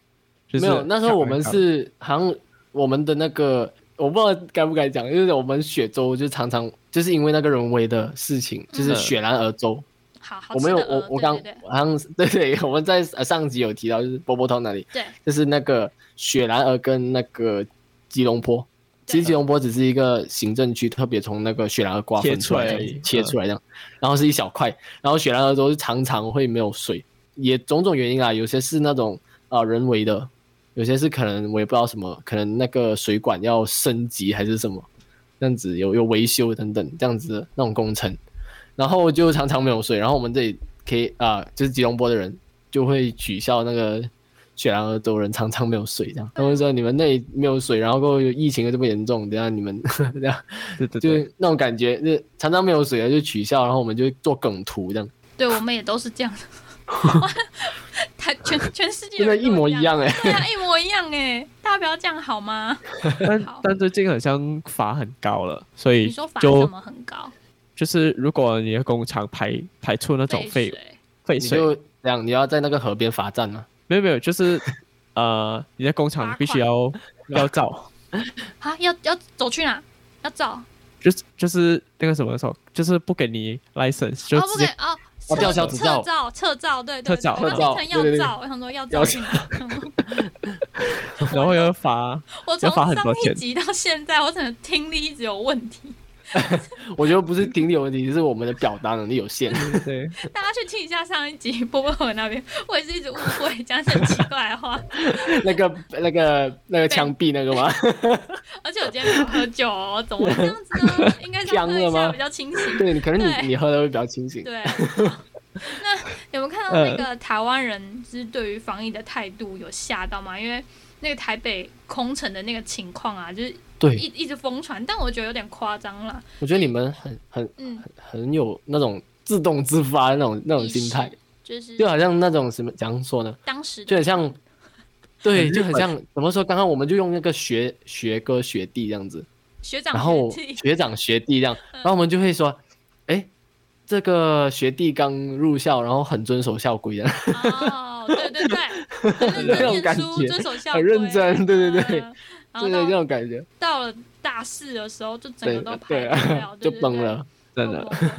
Speaker 2: 就是
Speaker 3: 没有，那时候我们
Speaker 2: 呛他
Speaker 3: 是好像我们的那个，我不知道该不该讲，就是我们雪州就常常就是因为那个人为的事情，就是
Speaker 2: 嗯
Speaker 3: 雪然而州。
Speaker 1: 好好
Speaker 3: 我
Speaker 1: 哦吃
Speaker 3: 们有
Speaker 1: 的
Speaker 3: 我
Speaker 1: 鹅
Speaker 3: 我
Speaker 1: 对
Speaker 3: 刚
Speaker 1: 对对
Speaker 3: 好像是对对，我们在呃上集有提到，就是波波通那里，
Speaker 1: 对
Speaker 3: 就是那个雪兰莪跟那个吉隆坡。其实吉隆坡只是一个行政区，特别从那个雪兰莪瓜分出来
Speaker 2: 切出来
Speaker 3: 这
Speaker 2: 而
Speaker 3: 样
Speaker 2: 已
Speaker 3: 子，切出来这样，然后是一小块，然后雪兰莪州是常常会没有水，也种种原因啊，有些是那种啊、呃人为的，有些是可能我也不知道什么，可能那个水管要升级还是什么，这样子有有维修等等这样子的那种工程，然后就常常没有水，然后我们这里可以啊、就是吉隆坡的人就会取笑那个雪兰莪州人常常没有水这样，他们会说你们那里没有水，然后过后疫情又这么严重，等一下你们这样
Speaker 2: 对对
Speaker 3: 就
Speaker 2: 对，
Speaker 3: 是那种感觉，就是常常没有水啊就取笑，然后我们就做梗图这样，
Speaker 1: 对，我们也都是这样的。 他全全世界
Speaker 3: 真的，
Speaker 1: 人都
Speaker 3: 一模
Speaker 1: 这
Speaker 3: 一
Speaker 1: 样。
Speaker 3: 样哎、
Speaker 1: 对啊，一模一样哎！大家不要这样好吗？
Speaker 2: 但
Speaker 1: 好
Speaker 2: 但最近好像罚很高了，所以
Speaker 1: 你说罚
Speaker 2: 就
Speaker 1: 什么很高？
Speaker 2: 就是如果你的工厂排排出那种
Speaker 1: 废
Speaker 2: 废
Speaker 1: 水
Speaker 2: 废
Speaker 3: 你
Speaker 2: 水，
Speaker 3: 就这样，你要在那个河边罚站啊，
Speaker 2: 没有没有，就是呃，你在工
Speaker 1: 罚
Speaker 2: 厂
Speaker 1: 款
Speaker 2: 必须要要照，
Speaker 1: 啊！要要走去哪？要走？
Speaker 2: 就是就是那个什么时候，就是不给你 license，就
Speaker 1: 哦，
Speaker 2: 直
Speaker 1: 不给
Speaker 2: 接、
Speaker 1: 哦，
Speaker 3: 哦吊销执
Speaker 1: 照，
Speaker 3: 照
Speaker 1: 撤照，撤照，对对，
Speaker 2: 撤照
Speaker 1: 对
Speaker 3: 撤照
Speaker 1: 我刚
Speaker 3: 对对
Speaker 1: 听成要
Speaker 3: 对
Speaker 1: 照，我想说要照
Speaker 3: 要
Speaker 1: 去哪？
Speaker 2: 然后要罚，
Speaker 1: 我从
Speaker 2: 要罚很
Speaker 1: 上
Speaker 2: 多
Speaker 1: 一
Speaker 2: 钱
Speaker 1: 集到现在，我整个听力一直有问题，
Speaker 3: 我觉得不是听力有问题，是我们的表达能力有 限。
Speaker 2: 对对，
Speaker 1: 大家去听一下上一集波波和那边，我也是一直误会，讲一些很奇怪的话，
Speaker 3: 那个、那个、那个枪毙那个吗？
Speaker 1: 而且我今天没有喝酒哦，怎么会这样子呢？应该是要喝一
Speaker 3: 呛
Speaker 1: 下
Speaker 3: 了吗
Speaker 1: 比较清醒。
Speaker 3: 对，你可能
Speaker 1: 对
Speaker 3: 你你喝的会比较清醒。
Speaker 1: 对，那有没有看到
Speaker 2: 嗯
Speaker 1: 那个台湾人就是对于防疫的态度有吓到吗？因为那个台北空城的那个情况啊，就是
Speaker 3: 对
Speaker 1: 一一直疯传，但我觉得有点夸张了。
Speaker 3: 我觉得你们很很
Speaker 1: 嗯，
Speaker 3: 很有那种自动自发的那种那种
Speaker 1: 意
Speaker 3: 心
Speaker 1: 识嗯
Speaker 3: 态，
Speaker 1: 就是
Speaker 3: 就好像那种什么怎样说呢？
Speaker 1: 当时的
Speaker 3: 就很像，对，
Speaker 2: 很
Speaker 3: 就
Speaker 2: 日
Speaker 3: 很
Speaker 2: 本
Speaker 3: 像怎么说？刚刚我们就用那个学学哥学弟这样子，
Speaker 1: 学长
Speaker 3: 然后
Speaker 1: 学嗯弟
Speaker 3: 学长学弟 这样，然后我们就会说，哎，这个学弟刚入校，然后很遵守校规的，
Speaker 1: 哦，对对 对，很认
Speaker 3: 那种
Speaker 1: 真念
Speaker 3: 感
Speaker 1: 书，
Speaker 3: 觉
Speaker 1: 遵守校规，
Speaker 3: 很认真对对 对
Speaker 1: 嗯然后
Speaker 3: 就是这
Speaker 1: 到
Speaker 3: 种感觉，
Speaker 1: 到了大四的时候，就整
Speaker 3: 对
Speaker 1: 个都
Speaker 3: 对
Speaker 1: 排不
Speaker 3: 啊
Speaker 1: 了，，
Speaker 3: 就
Speaker 1: 哦对
Speaker 3: 崩。了。
Speaker 1: 对哦
Speaker 2: 真
Speaker 1: 对
Speaker 2: 的。
Speaker 1: 对对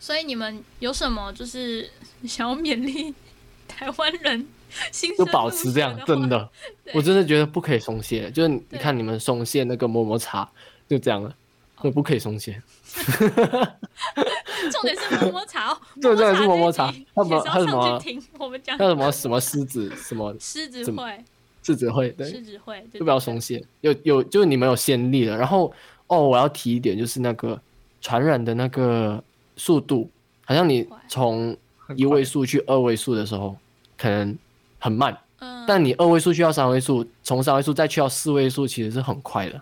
Speaker 1: 所以你们有什么就是 想要勉励 台湾人新
Speaker 3: 就
Speaker 1: 生入
Speaker 3: 保持
Speaker 1: 学
Speaker 3: 这样
Speaker 1: 的，话
Speaker 3: 真的，
Speaker 1: 对
Speaker 3: 我真的觉得不可以松懈。就是你
Speaker 1: 对
Speaker 3: 看你们松懈那个么么茶，就这样了，
Speaker 1: 哦
Speaker 3: 就不可以松懈。
Speaker 1: 重点是摸摸茶 哦，
Speaker 3: 对对是摸摸
Speaker 1: 茶
Speaker 3: 茶
Speaker 1: 这一集
Speaker 3: 还有
Speaker 1: 也是要
Speaker 3: 什么还有什么
Speaker 1: 上去听我们讲
Speaker 3: 那什么什么狮子 什么
Speaker 1: 狮子
Speaker 3: 怎么
Speaker 1: 会，
Speaker 3: 狮子会，对，
Speaker 1: 狮子会，对
Speaker 3: 就不要
Speaker 1: 对对
Speaker 3: 松懈。有有，就是你们有先例了。然后哦，我要提一点，就是那个传染的那个速度，好像你
Speaker 1: 快
Speaker 3: 从
Speaker 2: 很
Speaker 3: 一
Speaker 2: 快
Speaker 3: 位数去二位数的时候，可能很慢，
Speaker 1: 嗯，
Speaker 3: 但你二位数去到三位数，从三位数再去到四位数，其实是很快的，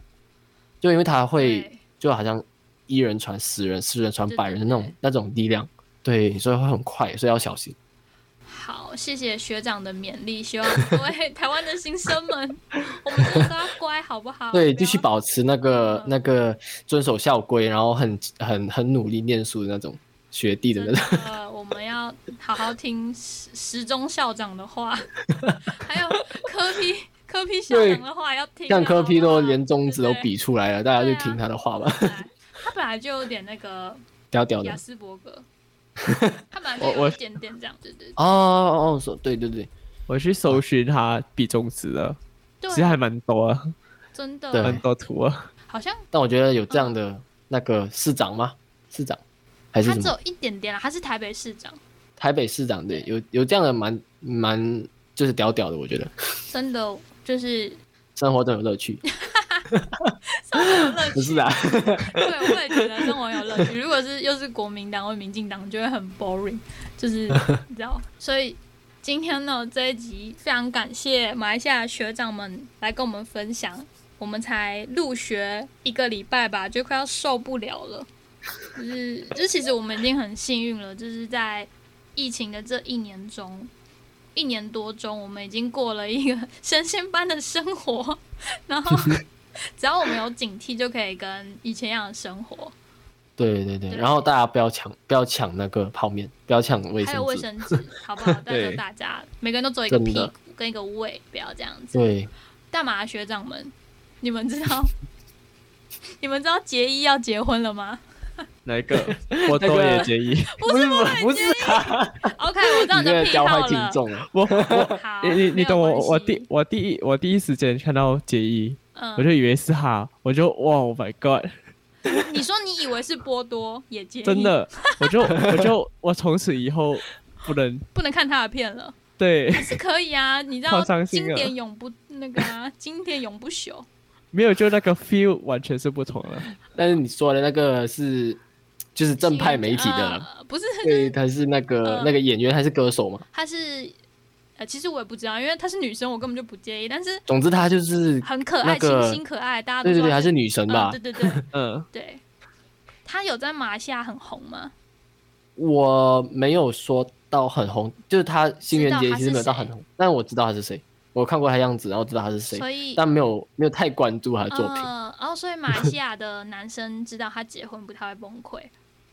Speaker 3: 就因为它会
Speaker 1: 对
Speaker 3: 就好像一人传十人，十人传
Speaker 1: 对
Speaker 3: 百
Speaker 1: 对
Speaker 3: 人的
Speaker 1: 对
Speaker 3: 那种那种力量，对，所以会很快，所以要小心。
Speaker 1: 好，谢谢学长的勉励，希望各位台湾的新生 们，我们真的都要乖，好不好？
Speaker 3: 对，
Speaker 1: 哦不
Speaker 3: 继续
Speaker 1: 要
Speaker 3: 保持那个
Speaker 1: 嗯
Speaker 3: 那个遵守校规，然后很很很努力念书的那种学弟的
Speaker 1: 真
Speaker 3: 那 种。
Speaker 1: 的，我们要好好听时时钟校长的 话，还有科批科批校长的话要听啊。
Speaker 3: 像科批
Speaker 1: 好
Speaker 3: 都
Speaker 1: 不好
Speaker 3: 连宗旨都比出来了，大家
Speaker 1: 对
Speaker 3: 就
Speaker 1: 啊
Speaker 3: 听他的话吧，
Speaker 1: 对啊他本来就有点那个
Speaker 3: 屌屌的
Speaker 1: 雅。 斯伯格，他本来
Speaker 2: 我
Speaker 1: 就有
Speaker 2: 我
Speaker 1: 一点点这样，对对对
Speaker 3: 哦哦，哦说对对对，
Speaker 2: 我去搜寻它比中指了，其实
Speaker 1: 对，
Speaker 2: 还蛮多啊，
Speaker 1: 真
Speaker 3: 对
Speaker 1: 的
Speaker 2: 很多图啊。
Speaker 1: 好像
Speaker 3: 但我觉得有这样的那个市长吗？市长还
Speaker 1: 嗯
Speaker 3: 是
Speaker 1: 他
Speaker 3: 什
Speaker 1: 只
Speaker 3: 么？
Speaker 1: 有一点点啦，他是台北市长，
Speaker 3: 台北市长对，有有这样的蛮蛮就是屌屌的，我觉得
Speaker 1: 真的 就是
Speaker 3: 生活中有乐 趣。不是啊，
Speaker 1: 对，我也觉得生活有乐趣。如果是又是国民党或民进党，就会很 boring，就是你知道。所以今天呢这一集非常感谢马来西亚学长们来跟我们分享，我们才入学一个礼拜吧，就快要受不了了。就是，就其实我们已经很幸运了，就是在疫情的这一年中。一年多中，我们已经过了一个 神仙般的生活，然后只要我们有警惕，就可以跟以前一样的生活。
Speaker 3: 对对对，
Speaker 1: 对
Speaker 3: 然后大家不要抢，不要抢那个泡面，不要抢卫
Speaker 1: 还有
Speaker 3: 生
Speaker 1: 卫
Speaker 3: 纸。
Speaker 1: 生纸， 好不好？拜托
Speaker 2: 对
Speaker 1: 大家，每个人都做一个
Speaker 3: 真
Speaker 1: 屁
Speaker 3: 的
Speaker 1: 股跟一个胃，不要这样子。
Speaker 3: 对，
Speaker 1: 大马的学长们，你们知 道，你们知道杰一要结婚了吗
Speaker 2: 哪 一个？波多野结衣。
Speaker 1: 不
Speaker 3: 是不是啊，
Speaker 1: ？OK，我知道
Speaker 3: 你
Speaker 1: 你的
Speaker 3: 在
Speaker 1: 癖
Speaker 3: 教
Speaker 1: 好
Speaker 3: 坏听
Speaker 1: 了。
Speaker 3: 众啊了。
Speaker 2: 我我
Speaker 1: 好，
Speaker 2: 你你
Speaker 1: 没
Speaker 2: 你
Speaker 1: 有
Speaker 2: 懂
Speaker 1: 关
Speaker 2: 我
Speaker 1: 系
Speaker 2: 我第我第一我第一时间看到结衣，我
Speaker 1: 嗯，
Speaker 2: 就以为是他，我就哇 oh my god，
Speaker 1: 你说你以为是波多也结，
Speaker 2: 真的，我就我就我从此以后不能
Speaker 1: 不能看他的片了，
Speaker 2: 对，
Speaker 1: 是可以啊，你知
Speaker 2: 好
Speaker 1: 道
Speaker 2: 伤心
Speaker 1: 经
Speaker 2: 啊
Speaker 1: 典永不那个啊，经典永不朽。
Speaker 2: 没有就那个 feel 完全是不同了。
Speaker 3: 但是你说的那个是，就是正派媒体的，
Speaker 1: 呃不是，
Speaker 3: 对，他是那个
Speaker 1: 嗯
Speaker 3: 那个演员还是歌手嘛？
Speaker 1: 她是呃，其实我也不知道，因为她是女生，我根本就不介意。但是
Speaker 3: 总之他就是，
Speaker 1: 很可爱，
Speaker 3: 那个
Speaker 1: 清新可爱，大家都
Speaker 3: 对对
Speaker 1: 说
Speaker 3: 对，
Speaker 1: 她
Speaker 3: 她是女神吧
Speaker 1: 嗯、？对对 对
Speaker 2: 嗯，
Speaker 1: 对。她有在马来西亚很红吗？
Speaker 3: 我没有说到很红，就是他新
Speaker 1: 知道
Speaker 3: 垣结
Speaker 1: 她
Speaker 3: 衣其
Speaker 1: 是
Speaker 3: 实没有到
Speaker 1: 谁
Speaker 3: 很红，但我知道他是谁，我看过他样子，然后知道他是谁，
Speaker 1: 所以，
Speaker 3: 但没有没有太关注他的作品。
Speaker 1: 嗯，然后所以马来西亚的男生知道她结婚不太会崩溃，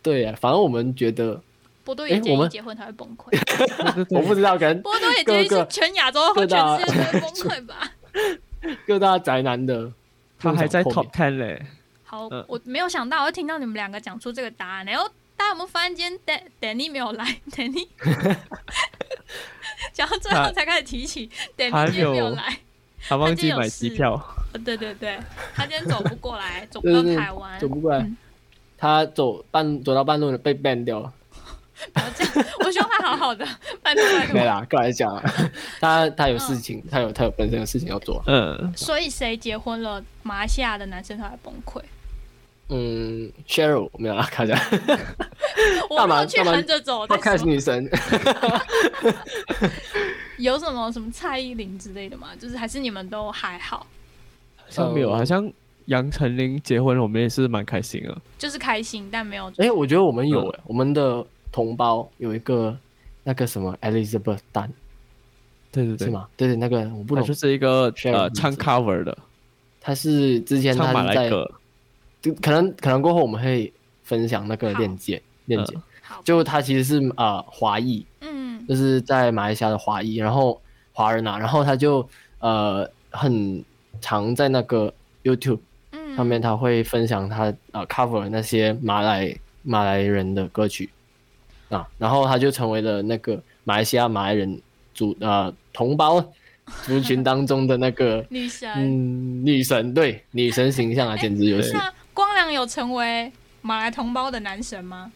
Speaker 3: 对啊，反正我们觉得，
Speaker 1: 波多野
Speaker 3: 诶
Speaker 1: 结
Speaker 3: 我
Speaker 1: 衣
Speaker 3: 们
Speaker 1: 结婚才会崩溃。
Speaker 2: 对对对
Speaker 3: 我不知道，可能
Speaker 1: 波多野 结衣
Speaker 3: 各
Speaker 1: 是
Speaker 3: 个
Speaker 1: 全亚洲和
Speaker 3: 各
Speaker 1: 全
Speaker 3: 大
Speaker 1: 世界都会崩溃吧？
Speaker 3: 各大宅男的，
Speaker 2: 他还在
Speaker 3: 后面
Speaker 2: top ten 嘞，
Speaker 1: 好，
Speaker 2: 嗯
Speaker 1: 我没有想到，我会听到你们两个讲出这个答案，然后大家有没有发现今天 Dan Danny 没有来 ，Danny 讲到最后才开始提起 Danny
Speaker 2: 还
Speaker 1: 今天没有
Speaker 2: 有
Speaker 1: 来，
Speaker 2: 他忘记
Speaker 1: 有
Speaker 2: 买机
Speaker 1: 事
Speaker 2: 票。
Speaker 1: 呃对对对，他今天走不过 来，走不
Speaker 3: 对
Speaker 1: 到
Speaker 3: 对对
Speaker 1: 台湾
Speaker 3: 走，不过来，
Speaker 1: 嗯
Speaker 3: 他走半走到半路被 ban 掉了，
Speaker 1: 不要这样， 我希望他好好的，拜托拜
Speaker 3: 没
Speaker 1: 托。
Speaker 3: 啦，开玩笑啊， 他他有事
Speaker 1: 嗯
Speaker 3: 情，他有他有本身有事情要做，
Speaker 2: 嗯，
Speaker 1: 所以谁结婚了，马来西亚的男生才会崩溃。
Speaker 3: 嗯，Cheryl 没有啦，开玩笑，
Speaker 1: 我
Speaker 3: 干
Speaker 1: 没
Speaker 3: 嘛
Speaker 1: 有去
Speaker 3: 干嘛
Speaker 1: 横着走，
Speaker 3: 他
Speaker 1: 再
Speaker 3: 开始
Speaker 1: 说
Speaker 3: 女神，
Speaker 1: 有什么什么蔡依林之类的吗？就是还是你们都还好，
Speaker 2: 好像没有，
Speaker 3: 呃
Speaker 2: 好像杨丞琳结婚，我们也是蛮开心啊的。
Speaker 1: 就是开心，但没有
Speaker 3: 哎，我觉得我们有
Speaker 2: 嗯
Speaker 3: 哎，我们的同胞有一个那个什么 Elizabeth 丹
Speaker 2: 对对对，
Speaker 3: 是吗？对对，那个我不
Speaker 2: 他
Speaker 3: 懂
Speaker 2: 就，是一个
Speaker 3: Sharon
Speaker 2: 呃
Speaker 3: 名字
Speaker 2: 唱 cover 的，
Speaker 3: 他是之前
Speaker 2: 唱马
Speaker 3: 他是
Speaker 2: 来
Speaker 3: 在，
Speaker 2: 歌，
Speaker 3: 就可能可能过后我们会分享那个链接链接
Speaker 2: 嗯，
Speaker 1: 好。
Speaker 3: 就他其实是呃华裔，
Speaker 1: 嗯，
Speaker 3: 就是在马来西亚的华裔，然后华人啊，然后他就呃很常在那个 YouTube
Speaker 1: 嗯
Speaker 3: 上面，他会分享他呃 cover 那些马来马来人的歌曲啊，然后他就成为了那个马来西亚马来人族呃同胞族群当中的那 个
Speaker 1: 女神。
Speaker 3: 嗯女神，对女神形象啊，简直就是
Speaker 1: 那光良有成为马来同胞的男神吗？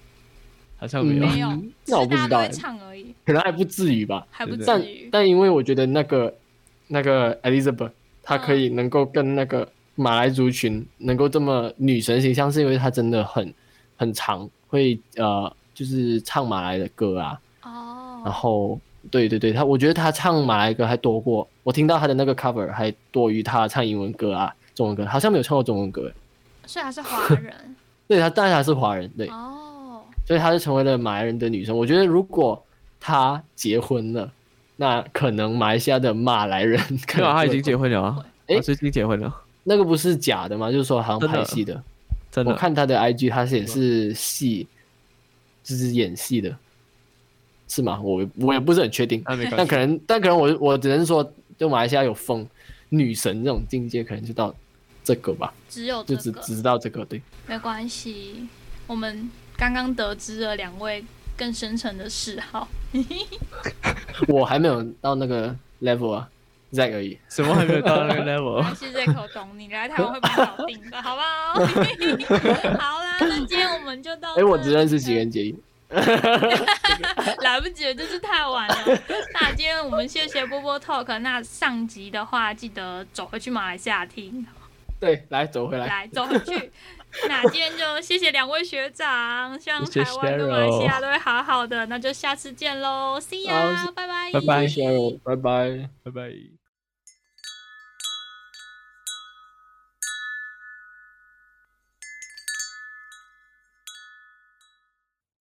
Speaker 2: 好像没有。 啊
Speaker 1: 没有
Speaker 3: 嗯那我不
Speaker 1: 只
Speaker 3: 知
Speaker 1: 是
Speaker 3: 道
Speaker 1: 大家
Speaker 3: 哎
Speaker 1: 都会，唱而已，
Speaker 3: 可能还不至于吧。
Speaker 1: 还不
Speaker 2: 对
Speaker 1: 至
Speaker 3: 但
Speaker 1: 于。
Speaker 3: 但因为我觉得那个那个 Elizabeth，她可
Speaker 1: 嗯
Speaker 3: 以能够跟那个马来族群能够这么女神形象，是因为她真的很很长，会呃就是唱马来的歌啊，然
Speaker 1: 哦，
Speaker 3: 后对对对，她我觉得她唱马来歌还多过我听到她的那个 cover 还多于她唱英文歌啊，中文歌好像没有唱过中文歌，
Speaker 1: 所以他是华人
Speaker 3: 对她，但是她是华人， 对，
Speaker 1: 哦，
Speaker 3: 所以她就成为了马来人的女生。我觉得如果她结婚了。那可能马来西亚的马来人可
Speaker 2: 没有，
Speaker 3: 能
Speaker 2: 他已
Speaker 3: 就会
Speaker 2: 经结婚了啊！
Speaker 3: 诶
Speaker 2: 他最近结婚了，
Speaker 3: 那个不是假的吗？就是说好像
Speaker 2: 真的
Speaker 3: 拍戏的，
Speaker 2: 真
Speaker 3: 我
Speaker 2: 的。
Speaker 3: 看他的 IG，他是也是戏，就是演戏的，是吗？我我也不是很确定，
Speaker 2: 那啊没
Speaker 3: 但
Speaker 2: 关系，
Speaker 3: 可能但可能我我只能说，就马来西亚有风女神这种境界，可能就到这个吧，
Speaker 1: 只有这
Speaker 3: 就只
Speaker 1: 个，
Speaker 3: 只知道这个对。
Speaker 1: 没关系。我们刚刚得知了两位更深层的嗜好，
Speaker 3: 我还没有到那个 level 啊，Zack 而已。
Speaker 2: 什么还没有到 那个
Speaker 1: 没
Speaker 3: 哦
Speaker 2: level？
Speaker 1: 关系，这口懂你，来台湾会把你搞定的，好不 好？好啦，那今天我们就到。
Speaker 3: 哎、我只认识几个，人结义。
Speaker 1: 来不及了，真是太晚了。那今天我们谢谢波波 talk，那上集的话记得走回去马来西亚听，
Speaker 3: 对，来走回来。
Speaker 1: 来走回去。那今天就谢谢两位学长，希望
Speaker 2: 谢
Speaker 1: 台
Speaker 2: 谢
Speaker 1: 湾跟马来西
Speaker 2: Cheryl
Speaker 1: 亚都会好好的。那就下次见喽，See
Speaker 3: 好
Speaker 1: ya，拜拜，
Speaker 2: 拜拜
Speaker 3: 谢谢 Cheryl，拜拜。
Speaker 2: 拜拜。